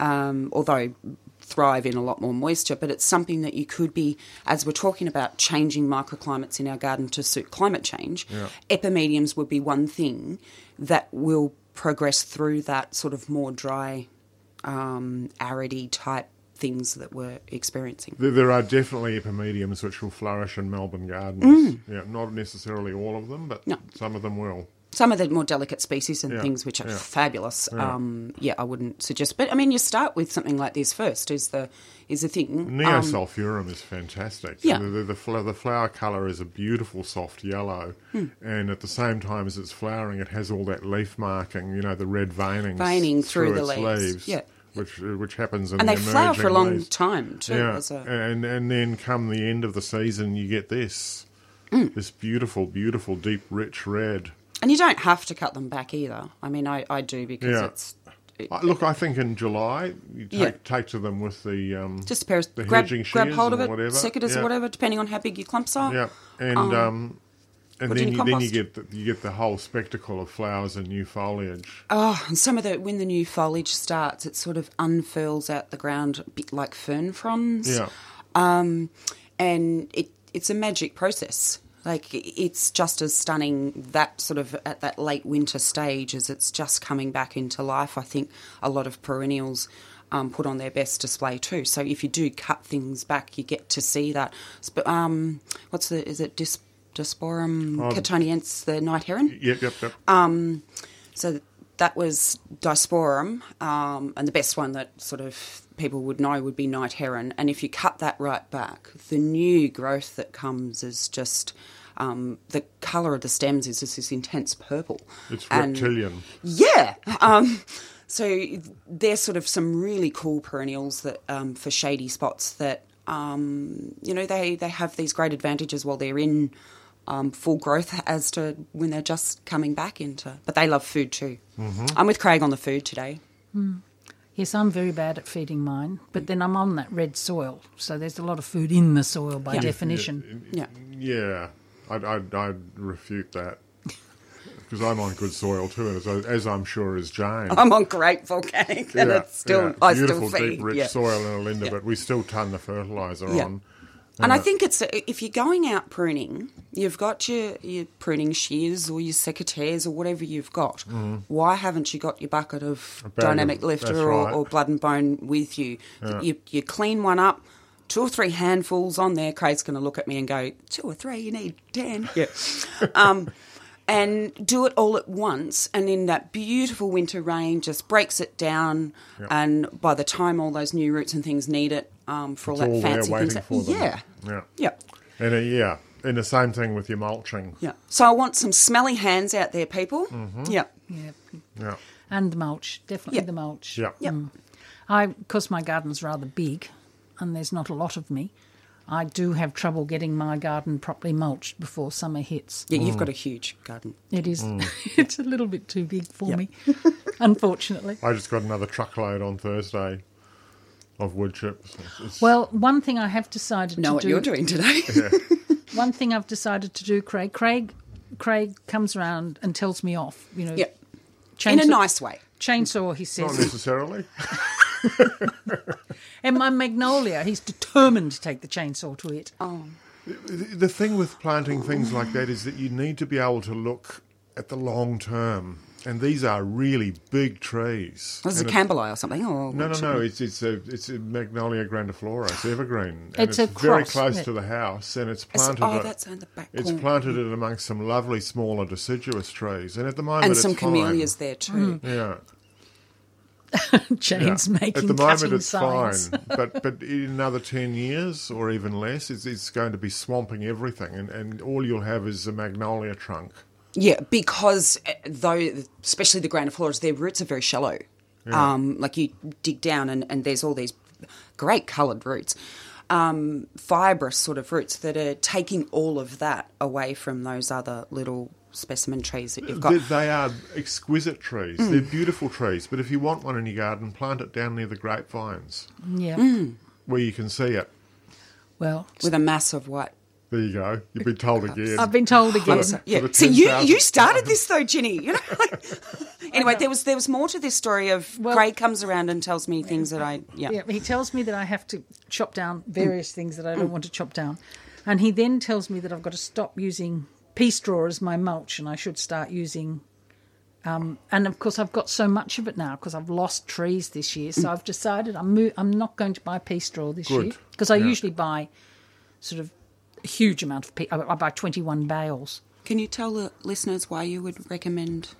[SPEAKER 2] um, although thrive in a lot more moisture. But it's something that you could be, as we're talking about changing microclimates in our garden to suit climate change, epimediums would be one thing that will progress through that sort of more dry, um, aridy type things that we're experiencing.
[SPEAKER 3] there, there are definitely epimediums which will flourish in Melbourne gardens. Yeah, not necessarily all of them, but
[SPEAKER 2] Mm. No.
[SPEAKER 3] some of them will.
[SPEAKER 2] some of the more delicate species and
[SPEAKER 3] Yeah,
[SPEAKER 2] things which are
[SPEAKER 3] yeah.
[SPEAKER 2] fabulous. Yeah. Um, yeah, I wouldn't suggest. But I mean, you start with something like this first. Is the is the thing? Um,
[SPEAKER 3] Neosulfurum is fantastic.
[SPEAKER 2] yeah.
[SPEAKER 3] The, the, the, fl- the flower colour is a beautiful soft yellow,
[SPEAKER 2] Hmm.
[SPEAKER 3] and at the same time as it's flowering, it has all that leaf marking, you know, the red veining
[SPEAKER 2] Veining through the
[SPEAKER 3] its
[SPEAKER 2] leaves. Yeah.
[SPEAKER 3] Which, uh, which happens in
[SPEAKER 2] and
[SPEAKER 3] the
[SPEAKER 2] they flower for a
[SPEAKER 3] emerging
[SPEAKER 2] long
[SPEAKER 3] leaves.
[SPEAKER 2] time too.
[SPEAKER 3] Yeah,
[SPEAKER 2] as a-
[SPEAKER 3] and and then come the end of the season, you get this,
[SPEAKER 2] Hmm.
[SPEAKER 3] this beautiful, beautiful deep rich red.
[SPEAKER 2] and you don't have to cut them back either. I mean, I, I do because
[SPEAKER 3] Yeah.
[SPEAKER 2] it's it-
[SPEAKER 3] I- Look, I think in July you take,
[SPEAKER 2] Yeah.
[SPEAKER 3] take to them with the um,
[SPEAKER 2] just a pair of
[SPEAKER 3] the
[SPEAKER 2] grab
[SPEAKER 3] hedging
[SPEAKER 2] grab
[SPEAKER 3] shears
[SPEAKER 2] hold of
[SPEAKER 3] or
[SPEAKER 2] it,
[SPEAKER 3] whatever.
[SPEAKER 2] cicadas
[SPEAKER 3] Yeah.
[SPEAKER 2] or whatever, depending on how big your clumps are.
[SPEAKER 3] Yeah, and um, And
[SPEAKER 2] Put it
[SPEAKER 3] then
[SPEAKER 2] in
[SPEAKER 3] you, then you
[SPEAKER 2] compost.
[SPEAKER 3] get the, you get the whole spectacle of flowers and new foliage.
[SPEAKER 2] Oh, and some of the when the new foliage starts, it sort of unfurls out the ground a bit like fern fronds.
[SPEAKER 3] Yeah.
[SPEAKER 2] Um, and it it's a magic process. Like it's just as stunning that sort of at that late winter stage as it's just coming back into life. I think a lot of perennials um, put on their best display too. So if you do cut things back, you get to see that. Sp- Um, what's the is it Dis- Disporum catoniense, the night heron?
[SPEAKER 3] Yep, yep, yep.
[SPEAKER 2] Um, so that was Disporum, um, and the best one that sort of people would know would be Night Heron. And if you cut that right back, the new growth that comes is just um, the colour of the stems is just this intense purple.
[SPEAKER 3] it's
[SPEAKER 2] And-
[SPEAKER 3] reptilian.
[SPEAKER 2] yeah. Um, so there's sort of some really cool perennials that um, for shady spots that um, you know they they have these great advantages while they're in um, full growth as to when they're just coming back into. But they love food too.
[SPEAKER 3] Mm-hmm.
[SPEAKER 2] I'm with Craig on the food today.
[SPEAKER 1] Yes, I'm very bad at feeding mine, but then I'm on that red soil, so there's a lot of food in the soil by definition.
[SPEAKER 2] Yeah.
[SPEAKER 3] Yeah, I'd, I'd, I'd refute that because I'm on good soil too, as, I, as I'm sure is Jane.
[SPEAKER 2] I'm on great volcanic, Oh, and
[SPEAKER 3] Yeah,
[SPEAKER 2] it's still
[SPEAKER 3] yeah.
[SPEAKER 2] I
[SPEAKER 3] beautiful,
[SPEAKER 2] still feed.
[SPEAKER 3] deep, rich
[SPEAKER 2] yeah.
[SPEAKER 3] soil in Olinda,
[SPEAKER 2] Yeah.
[SPEAKER 3] but we still ton the fertilizer
[SPEAKER 2] Yeah.
[SPEAKER 3] on.
[SPEAKER 2] And I
[SPEAKER 3] Yeah.
[SPEAKER 2] think it's if you're going out pruning, you've got your, your pruning shears or your secateurs or whatever you've got. Why haven't you got your bucket of
[SPEAKER 3] Mm-hmm. bag
[SPEAKER 2] dynamic
[SPEAKER 3] of-
[SPEAKER 2] lifter
[SPEAKER 3] that's
[SPEAKER 2] or,
[SPEAKER 3] right.
[SPEAKER 2] or blood and bone with you? You, you clean one up, two or three handfuls on there. Craig's going to look at me and go, two or three, you need ten. Yeah. um, and do it all at once, and in that beautiful winter rain, just breaks it down.
[SPEAKER 3] Yeah.
[SPEAKER 2] And by the time all those new roots and things need it um, for
[SPEAKER 3] It's
[SPEAKER 2] all that
[SPEAKER 3] all there
[SPEAKER 2] fancy
[SPEAKER 3] waiting
[SPEAKER 2] things, that-
[SPEAKER 3] for them.
[SPEAKER 2] yeah,
[SPEAKER 3] Yeah.
[SPEAKER 2] yeah.
[SPEAKER 3] And uh, yeah, and the same thing with your mulching.
[SPEAKER 2] Yeah. So I want some smelly hands out there, people.
[SPEAKER 3] Mm-hmm.
[SPEAKER 2] Yeah.
[SPEAKER 1] Yeah.
[SPEAKER 3] Yeah,
[SPEAKER 1] And the mulch, definitely
[SPEAKER 2] Yeah.
[SPEAKER 1] the mulch.
[SPEAKER 3] yeah,
[SPEAKER 2] Yeah.
[SPEAKER 1] I, because my garden's rather big, and there's not a lot of me, I do have trouble getting my garden properly mulched before summer hits.
[SPEAKER 2] Yeah,
[SPEAKER 3] Mm.
[SPEAKER 2] you've got a huge garden.
[SPEAKER 1] It is, it's a little bit too big for me, unfortunately.
[SPEAKER 3] I just got another truckload on Thursday of wood chips. It's- it's-
[SPEAKER 1] Well, one thing I have decided
[SPEAKER 2] Know
[SPEAKER 1] to
[SPEAKER 2] what
[SPEAKER 1] do.
[SPEAKER 2] you're doing today?
[SPEAKER 1] One thing I've decided to do, Craig. Craig, Craig comes round and tells me off. You know,
[SPEAKER 2] yeah.
[SPEAKER 1] chainsaw,
[SPEAKER 2] In a nice way.
[SPEAKER 1] chainsaw. He
[SPEAKER 3] not
[SPEAKER 1] says,
[SPEAKER 3] necessarily.
[SPEAKER 1] and my magnolia. He's determined to take the chainsaw to it.
[SPEAKER 2] Oh.
[SPEAKER 3] The the thing with planting things like that is that you need to be able to look at the long term. And these are really big trees.
[SPEAKER 2] Was it
[SPEAKER 3] And
[SPEAKER 2] Campbellite or something? Oh,
[SPEAKER 3] No, no, no. It's it's a it's a Magnolia grandiflora. It's evergreen. And
[SPEAKER 1] It's a
[SPEAKER 3] very
[SPEAKER 1] cross,
[SPEAKER 3] close
[SPEAKER 1] isn't
[SPEAKER 3] to
[SPEAKER 1] it?
[SPEAKER 3] the house, and it's
[SPEAKER 2] It's-
[SPEAKER 3] planted.
[SPEAKER 2] oh,
[SPEAKER 3] a-
[SPEAKER 2] that's in the back
[SPEAKER 3] It's
[SPEAKER 2] corner.
[SPEAKER 3] planted it amongst some lovely smaller deciduous trees, and at the moment
[SPEAKER 2] And
[SPEAKER 3] it's
[SPEAKER 2] some
[SPEAKER 3] fine.
[SPEAKER 2] camellias there too.
[SPEAKER 3] Yeah. yeah.
[SPEAKER 1] Jane's making
[SPEAKER 3] At the moment,
[SPEAKER 1] cutting
[SPEAKER 3] it's
[SPEAKER 1] signs.
[SPEAKER 3] fine, but but in another ten years or even less, it's, it's going to be swamping everything, and, and all you'll have is a magnolia trunk.
[SPEAKER 2] Yeah, because uh, though, especially the grandifloras, their roots are very shallow. Um, like you dig down and, and there's all these great coloured roots, um, fibrous sort of roots that are taking all of that away from those other little specimen trees that you've got.
[SPEAKER 3] They, they are exquisite trees. They're beautiful trees. But if you want one in your garden, plant it down near the grapevines
[SPEAKER 1] Yeah.
[SPEAKER 2] Mm.
[SPEAKER 3] where you can see it.
[SPEAKER 1] Well,
[SPEAKER 2] with a massive white
[SPEAKER 3] There you go. You've been told again.
[SPEAKER 1] I've been told again.
[SPEAKER 2] So-
[SPEAKER 3] For
[SPEAKER 2] yeah.
[SPEAKER 3] the
[SPEAKER 2] So you
[SPEAKER 3] 10,000.
[SPEAKER 2] you started this though, Ginny. You know. Like, anyway, there was there was more to this story of
[SPEAKER 1] Well-
[SPEAKER 2] Craig comes around and tells me things that I yeah.
[SPEAKER 1] Yeah, he tells me that I have to chop down various things that I don't want to chop down. And he then tells me that I've got to stop using pea straw as my mulch and I should start using. Um, and of course, I've got so much of it now because I've lost trees this year. So I've decided I'm mo- I'm not going to buy pea straw this
[SPEAKER 3] Good.
[SPEAKER 1] year because I
[SPEAKER 3] Yeah.
[SPEAKER 1] usually buy sort of a huge amount of pea. I, I buy 21 bales.
[SPEAKER 2] Can you tell the listeners why you would recommend?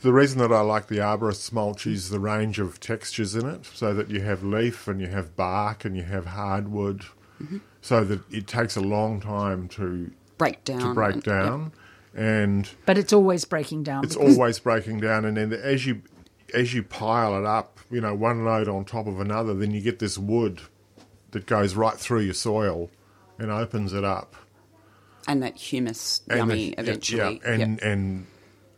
[SPEAKER 3] The reason that I like the arborist's mulch is the range of textures in it, so that you have leaf and you have bark and you have hardwood, so that it takes a long time to
[SPEAKER 2] Break
[SPEAKER 3] to
[SPEAKER 2] down
[SPEAKER 3] break
[SPEAKER 2] Um, and-
[SPEAKER 3] down, and
[SPEAKER 1] But it's always breaking down.
[SPEAKER 3] it's always breaking down. And then as you as you pile it up, you know, one load on top of another, then you get this wood that goes right through your soil and opens it up.
[SPEAKER 2] and that humus
[SPEAKER 3] And
[SPEAKER 2] yummy
[SPEAKER 3] the-
[SPEAKER 2] eventually.
[SPEAKER 3] Yeah, and and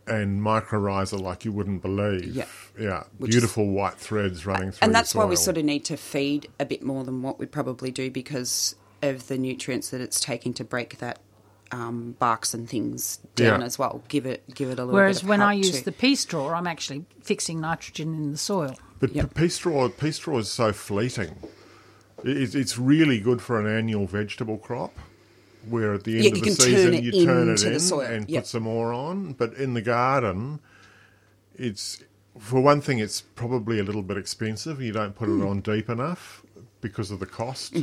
[SPEAKER 3] and mycorrhiza like you wouldn't believe.
[SPEAKER 2] Yeah.
[SPEAKER 3] Yeah,
[SPEAKER 2] Which is-
[SPEAKER 3] beautiful white threads running through.
[SPEAKER 2] and that's why we
[SPEAKER 3] soil.
[SPEAKER 2] sort of need to feed a bit more than what we probably do because of the nutrients that it's taking to break that um, barks and things down
[SPEAKER 3] Yeah.
[SPEAKER 2] as well. Give it give it a little.
[SPEAKER 1] Whereas
[SPEAKER 2] bit of
[SPEAKER 1] when
[SPEAKER 2] cut
[SPEAKER 1] I use
[SPEAKER 2] too.
[SPEAKER 1] the pea straw, I'm actually fixing nitrogen in the soil.
[SPEAKER 3] But
[SPEAKER 2] Yep.
[SPEAKER 3] pea straw, pea straw is so fleeting. It- It's, it's really good for an annual vegetable crop, where at the end
[SPEAKER 2] Yeah,
[SPEAKER 3] of
[SPEAKER 2] you
[SPEAKER 3] the
[SPEAKER 2] can turn
[SPEAKER 3] season
[SPEAKER 2] it
[SPEAKER 3] you turn it
[SPEAKER 2] into
[SPEAKER 3] in
[SPEAKER 2] the soil,
[SPEAKER 3] and
[SPEAKER 2] yep.
[SPEAKER 3] put some more on. But in the garden, it's for one thing, it's probably a little bit expensive. You don't put it
[SPEAKER 2] Mm.
[SPEAKER 3] on deep enough because of the cost.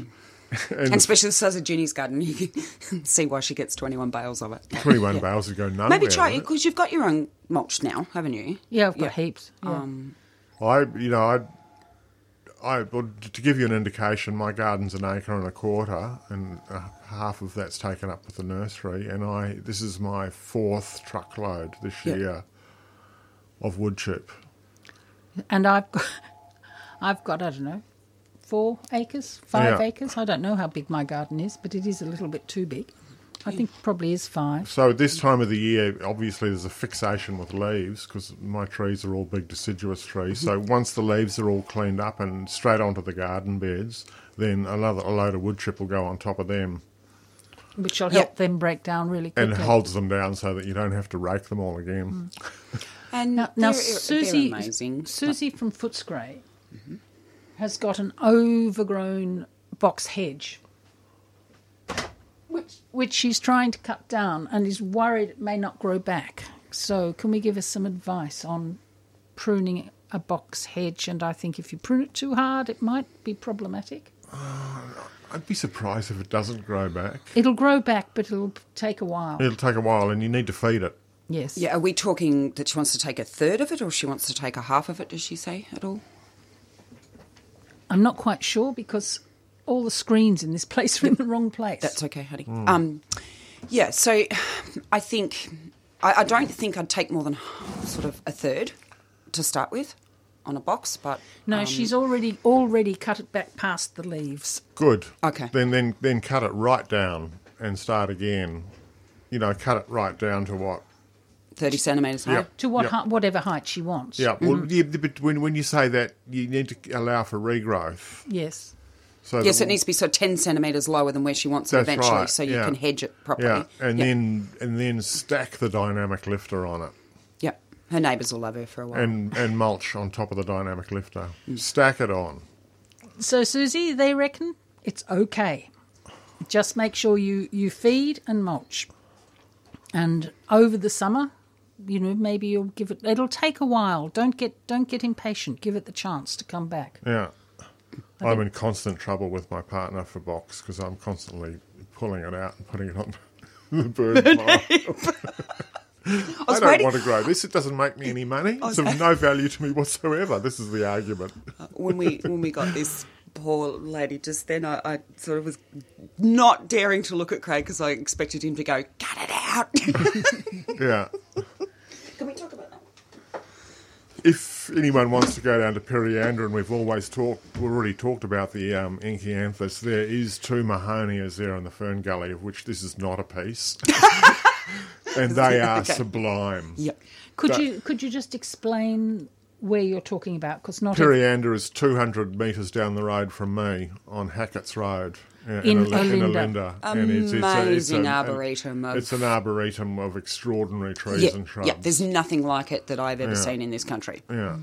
[SPEAKER 2] and especially the size of Ginny's garden, you can see why she gets twenty one bales of it.
[SPEAKER 3] Twenty-one bales would go nowhere.
[SPEAKER 2] Maybe try
[SPEAKER 3] wouldn't
[SPEAKER 2] it because you've got your own mulch now, haven't you?
[SPEAKER 1] Yeah, I've got heaps. Yeah.
[SPEAKER 3] I, you know, I, I well, to give you an indication, my garden's an acre and a quarter, and uh, half of that's taken up with the nursery. And I, this is my fourth truckload this
[SPEAKER 2] Yeah.
[SPEAKER 3] year of wood chip.
[SPEAKER 1] and I've got, I've got I don't know, four acres, five
[SPEAKER 3] Yeah.
[SPEAKER 1] acres. I don't know how big my garden is, but it is a little bit too big. I think it probably is five.
[SPEAKER 3] So at this time of the year, obviously there's a fixation with leaves because my trees are all big deciduous trees. So once the leaves are all cleaned up and straight onto the garden beds, then another a load of wood chip will go on top of them.
[SPEAKER 1] which will
[SPEAKER 2] Yeah.
[SPEAKER 1] help them break down really
[SPEAKER 3] And
[SPEAKER 1] quickly.
[SPEAKER 3] holds them down so that you don't have to rake them all again.
[SPEAKER 2] And
[SPEAKER 1] now, now
[SPEAKER 2] they're- they're
[SPEAKER 1] Susie,
[SPEAKER 2] amazing.
[SPEAKER 1] Susie from Footscray has got an overgrown box hedge, which which she's trying to cut down and is worried it may not grow back. So, can we give us some advice on pruning a box hedge? And I think if you prune it too hard, it might be problematic.
[SPEAKER 3] I'd be surprised if it doesn't grow back.
[SPEAKER 1] It'll grow back, but it'll take a while.
[SPEAKER 3] It'll take a while, and you need to feed it.
[SPEAKER 1] Yes.
[SPEAKER 2] Yeah, are we talking that she wants to take a third of it, or she wants to take a half of it? Does she say at all?
[SPEAKER 1] I'm not quite sure because all the screens in this place are in the wrong place.
[SPEAKER 2] That's okay, honey.
[SPEAKER 3] Mm.
[SPEAKER 2] Um, yeah, so I think I, I don't think I'd take more than sort of a third to start with on a box, but um,
[SPEAKER 1] No, she's already already cut it back past the leaves.
[SPEAKER 3] Good.
[SPEAKER 2] Okay.
[SPEAKER 3] Then, then, then cut it right down and start again. You know, cut it right down to what?
[SPEAKER 2] thirty centimeters high.
[SPEAKER 3] Yep.
[SPEAKER 1] To what
[SPEAKER 3] Yep.
[SPEAKER 1] hei- whatever height she wants.
[SPEAKER 3] Yeah. Well, yeah,
[SPEAKER 2] Mm-hmm.
[SPEAKER 3] but when when you say that, you need to allow for regrowth.
[SPEAKER 1] Yes.
[SPEAKER 3] So
[SPEAKER 2] Yes,
[SPEAKER 3] that-
[SPEAKER 2] it needs to be sort of ten centimeters lower than where she wants it
[SPEAKER 3] That's
[SPEAKER 2] eventually,
[SPEAKER 3] right,
[SPEAKER 2] so you
[SPEAKER 3] yeah.
[SPEAKER 2] can hedge it properly.
[SPEAKER 3] Yeah, and
[SPEAKER 2] yeah.
[SPEAKER 3] then and then stack the dynamic lifter on it,
[SPEAKER 2] yeah. her neighbours will love her for a while.
[SPEAKER 3] and and mulch on top of the dynamic lifter.
[SPEAKER 2] Mm.
[SPEAKER 3] Stack it on.
[SPEAKER 1] So Susie, they reckon it's okay. Just make sure you you feed and mulch. And over the summer, you know, maybe you'll give it it'll take a while. Don't get don't get impatient. Give it the chance to come back.
[SPEAKER 3] Yeah. I'm in constant trouble with my partner for box because I'm constantly pulling it out and putting it on the bird pile. I,
[SPEAKER 2] was
[SPEAKER 3] don't
[SPEAKER 2] waiting-
[SPEAKER 3] want to grow this. It doesn't make me any money. It's of no value to me whatsoever. This is the argument.
[SPEAKER 2] when we when we got this poor lady just then, I, I sort of was not daring to look at Craig because I expected him to go cut it out.
[SPEAKER 3] Yeah.
[SPEAKER 2] Can we talk about that?
[SPEAKER 3] If anyone wants to go down to Periander, and we've always talked, we've already talked about the um, Enchianthus, there is two Mahonias there in the Fern Gully, of which this is not a piece. and they are
[SPEAKER 2] Okay.
[SPEAKER 3] sublime.
[SPEAKER 2] Yep.
[SPEAKER 1] Could
[SPEAKER 3] That-
[SPEAKER 1] you could you just explain where you're talking about? Because not every-
[SPEAKER 3] Periander is 200 metres down the road from me on Hackett's Road uh, in,
[SPEAKER 1] In
[SPEAKER 3] Oli- in
[SPEAKER 1] Olinda.
[SPEAKER 3] Olinda. And it's, it's a- it's
[SPEAKER 2] Amazing
[SPEAKER 3] an-
[SPEAKER 2] arboretum of-
[SPEAKER 3] It's an arboretum of extraordinary trees
[SPEAKER 2] Yeah,
[SPEAKER 3] and shrubs.
[SPEAKER 2] yeah, there's nothing like it that I've ever seen in this country.
[SPEAKER 3] Yeah.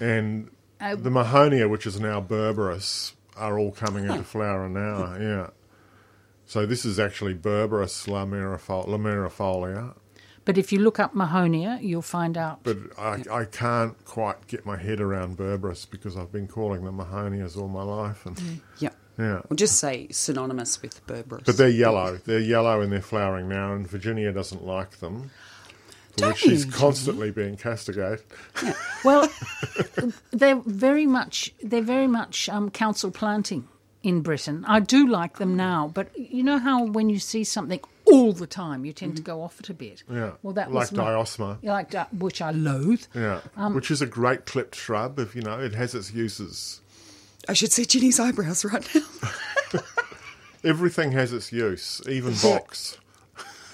[SPEAKER 1] Mm.
[SPEAKER 3] And the Mahonia, which is now Berberis, are all coming into flower now. Yeah. So this is actually Berberis lamirifol- lamirifolia,
[SPEAKER 1] But if you look up Mahonia, you'll find out.
[SPEAKER 3] but I, I can't quite get my head around Berberis because I've been calling them Mahonias all my life. And
[SPEAKER 1] Mm.
[SPEAKER 2] Yeah.
[SPEAKER 3] yeah.
[SPEAKER 2] We'll just say synonymous with Berberis.
[SPEAKER 3] But they're yellow. They're yellow and they're flowering now, and Virginia doesn't like them. For
[SPEAKER 2] Don't
[SPEAKER 3] which she's
[SPEAKER 2] you?
[SPEAKER 3] constantly being castigated.
[SPEAKER 1] well, they're very much they're very much um, council planting in Britain. I do like them now, but you know how when you see something all the time, you tend to go off it a bit.
[SPEAKER 3] Mm-hmm. Yeah.
[SPEAKER 1] Well, that
[SPEAKER 3] like
[SPEAKER 1] was my-
[SPEAKER 3] Diosma.
[SPEAKER 1] Yeah, like di- which I loathe.
[SPEAKER 3] Yeah. which is a great clipped shrub, if you know, it has its uses.
[SPEAKER 2] I should see Ginny's eyebrows right now.
[SPEAKER 3] Everything has its use, even box.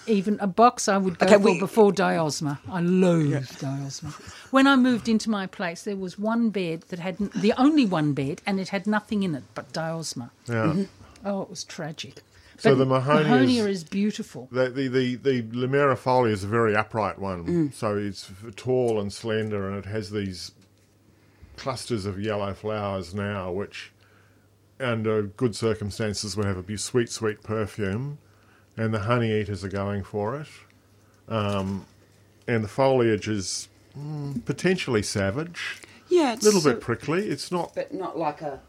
[SPEAKER 1] Even a box I would go
[SPEAKER 2] Okay,
[SPEAKER 1] for
[SPEAKER 2] we-
[SPEAKER 1] before Diosma. I loathe Diosma. When I moved into my place, there was one bed that had n- the only one bed, and it had nothing in it but Diosma.
[SPEAKER 3] Yeah.
[SPEAKER 1] Oh, it was tragic.
[SPEAKER 3] So
[SPEAKER 1] But
[SPEAKER 3] the Mahonia
[SPEAKER 1] Mahonia
[SPEAKER 3] is-
[SPEAKER 1] is beautiful.
[SPEAKER 3] The the the, the Limera folia is a very upright one, so it's f- tall and slender, and it has these clusters of yellow flowers now, which under good circumstances would have a be- sweet, sweet perfume, and the honey eaters are going for it, um, and the foliage is mm, potentially savage,
[SPEAKER 2] Yeah,
[SPEAKER 3] a
[SPEAKER 2] it's
[SPEAKER 3] little
[SPEAKER 2] so-
[SPEAKER 3] bit prickly. It's not.
[SPEAKER 2] but not like a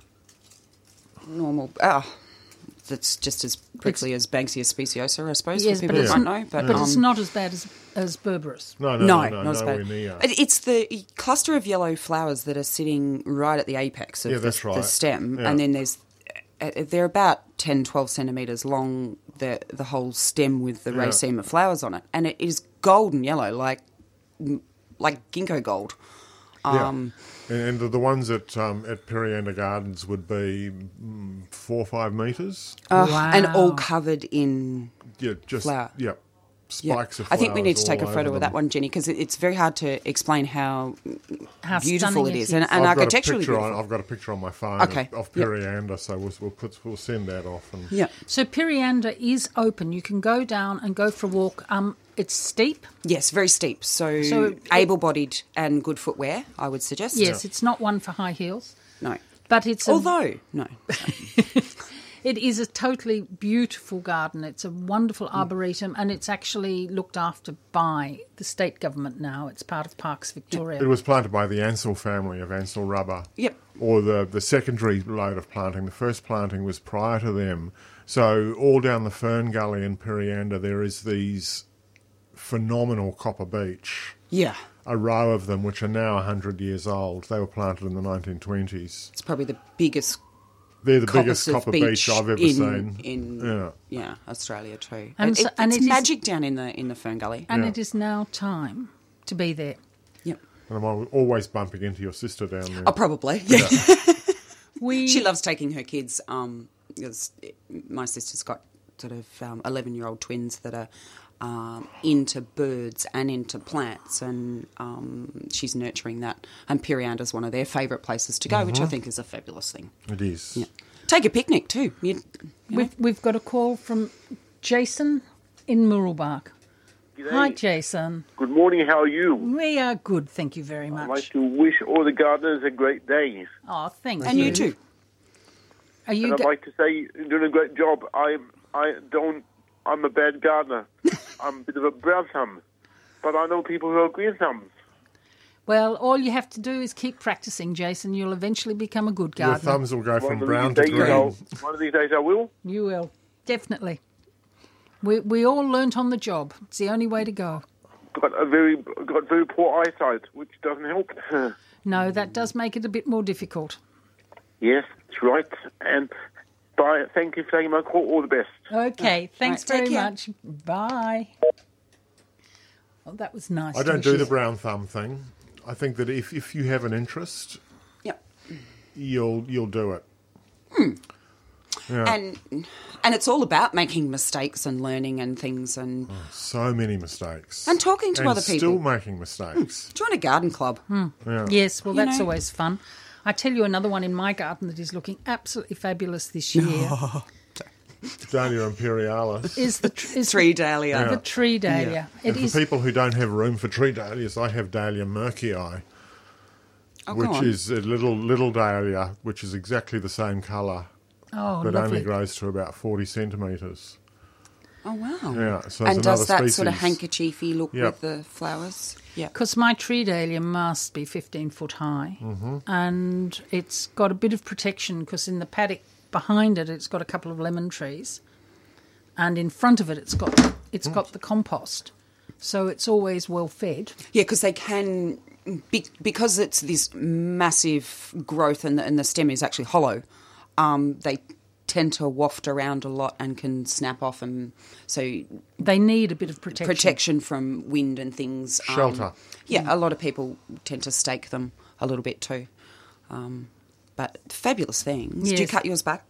[SPEAKER 2] normal. Ah, that's just as prickly as Banksia speciosa, I suppose,
[SPEAKER 1] Yes,
[SPEAKER 2] for
[SPEAKER 1] but
[SPEAKER 2] people
[SPEAKER 1] it's
[SPEAKER 2] that might
[SPEAKER 1] not-
[SPEAKER 2] know. But,
[SPEAKER 1] But
[SPEAKER 3] Mm.
[SPEAKER 2] um,
[SPEAKER 1] it's not as bad as, as Berberis.
[SPEAKER 3] No,
[SPEAKER 2] no,
[SPEAKER 3] no, no, no,
[SPEAKER 2] not as
[SPEAKER 3] nowhere
[SPEAKER 2] bad.
[SPEAKER 3] near.
[SPEAKER 2] It- It's the cluster of yellow flowers that are sitting right at the apex of
[SPEAKER 3] Yeah,
[SPEAKER 2] the,
[SPEAKER 3] that's right.
[SPEAKER 2] the stem,
[SPEAKER 3] Yeah.
[SPEAKER 2] and then there's uh, they're about 10, 12 centimeters long. The the whole stem with the
[SPEAKER 3] Yeah.
[SPEAKER 2] raceme of flowers on it, and it is golden yellow, like like ginkgo gold.
[SPEAKER 3] Yeah.
[SPEAKER 2] Um,
[SPEAKER 3] and, and the, the ones at um, at Periander Gardens would be mm, four or five meters.
[SPEAKER 2] uh, and all
[SPEAKER 1] Wow.
[SPEAKER 2] covered in
[SPEAKER 3] yeah, just
[SPEAKER 2] flower.
[SPEAKER 3] yeah,
[SPEAKER 2] Yeah.
[SPEAKER 3] spikes of
[SPEAKER 2] I think we
[SPEAKER 3] flowers
[SPEAKER 2] need to take
[SPEAKER 3] all
[SPEAKER 2] a photo
[SPEAKER 3] over
[SPEAKER 2] of that
[SPEAKER 3] them.
[SPEAKER 2] one, Jenny, because it's very hard to explain how,
[SPEAKER 1] How
[SPEAKER 2] beautiful
[SPEAKER 1] stunning
[SPEAKER 2] it
[SPEAKER 1] it
[SPEAKER 2] is, and,
[SPEAKER 1] is.
[SPEAKER 2] and
[SPEAKER 3] I've got a
[SPEAKER 2] architecturally.
[SPEAKER 3] picture on-
[SPEAKER 2] beautiful.
[SPEAKER 3] I've got a picture on my phone of-
[SPEAKER 2] Okay.
[SPEAKER 3] of,
[SPEAKER 2] Yep.
[SPEAKER 3] Periander, so we'll we'll, put, we'll send that off. And
[SPEAKER 2] Yeah,
[SPEAKER 1] So Periander is open. You can go down and go for a walk. Um, it's steep.
[SPEAKER 2] yes, very steep. So,
[SPEAKER 1] So it-
[SPEAKER 2] able-bodied and good footwear, I would suggest.
[SPEAKER 1] Yes, it's not one for high heels,
[SPEAKER 2] No.
[SPEAKER 1] but it's a,
[SPEAKER 2] Although no,
[SPEAKER 1] it is a totally beautiful garden. It's a wonderful
[SPEAKER 3] Mm.
[SPEAKER 1] arboretum, and it's actually looked after by the state government now. It's part of Parks Victoria.
[SPEAKER 3] It was planted by the Ansell family of Ansell Rubber.
[SPEAKER 2] Yep.
[SPEAKER 3] Or the the secondary load of planting. The first planting was prior to them. So all down the Fern Gully in Periander, there is these phenomenal copper beech.
[SPEAKER 2] yeah,
[SPEAKER 3] A row of them, which are now 100 years old. They were planted in the 1920s.
[SPEAKER 2] it's probably the biggest
[SPEAKER 3] They're the
[SPEAKER 2] coppice
[SPEAKER 3] biggest
[SPEAKER 2] of
[SPEAKER 3] copper
[SPEAKER 2] beach,
[SPEAKER 3] beech I've ever
[SPEAKER 2] in,
[SPEAKER 3] seen.
[SPEAKER 2] in
[SPEAKER 3] yeah.
[SPEAKER 2] yeah. Australia too.
[SPEAKER 1] And
[SPEAKER 2] It-
[SPEAKER 1] so-
[SPEAKER 2] it-
[SPEAKER 1] and
[SPEAKER 2] it's
[SPEAKER 1] it is- Uh,
[SPEAKER 2] magic down in the in the Fern Gully.
[SPEAKER 1] and
[SPEAKER 3] Yeah.
[SPEAKER 1] it is now time to be there.
[SPEAKER 2] Yep.
[SPEAKER 3] And I'm al- always bumping into your sister down there.
[SPEAKER 2] Oh, probably. Yeah.
[SPEAKER 1] We
[SPEAKER 2] she loves taking her kids. Um, 'cause it- my sister's got sort of um, eleven-year-old twins that are um, into birds and into plants, and um, she's nurturing that. And Periander's one of their favourite places to go, which I think is a fabulous thing.
[SPEAKER 3] It is.
[SPEAKER 2] Take a picnic too. You, you know.
[SPEAKER 1] We've, we've got a call from Jason in Murrelbach.
[SPEAKER 7] G'day.
[SPEAKER 1] Hi, Jason.
[SPEAKER 7] Good morning. How are you?
[SPEAKER 1] We are good, thank you very
[SPEAKER 7] I'd like
[SPEAKER 1] much.
[SPEAKER 7] to wish all the gardeners a great day.
[SPEAKER 1] Oh, thank
[SPEAKER 2] and you too.
[SPEAKER 1] Are
[SPEAKER 7] And
[SPEAKER 1] you
[SPEAKER 7] I'd
[SPEAKER 1] go-
[SPEAKER 7] like to say you're doing a great job. I I don't. I'm a bad gardener. I'm a bit of a brown thumb, but I know people who are green thumbs.
[SPEAKER 1] well? All you have to do is keep practicing, Jason. You'll eventually become a good
[SPEAKER 3] Your
[SPEAKER 1] gardener.
[SPEAKER 3] thumbs will go
[SPEAKER 7] One
[SPEAKER 3] from
[SPEAKER 7] of these
[SPEAKER 3] brown to
[SPEAKER 7] days,
[SPEAKER 3] green.
[SPEAKER 7] I'll- one of these days I will.
[SPEAKER 1] You will definitely. We we all learnt on the job. It's the only way to go.
[SPEAKER 7] Got a very got very poor eyesight, which doesn't help.
[SPEAKER 1] No, that does make it a bit more difficult.
[SPEAKER 7] yes, that's right. And bye. Thank you for taking my call. All the best.
[SPEAKER 1] Okay, thanks
[SPEAKER 2] All
[SPEAKER 1] very
[SPEAKER 2] right, take care.
[SPEAKER 1] much. Bye. Oh, that was nice.
[SPEAKER 3] I don't do
[SPEAKER 1] wishes.
[SPEAKER 3] the brown thumb thing. I think that if, if you have an interest,
[SPEAKER 2] Yep.
[SPEAKER 3] you'll you'll do it.
[SPEAKER 2] Hmm. And and it's all about making mistakes and learning and things. And
[SPEAKER 3] Oh, So many mistakes.
[SPEAKER 2] And talking to
[SPEAKER 3] And
[SPEAKER 2] other people.
[SPEAKER 3] Still making mistakes.
[SPEAKER 2] join a garden club.
[SPEAKER 1] Yes, well, that's
[SPEAKER 2] know-
[SPEAKER 1] always fun. I tell you another one in my garden that is looking absolutely fabulous this year
[SPEAKER 2] Hmm.
[SPEAKER 3] Dahlia imperialis.
[SPEAKER 1] is the tr- is
[SPEAKER 2] Three dahlia.
[SPEAKER 1] the tree dahlia. It
[SPEAKER 3] and
[SPEAKER 1] is
[SPEAKER 3] for people who don't have room for tree dahlias, I have Dahlia murkii,
[SPEAKER 2] Oh, go
[SPEAKER 3] which
[SPEAKER 2] on.
[SPEAKER 3] is a little little dahlia, which is exactly the same colour,
[SPEAKER 1] oh
[SPEAKER 3] but
[SPEAKER 1] lovely.
[SPEAKER 3] only grows to about forty centimetres.
[SPEAKER 2] oh wow.
[SPEAKER 3] Yeah, so it's
[SPEAKER 2] and does
[SPEAKER 3] another
[SPEAKER 2] that
[SPEAKER 3] species.
[SPEAKER 2] sort of handkerchiefy look
[SPEAKER 3] Yep.
[SPEAKER 2] with the flowers? Yeah.
[SPEAKER 1] Because my tree dahlia must be 15 foot high
[SPEAKER 3] Mm-hmm.
[SPEAKER 1] and it's got a bit of protection because in the paddock behind it, it's got a couple of lemon trees and in front of it, it's got, it's got the compost. So it's always well fed.
[SPEAKER 2] Yeah, because they can, be, because it's this massive growth and the, and the stem is actually hollow, um, they tend to waft around a lot and can snap off. And so
[SPEAKER 1] They need a bit of protection.
[SPEAKER 2] protection from wind and things. um,
[SPEAKER 3] Shelter.
[SPEAKER 2] Yeah, a lot of people tend to stake them a little bit too. Um, but fabulous things. Do you
[SPEAKER 1] Yes.
[SPEAKER 2] cut yours back?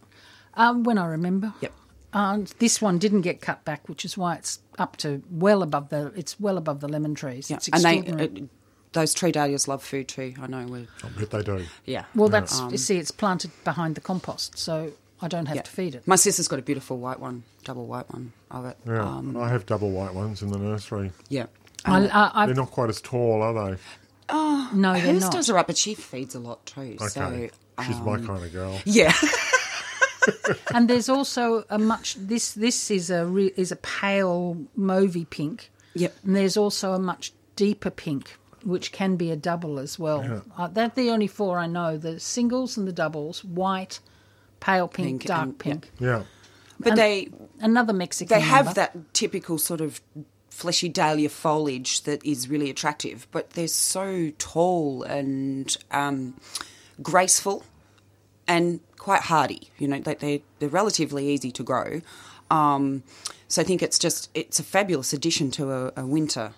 [SPEAKER 1] Um, when I remember.
[SPEAKER 2] Yep.
[SPEAKER 1] Um, this one didn't get cut back, which is why it's up to well above the it's well above the lemon trees.
[SPEAKER 2] Yeah.
[SPEAKER 1] It's
[SPEAKER 2] And they,
[SPEAKER 1] extraordinary.
[SPEAKER 2] uh, those tree dahlias love food too. I know we
[SPEAKER 3] I bet they do.
[SPEAKER 2] yeah. Um,
[SPEAKER 1] well, that's you see, it's planted behind the compost, so I don't have
[SPEAKER 2] Yeah.
[SPEAKER 1] to feed it.
[SPEAKER 2] My sister's got a beautiful white one, double white one of it.
[SPEAKER 3] Yeah,
[SPEAKER 2] Um,
[SPEAKER 3] I have double white ones in the nursery.
[SPEAKER 2] yeah.
[SPEAKER 1] I,
[SPEAKER 2] Um,
[SPEAKER 1] I, I,
[SPEAKER 3] They're not quite as tall, are they?
[SPEAKER 1] no, they're
[SPEAKER 2] Hers
[SPEAKER 1] not.
[SPEAKER 2] does her up, but she feeds a lot too.
[SPEAKER 3] Okay,
[SPEAKER 2] So, um,
[SPEAKER 3] she's my kind of girl.
[SPEAKER 2] yeah.
[SPEAKER 1] and there's also a much this this is a re, is a pale mauvey pink.
[SPEAKER 2] Yep.
[SPEAKER 1] And there's also a much deeper pink, which can be a double as well. Uh, they're the only four I know: the singles and the doubles. White, pale pink,
[SPEAKER 2] Pink
[SPEAKER 1] dark
[SPEAKER 2] and-
[SPEAKER 1] pink.
[SPEAKER 3] Yeah,
[SPEAKER 2] But
[SPEAKER 1] Um,
[SPEAKER 2] they
[SPEAKER 1] Another Mexican.
[SPEAKER 2] they have
[SPEAKER 1] number.
[SPEAKER 2] that typical sort of fleshy dahlia foliage that is really attractive, but they're so tall and um, graceful and quite hardy. You know, they, they they're relatively easy to grow. Um, so I think it's just it's a fabulous addition to a, a winter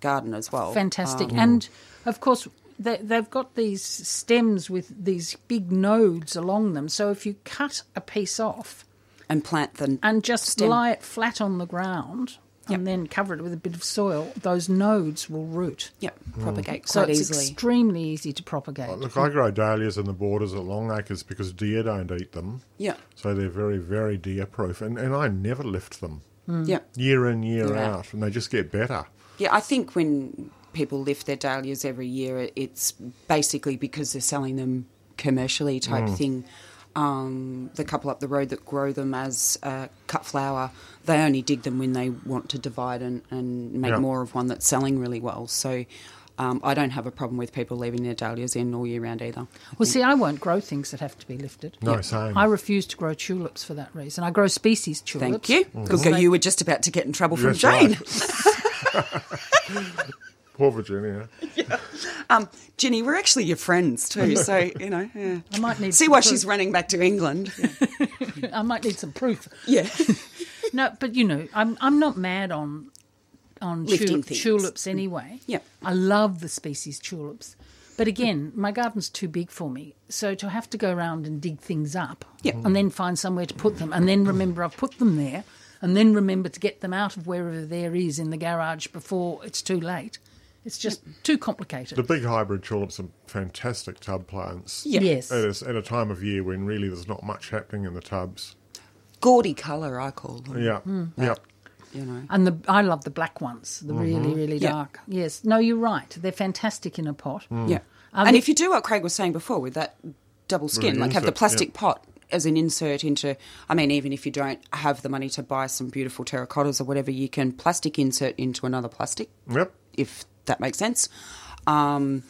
[SPEAKER 2] garden as well.
[SPEAKER 1] fantastic.
[SPEAKER 2] um,
[SPEAKER 1] and of course, they, they've got these stems with these big nodes along them. So if you cut a piece off
[SPEAKER 2] and plant the
[SPEAKER 1] and just
[SPEAKER 2] Stem.
[SPEAKER 1] lie it flat on the ground and then cover it with a bit of soil, those nodes will root.
[SPEAKER 2] Yep, propagate
[SPEAKER 1] So
[SPEAKER 2] quite
[SPEAKER 1] it's
[SPEAKER 2] easily.
[SPEAKER 1] extremely easy to propagate.
[SPEAKER 3] look, I grow dahlias in the borders at Longacres because deer don't eat them.
[SPEAKER 2] yeah,
[SPEAKER 3] So they're very, very deer proof, and, and I never lift them
[SPEAKER 2] yeah,
[SPEAKER 3] year in, year
[SPEAKER 2] Yeah.
[SPEAKER 3] out, and they just get better.
[SPEAKER 2] yeah. I think when people lift their dahlias every year, it- it's basically because they're selling them commercially type thing. Um, the couple up the road that grow them as uh, cut flower, they only dig them when they want to divide and, and make
[SPEAKER 3] Yeah.
[SPEAKER 2] more of one that's selling really well. So um, I don't have a problem with people leaving their dahlias in all year round either.
[SPEAKER 1] Well, see, I won't grow things that have to be lifted.
[SPEAKER 3] No, same.
[SPEAKER 1] I refuse to grow tulips for that reason. I grow species tulips.
[SPEAKER 2] Thank you. Look, you were just about to get in trouble from
[SPEAKER 3] That's
[SPEAKER 2] Jane.
[SPEAKER 3] right. Poor Virginia.
[SPEAKER 2] Um, Ginny, we're actually your friends too, so you know. yeah.
[SPEAKER 1] I might need
[SPEAKER 2] See
[SPEAKER 1] some
[SPEAKER 2] why
[SPEAKER 1] proof.
[SPEAKER 2] she's running back to England.
[SPEAKER 1] I might need some proof.
[SPEAKER 2] Yeah.
[SPEAKER 1] No, but you know, I'm I'm not mad on on
[SPEAKER 2] Lifting
[SPEAKER 1] tulip,
[SPEAKER 2] things. Mm.
[SPEAKER 1] tulips anyway.
[SPEAKER 2] Yep.
[SPEAKER 1] I love the species tulips, but again, my garden's too big for me, so to have to go around and dig things up,
[SPEAKER 2] Yep.
[SPEAKER 1] and then find somewhere to put them, and then remember I've put them there, and then remember to get them out of wherever there is in the garage before it's too late. It's just too complicated.
[SPEAKER 3] The big hybrid tulips are fantastic tub plants.
[SPEAKER 2] Yeah.
[SPEAKER 1] Yes,
[SPEAKER 3] At a, at a time of year when really there's not much happening in the tubs.
[SPEAKER 2] Gaudy colour, I call them.
[SPEAKER 3] Yeah. Yeah.
[SPEAKER 2] You know.
[SPEAKER 1] and the I love the black ones, the really really
[SPEAKER 2] Mm-hmm. Yeah. Mm.
[SPEAKER 1] dark. Yes, no, you're right. They're fantastic in a pot.
[SPEAKER 2] Yeah. and if you do what Craig was saying before with that double skin,
[SPEAKER 3] the
[SPEAKER 2] like have the
[SPEAKER 3] insert,
[SPEAKER 2] plastic
[SPEAKER 3] yeah.
[SPEAKER 2] pot as an insert into, I mean, even if you don't have the money to buy some beautiful terracottas or whatever, you can plastic insert into another plastic,
[SPEAKER 3] Yep.
[SPEAKER 2] if that makes sense, um,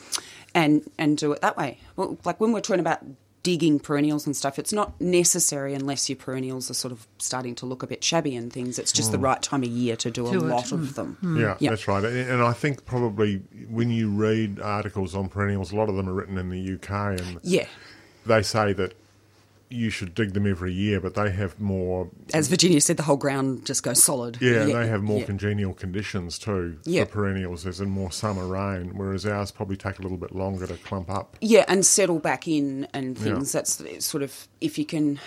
[SPEAKER 2] and and do it that way. Well, like when we're talking about digging perennials and stuff, it's not necessary unless your perennials are sort of starting to look a bit shabby and things. It's just the right time of year to do a
[SPEAKER 1] Do it.
[SPEAKER 2] lot of them.
[SPEAKER 3] Yeah,
[SPEAKER 2] Mm, Yeah.
[SPEAKER 3] that's right. And, and I think probably when you read articles on perennials, a lot of them are written in the UK, and
[SPEAKER 2] Yeah.
[SPEAKER 3] they say that you should dig them every year, but they have more.
[SPEAKER 2] As Virginia said, the whole ground just goes solid.
[SPEAKER 3] Yeah, they have more
[SPEAKER 2] yeah.
[SPEAKER 3] congenial conditions too
[SPEAKER 2] Yeah.
[SPEAKER 3] for perennials, as in more summer rain, whereas ours probably take a little bit longer to clump up.
[SPEAKER 2] Yeah, and settle back in and things. That's the- sort of if you can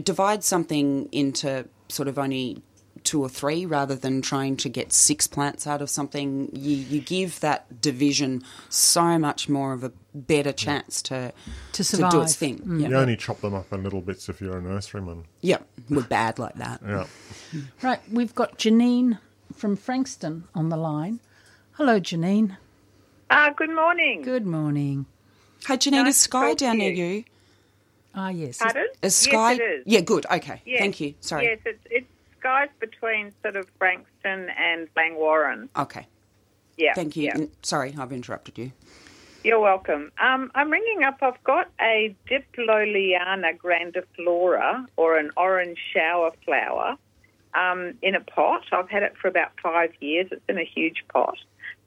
[SPEAKER 2] divide something into sort of only two or three rather than trying to get six plants out of something, you, you give that division so much more of a better chance to
[SPEAKER 1] To
[SPEAKER 2] do
[SPEAKER 1] survive. Mm.
[SPEAKER 2] its thing.
[SPEAKER 3] You
[SPEAKER 2] Yeah.
[SPEAKER 3] only chop them up in little bits if you're a nurseryman.
[SPEAKER 2] yeah, we're bad like that.
[SPEAKER 3] Yeah.
[SPEAKER 1] Right, we've got Janine from Frankston on the line. Hello, Janine.
[SPEAKER 5] Ah,
[SPEAKER 8] Uh, good morning.
[SPEAKER 1] Good morning.
[SPEAKER 2] Hey, Janine,
[SPEAKER 8] Nice
[SPEAKER 2] is
[SPEAKER 8] to
[SPEAKER 2] Sky
[SPEAKER 8] talk to
[SPEAKER 2] down
[SPEAKER 8] you.
[SPEAKER 2] near you?
[SPEAKER 1] Ah, yes.
[SPEAKER 8] Pardon?
[SPEAKER 2] Is Sky?
[SPEAKER 8] Yes, it is.
[SPEAKER 2] Yeah, good. Okay,
[SPEAKER 8] Yes.
[SPEAKER 2] thank you. Sorry.
[SPEAKER 8] Yes, it's, it's skies between sort of Frankston and Langwarren.
[SPEAKER 2] Okay,
[SPEAKER 8] Yeah.
[SPEAKER 2] thank you.
[SPEAKER 8] yeah.
[SPEAKER 2] N- Sorry, I've interrupted you.
[SPEAKER 8] You're welcome. Um, I'm ringing up. I've got a Diploliana grandiflora or an orange shower flower um, in a pot. I've had it for about five years. It's in a huge pot.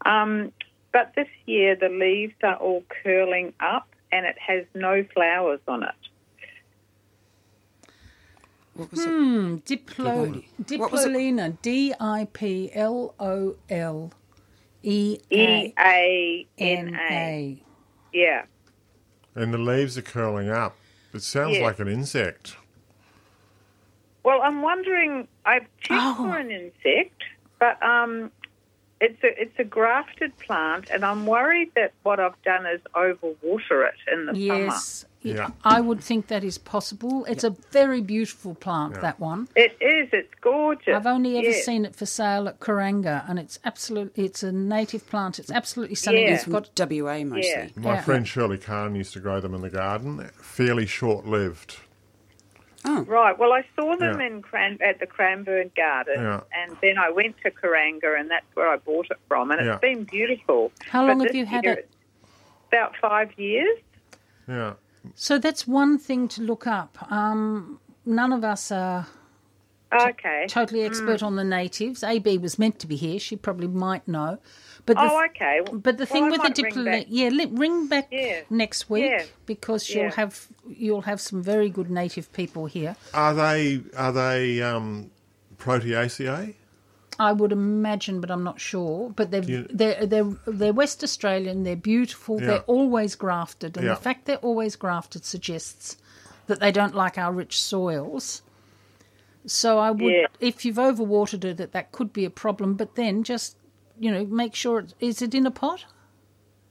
[SPEAKER 8] Um, but this year the leaves are all curling up and it has no flowers on it.
[SPEAKER 2] What was
[SPEAKER 1] Hmm,
[SPEAKER 2] it?
[SPEAKER 1] Diplo,
[SPEAKER 2] What was it?
[SPEAKER 1] Diplolena, D I P L O L E
[SPEAKER 8] E
[SPEAKER 1] A
[SPEAKER 8] A
[SPEAKER 5] E
[SPEAKER 1] N A.
[SPEAKER 8] Yeah.
[SPEAKER 3] And the leaves are curling up. It sounds
[SPEAKER 8] Yeah.
[SPEAKER 3] like an insect.
[SPEAKER 1] Oh.
[SPEAKER 8] Well, I'm wondering. I've checked for an insect, but um, It's a it's a grafted plant, and I'm worried that what I've done is overwater it in the summer.
[SPEAKER 1] Yes.
[SPEAKER 3] Yeah.
[SPEAKER 1] Yeah, I would think that is possible. It's a very beautiful plant, that one.
[SPEAKER 8] It is. It's gorgeous.
[SPEAKER 1] I've only ever
[SPEAKER 8] Yes.
[SPEAKER 1] seen it for sale at Karanga, and it's absolutely it's a native plant. It's absolutely sunny.
[SPEAKER 8] Yeah.
[SPEAKER 1] It's got
[SPEAKER 2] WA mostly.
[SPEAKER 8] Yeah.
[SPEAKER 3] My
[SPEAKER 1] Yeah.
[SPEAKER 3] friend Shirley Khan used to grow them in the garden. Fairly short lived.
[SPEAKER 8] Right. Well, I saw them
[SPEAKER 3] Yeah.
[SPEAKER 8] in Cran- at the Cranbourne Garden,
[SPEAKER 3] Yeah.
[SPEAKER 8] and then I went to Karanga, and that's where I bought it from, and
[SPEAKER 3] Yeah.
[SPEAKER 8] it's been beautiful.
[SPEAKER 1] How
[SPEAKER 8] But
[SPEAKER 1] long have
[SPEAKER 8] this
[SPEAKER 1] you had
[SPEAKER 8] year
[SPEAKER 1] it?
[SPEAKER 8] it's About five years.
[SPEAKER 3] Yeah.
[SPEAKER 1] so that's one thing to look up. Um, none of us are
[SPEAKER 8] Okay.
[SPEAKER 1] totally expert on the natives. AB was meant to be here; she probably might know. But the
[SPEAKER 8] Oh,
[SPEAKER 1] th-
[SPEAKER 8] okay.
[SPEAKER 1] But the
[SPEAKER 8] Well,
[SPEAKER 1] thing
[SPEAKER 8] I
[SPEAKER 1] with the
[SPEAKER 8] might ring
[SPEAKER 1] diplomat,
[SPEAKER 8] back.
[SPEAKER 1] yeah, li- ring back
[SPEAKER 8] Yeah.
[SPEAKER 1] next week
[SPEAKER 8] Yeah.
[SPEAKER 1] because you'll
[SPEAKER 8] Yeah.
[SPEAKER 1] have you'll have some very good native people here.
[SPEAKER 3] Are they are they um, Proteaceae?
[SPEAKER 1] I would imagine, but I'm not sure. But they're
[SPEAKER 3] you-
[SPEAKER 1] they're, they're they're West Australian. They're beautiful.
[SPEAKER 3] Yeah.
[SPEAKER 1] They're always grafted, and
[SPEAKER 3] Yeah.
[SPEAKER 1] the fact they're always grafted suggests that they don't like our rich soils. So I would,
[SPEAKER 8] Yeah.
[SPEAKER 1] if you've overwatered it, that that could be a problem. But then just you know make sure it's, is it in a pot.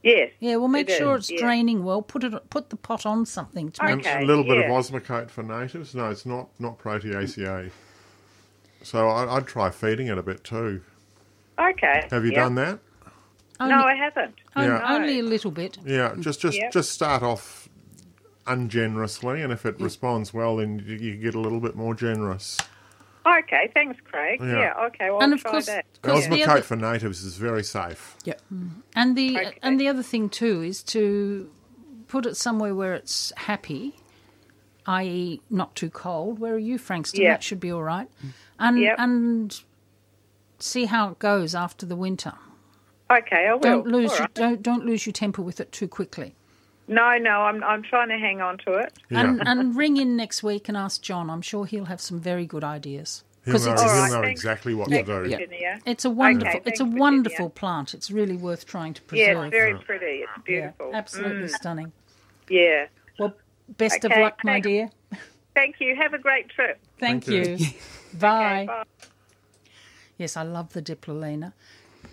[SPEAKER 8] Yes.
[SPEAKER 1] Yeah, well, make
[SPEAKER 8] It is,
[SPEAKER 1] sure it's
[SPEAKER 8] yeah.
[SPEAKER 1] draining well. Put it put the pot on something to
[SPEAKER 8] Okay.
[SPEAKER 3] And a little bit of
[SPEAKER 8] yeah.
[SPEAKER 3] Osmocote for natives? No, it's not not Proteaceae. So I, I'd try feeding it a bit too.
[SPEAKER 8] Okay.
[SPEAKER 3] Have you
[SPEAKER 8] yeah.
[SPEAKER 3] done that?
[SPEAKER 1] only,
[SPEAKER 8] No, I haven't.
[SPEAKER 1] on-
[SPEAKER 3] Yeah.
[SPEAKER 1] only a little bit.
[SPEAKER 3] Yeah, just just
[SPEAKER 8] Yep.
[SPEAKER 3] just start off ungenerously, and if it responds well, then you, you get a little bit more generous.
[SPEAKER 8] Okay. Thanks, Craig.
[SPEAKER 3] Yeah.
[SPEAKER 8] Yeah. okay. Well,
[SPEAKER 1] And
[SPEAKER 8] I'll
[SPEAKER 1] of
[SPEAKER 8] try
[SPEAKER 1] course-
[SPEAKER 8] that.
[SPEAKER 1] course, the
[SPEAKER 3] Osmocote
[SPEAKER 1] other-
[SPEAKER 3] for natives is very safe.
[SPEAKER 2] Yep.
[SPEAKER 1] And the
[SPEAKER 8] Okay.
[SPEAKER 1] and the other thing too is to put it somewhere where it's happy, i.e., not too cold. Where are you, Frankston?
[SPEAKER 8] Yeah.
[SPEAKER 1] That should be all right. And
[SPEAKER 8] Yep.
[SPEAKER 1] and see how it goes after the winter.
[SPEAKER 8] Okay, I will.
[SPEAKER 1] Don't lose
[SPEAKER 8] All
[SPEAKER 1] your,
[SPEAKER 8] right.
[SPEAKER 1] don't don't lose your temper with it too quickly.
[SPEAKER 8] No, no, I'm I'm trying to hang on to it.
[SPEAKER 3] Yeah.
[SPEAKER 1] And and ring in next week and ask John. I'm sure he'll have some very good ideas.
[SPEAKER 3] He'll know,
[SPEAKER 1] Because it's
[SPEAKER 3] he'll
[SPEAKER 8] Alright,
[SPEAKER 3] know
[SPEAKER 8] thanks.
[SPEAKER 3] exactly what
[SPEAKER 8] Thanks,
[SPEAKER 3] to do.
[SPEAKER 8] Virginia.
[SPEAKER 1] it's a wonderful
[SPEAKER 8] Okay,
[SPEAKER 1] it's a
[SPEAKER 8] thanks,
[SPEAKER 1] wonderful
[SPEAKER 8] Virginia.
[SPEAKER 1] plant. It's really worth trying to preserve.
[SPEAKER 8] Yeah, it's very pretty. It's beautiful.
[SPEAKER 1] Yeah, absolutely stunning.
[SPEAKER 8] Yeah.
[SPEAKER 1] Well, best of
[SPEAKER 8] Okay,
[SPEAKER 1] luck, my
[SPEAKER 8] thanks.
[SPEAKER 1] dear.
[SPEAKER 8] Thank you. Have a great trip.
[SPEAKER 1] Thank,
[SPEAKER 3] Thank
[SPEAKER 1] you. bye.
[SPEAKER 8] Okay, bye.
[SPEAKER 1] Yes, I love the Diplolena.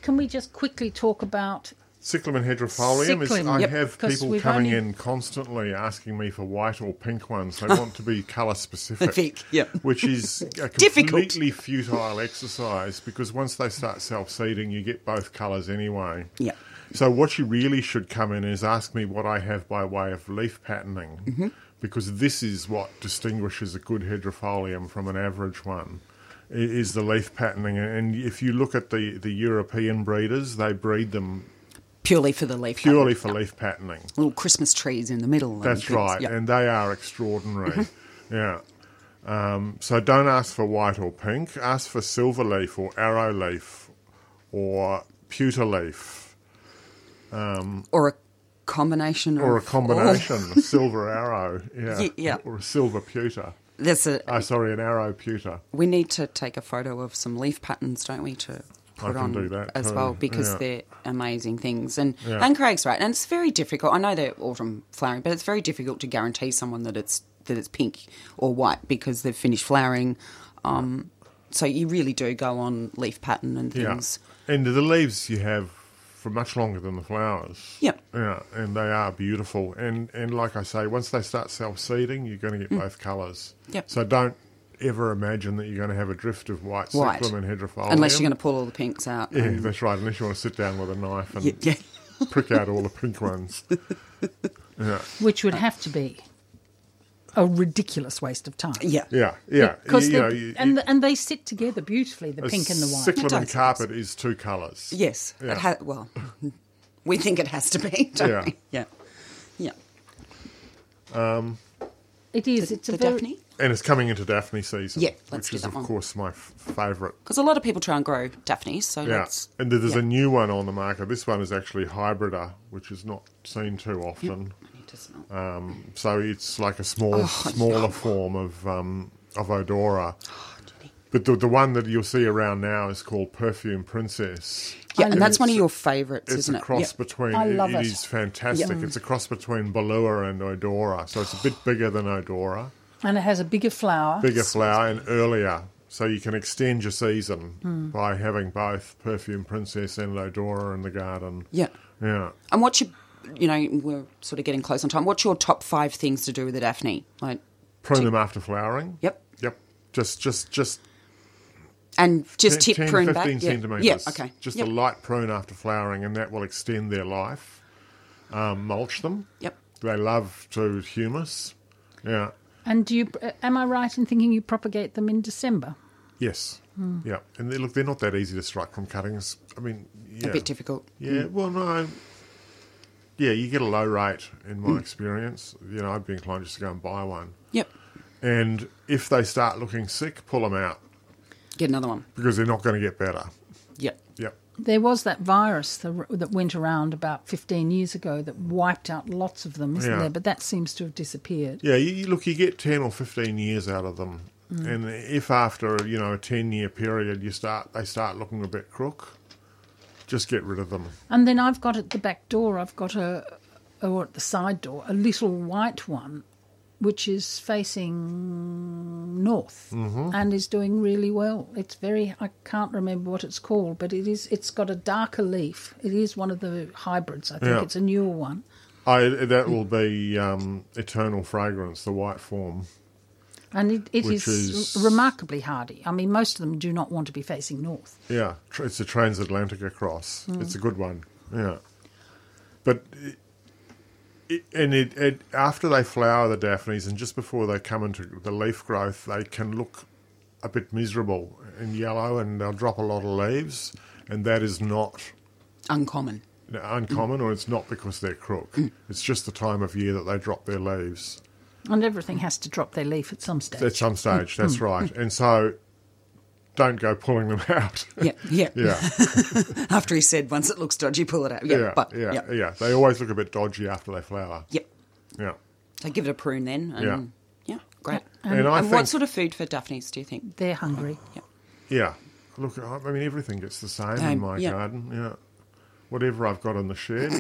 [SPEAKER 1] Can we just quickly talk about?
[SPEAKER 3] Cyclamen hedropholium is.
[SPEAKER 1] Cyclamen,
[SPEAKER 3] I
[SPEAKER 1] yep,
[SPEAKER 3] have
[SPEAKER 1] 'cause
[SPEAKER 3] people
[SPEAKER 1] we've
[SPEAKER 3] coming
[SPEAKER 1] only-
[SPEAKER 3] in constantly asking me for white or pink ones. They want to be colour specific,
[SPEAKER 2] Specific, yep.
[SPEAKER 3] which is a
[SPEAKER 2] Difficult.
[SPEAKER 3] completely futile exercise because once they start self seeding, you get both colours anyway.
[SPEAKER 2] Yeah.
[SPEAKER 3] So what you really should come in is ask me what I have by way of leaf patterning,
[SPEAKER 1] Mm-hmm.
[SPEAKER 3] because this is what distinguishes a good hedropholium from an average one. i- Is the leaf patterning, and if you look at the, the European breeders, they breed them
[SPEAKER 2] Purely for the leaf.
[SPEAKER 3] purely
[SPEAKER 2] pattern.
[SPEAKER 3] for leaf patterning.
[SPEAKER 2] Little Christmas trees in the middle. and
[SPEAKER 3] That's
[SPEAKER 2] things.
[SPEAKER 3] right,
[SPEAKER 2] Yep.
[SPEAKER 3] and they are extraordinary. yeah. Um, so don't ask for white or pink. Ask for silver leaf or arrow leaf or pewter leaf
[SPEAKER 2] or a combination.
[SPEAKER 3] or a
[SPEAKER 2] of
[SPEAKER 3] combination silver arrow. Yeah.
[SPEAKER 2] Oh. Ye- yeah.
[SPEAKER 3] Or a silver pewter.
[SPEAKER 2] all. That's a.
[SPEAKER 3] Oh, sorry, an arrow pewter.
[SPEAKER 2] We need to take a photo of some leaf patterns, don't we, to put
[SPEAKER 3] can
[SPEAKER 2] on
[SPEAKER 3] do that
[SPEAKER 2] as
[SPEAKER 3] too,
[SPEAKER 2] well because
[SPEAKER 3] yeah.
[SPEAKER 2] they're amazing things. And
[SPEAKER 3] Yeah.
[SPEAKER 2] and Craig's right, and it's very difficult. I know they're autumn flowering, but it's very difficult to guarantee someone that it's that it's pink or white because they've finished flowering. Um, so you really do go on leaf pattern and things.
[SPEAKER 3] Yeah. And the leaves you have for much longer than the flowers.
[SPEAKER 2] Yep.
[SPEAKER 3] Yeah, and they are beautiful. And and like I say, once they start self seeding, you're going to get both colours.
[SPEAKER 2] Mm. Yep.
[SPEAKER 3] So don't ever imagine that you're going to have a drift of white,
[SPEAKER 2] White.
[SPEAKER 3] cyclamen hedropholium.
[SPEAKER 2] Unless you're going to pull all the pinks out.
[SPEAKER 3] Yeah, that's right. Unless you want to sit down with a knife and
[SPEAKER 2] Yeah, yeah.
[SPEAKER 3] prick out all the pink ones. Yeah,
[SPEAKER 1] Which would have to be a ridiculous waste of time.
[SPEAKER 2] Yeah.
[SPEAKER 3] yeah, yeah.
[SPEAKER 1] Because
[SPEAKER 3] You- you
[SPEAKER 1] they-
[SPEAKER 3] know, you-
[SPEAKER 1] and the, and they sit together beautifully, the
[SPEAKER 3] a
[SPEAKER 1] pink and the white.
[SPEAKER 3] Cyclamen
[SPEAKER 2] It does.
[SPEAKER 3] carpet is two colours.
[SPEAKER 2] Yes.
[SPEAKER 3] Yeah.
[SPEAKER 2] It ha- well, we think it has to be, don't
[SPEAKER 3] Yeah.
[SPEAKER 2] we? Yeah. Yeah.
[SPEAKER 1] it is. It's
[SPEAKER 2] the
[SPEAKER 1] a very,
[SPEAKER 2] Daphne?
[SPEAKER 3] And it's coming into Daphne season,
[SPEAKER 2] Yeah, let's
[SPEAKER 3] which
[SPEAKER 2] do
[SPEAKER 3] is,
[SPEAKER 2] that
[SPEAKER 3] of
[SPEAKER 2] one.
[SPEAKER 3] course, my f- favourite
[SPEAKER 2] Because a lot of people try and grow Daphne, so
[SPEAKER 3] Yeah,
[SPEAKER 2] let's.
[SPEAKER 3] and there's
[SPEAKER 2] yeah.
[SPEAKER 3] a new one on the market. This one is actually hybrida, which is not seen too often.
[SPEAKER 2] I need to smell.
[SPEAKER 3] Um, so it's like a small,
[SPEAKER 2] Oh,
[SPEAKER 3] smaller form of um, of odora.
[SPEAKER 2] Oh,
[SPEAKER 3] But the, the one that you'll see around now is called Perfume Princess.
[SPEAKER 2] Yeah, and that's
[SPEAKER 3] it's-
[SPEAKER 2] one of your favourites,
[SPEAKER 3] It's
[SPEAKER 2] isn't
[SPEAKER 3] a
[SPEAKER 2] it?
[SPEAKER 3] cross
[SPEAKER 2] Yeah.
[SPEAKER 3] between.
[SPEAKER 1] I love
[SPEAKER 3] it
[SPEAKER 1] it.
[SPEAKER 3] is fantastic. It's a cross between Balua and Odora. So it's a bit bigger than Odora,
[SPEAKER 1] and it has a bigger flower.
[SPEAKER 3] bigger flower, and earlier. So you can extend your season
[SPEAKER 2] Hmm.
[SPEAKER 3] by having both Perfume Princess and Lodora in the garden.
[SPEAKER 2] Yeah.
[SPEAKER 3] Yeah.
[SPEAKER 2] And what's your, you know, we're sort of getting close on time. What's your top five things to do with the Daphne? Like,
[SPEAKER 3] Prune them after flowering.
[SPEAKER 2] Yep.
[SPEAKER 3] Yep. Just, just, just
[SPEAKER 2] and just
[SPEAKER 3] 10,
[SPEAKER 2] tip prune
[SPEAKER 3] 15
[SPEAKER 2] back. Yeah.
[SPEAKER 3] centimetres.
[SPEAKER 2] Yeah. Okay.
[SPEAKER 3] Just
[SPEAKER 2] yep.
[SPEAKER 3] a light prune after flowering, and that will extend their life. Um, mulch them.
[SPEAKER 2] Yep.
[SPEAKER 3] They love to humus. Yeah.
[SPEAKER 1] And do you? uh, Am I right in thinking you propagate them in December?
[SPEAKER 3] Yes.
[SPEAKER 2] Hmm.
[SPEAKER 3] Yeah. And they, look, they're not that easy to strike from cuttings. I mean, yeah.
[SPEAKER 2] A bit difficult. Hmm.
[SPEAKER 3] Yeah. Well, no. Yeah, you get a low rate in
[SPEAKER 2] Hmm.
[SPEAKER 3] my experience. You know, I'd be inclined just to go and buy one.
[SPEAKER 2] Yep.
[SPEAKER 3] And if they start looking sick, pull them out
[SPEAKER 2] Get another one.
[SPEAKER 3] because they're not going to get better.
[SPEAKER 2] Yep.
[SPEAKER 3] Yep.
[SPEAKER 1] There was that virus that, that went around about 15 years ago that wiped out lots of them, isn't
[SPEAKER 3] Yeah.
[SPEAKER 1] there? But that seems to have disappeared.
[SPEAKER 3] Yeah, you, you- look, you get 10 or 15 years out of them. And if after, you know, a 10 year period you start they start looking a bit crook, just get rid of them.
[SPEAKER 1] And then I've got at the back door, I've got a, or at the side door, a little white one, which is facing north
[SPEAKER 3] Mm-hmm.
[SPEAKER 1] and is doing really well. It's very, I can't remember what it's called, but it is, it's got a darker leaf. It is one of the hybrids. I think
[SPEAKER 3] Yeah.
[SPEAKER 1] it's a newer one.
[SPEAKER 3] I that will be um, eternal fragrance, the white form.
[SPEAKER 1] And it, it is,
[SPEAKER 3] Which is-
[SPEAKER 1] remarkably hardy. I mean, most of them do not want to be facing north.
[SPEAKER 3] Yeah, tr- it's a transatlantic across. It's a good one. Yeah, but it, it, and it, it after they flower the daphnes and just before they come into the leaf growth, they can look a bit miserable and yellow, and they'll drop a lot of leaves, and that is not
[SPEAKER 2] Uncommon.
[SPEAKER 3] uncommon, or it's not because they're crook. It's just the time of year that they drop their leaves.
[SPEAKER 1] And everything has to drop their leaf at some stage.
[SPEAKER 3] At some stage, that's right. And so, don't go pulling them out.
[SPEAKER 2] Yeah. Yeah.
[SPEAKER 3] yeah.
[SPEAKER 2] After he said, once it looks dodgy, pull it out. Yeah.
[SPEAKER 3] Yeah,
[SPEAKER 2] but
[SPEAKER 3] yeah,
[SPEAKER 2] yeah.
[SPEAKER 3] yeah, They always look a bit dodgy after they flower.
[SPEAKER 2] Yep.
[SPEAKER 3] Yeah.
[SPEAKER 2] So give it a prune then. And, yeah. Great.
[SPEAKER 1] um,
[SPEAKER 3] And I
[SPEAKER 2] and
[SPEAKER 3] think,
[SPEAKER 2] what sort of food for Daphnes do you think?
[SPEAKER 1] They're hungry.
[SPEAKER 3] yeah, look, I I mean, everything gets the same in
[SPEAKER 2] Um,
[SPEAKER 3] my
[SPEAKER 2] yeah.
[SPEAKER 3] garden. Yeah. Whatever I've got in the shed.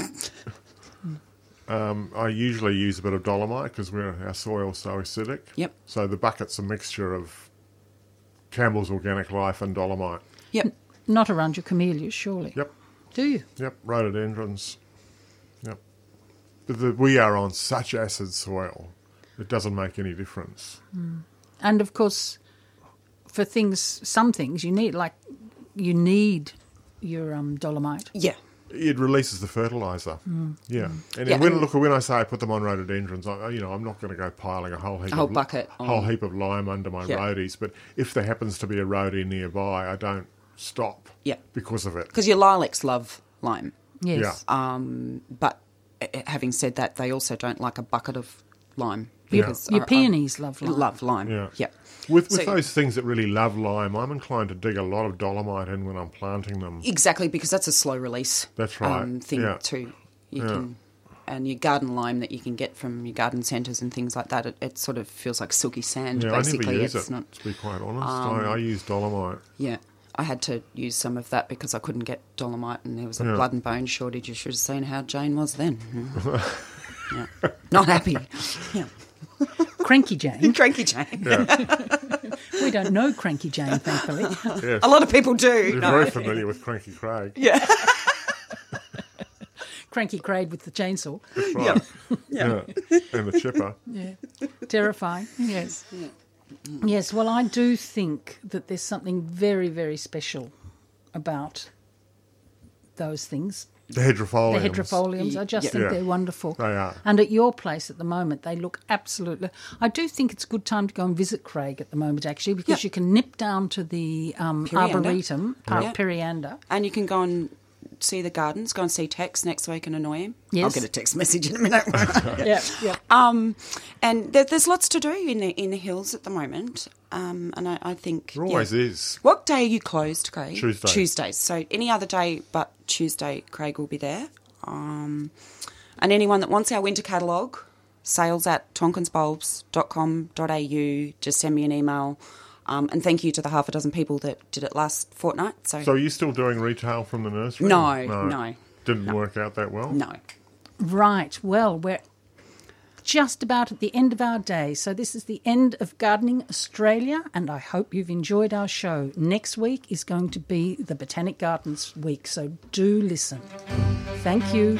[SPEAKER 3] um, I usually use a bit of dolomite because our soil's so acidic.
[SPEAKER 2] Yep.
[SPEAKER 3] So the bucket's a mixture of Campbell's Organic Life and dolomite.
[SPEAKER 2] Yep.
[SPEAKER 1] Not around your camellias, surely.
[SPEAKER 3] Yep.
[SPEAKER 1] Do you?
[SPEAKER 3] Yep, rhododendrons. Yep. But the, we are on such acid soil, it doesn't make any difference.
[SPEAKER 1] And of course, for things, some things you need, like you need your um, dolomite.
[SPEAKER 2] Yeah.
[SPEAKER 3] it releases the fertilizer. Yeah, and
[SPEAKER 2] Hmm. Yeah.
[SPEAKER 3] when look when I say I put them on rhododendrons, I, you know I'm not going to go piling a whole heap,
[SPEAKER 2] A whole
[SPEAKER 3] of,
[SPEAKER 2] bucket
[SPEAKER 3] whole
[SPEAKER 2] on-
[SPEAKER 3] heap of lime under my
[SPEAKER 2] Yeah.
[SPEAKER 3] roadies. But if there happens to be a roadie nearby, I don't stop.
[SPEAKER 2] Yeah.
[SPEAKER 3] because of it.
[SPEAKER 2] Because your lilacs love lime.
[SPEAKER 1] Yes.
[SPEAKER 3] Yeah,
[SPEAKER 2] Um, but uh, having said that, they also don't like a bucket of lime.
[SPEAKER 3] Yeah.
[SPEAKER 2] because
[SPEAKER 1] Your
[SPEAKER 2] I- I
[SPEAKER 1] peonies love lime.
[SPEAKER 2] Love lime.
[SPEAKER 3] Yeah.
[SPEAKER 2] Yep.
[SPEAKER 3] with with
[SPEAKER 2] So-
[SPEAKER 3] those things that really love lime, I'm inclined to dig a lot of dolomite in when I'm planting them.
[SPEAKER 2] Exactly, because that's a slow release.
[SPEAKER 3] That's right.
[SPEAKER 2] Um, thing
[SPEAKER 3] Yeah.
[SPEAKER 2] too. You can, and your garden lime that you can get from your garden centres and things like that, it, it sort of feels like silky sand.
[SPEAKER 3] Yeah,
[SPEAKER 2] basically,
[SPEAKER 3] I never use
[SPEAKER 2] it's
[SPEAKER 3] it.
[SPEAKER 2] not. Um,
[SPEAKER 3] To be quite honest, I, I use dolomite.
[SPEAKER 2] Yeah, I had to use some of that because I couldn't get dolomite, and there was a
[SPEAKER 3] Yeah.
[SPEAKER 2] blood and bone shortage. You should have seen how Jane was then. yeah. Not happy. Yeah,
[SPEAKER 1] Cranky Jane.
[SPEAKER 2] cranky Jane.
[SPEAKER 1] we don't know Cranky Jane, thankfully.
[SPEAKER 3] Yes.
[SPEAKER 2] A lot of people do.
[SPEAKER 3] You're
[SPEAKER 2] no.
[SPEAKER 3] very familiar with Cranky Craig.
[SPEAKER 1] Cranky Craig with the chainsaw.
[SPEAKER 3] That's right. yeah. And the chipper.
[SPEAKER 1] Yeah. Terrifying. Yes. Yes. Well, I do think that there's something very, very special about those things.
[SPEAKER 3] The hedropholiums.
[SPEAKER 1] The hedropholiums. I just
[SPEAKER 2] Yeah.
[SPEAKER 1] think
[SPEAKER 3] Yeah.
[SPEAKER 1] they're wonderful.
[SPEAKER 3] They are.
[SPEAKER 1] And at your place at the moment, they look absolutely. I do think it's a good time to go and visit Craig at the moment, actually, because
[SPEAKER 2] Yeah.
[SPEAKER 1] you can nip down to the um,
[SPEAKER 2] Periander.
[SPEAKER 1] Arboretum, uh, Park
[SPEAKER 2] Yeah.
[SPEAKER 1] Periander.
[SPEAKER 2] And you can go and see the gardens. Go and see Tex next week and annoy him. I'll
[SPEAKER 1] Yes.
[SPEAKER 2] get a text message in a minute.
[SPEAKER 1] Yeah, yeah.
[SPEAKER 2] Um, and there, there's lots to do in the in the hills at the moment. Um, and I, I think
[SPEAKER 3] There always is.
[SPEAKER 2] What day are you closed, Craig?
[SPEAKER 3] Tuesday.
[SPEAKER 2] Tuesdays. So any other day but Tuesday, Craig will be there. Um, and anyone that wants our winter catalogue, sales at tonkinsbulbs.com.au. Just send me an email. Um, and thank you to the half a dozen people that did it last fortnight. So,
[SPEAKER 3] So are you still doing retail from the nursery?
[SPEAKER 2] No, no.
[SPEAKER 3] Didn't work out that well?
[SPEAKER 2] no.
[SPEAKER 1] Right. Well, we're just about at the end of our day. So, this is the end of Gardening Australia, and I hope you've enjoyed our show. Next week is going to be the Botanic Gardens week, so do listen. Thank you.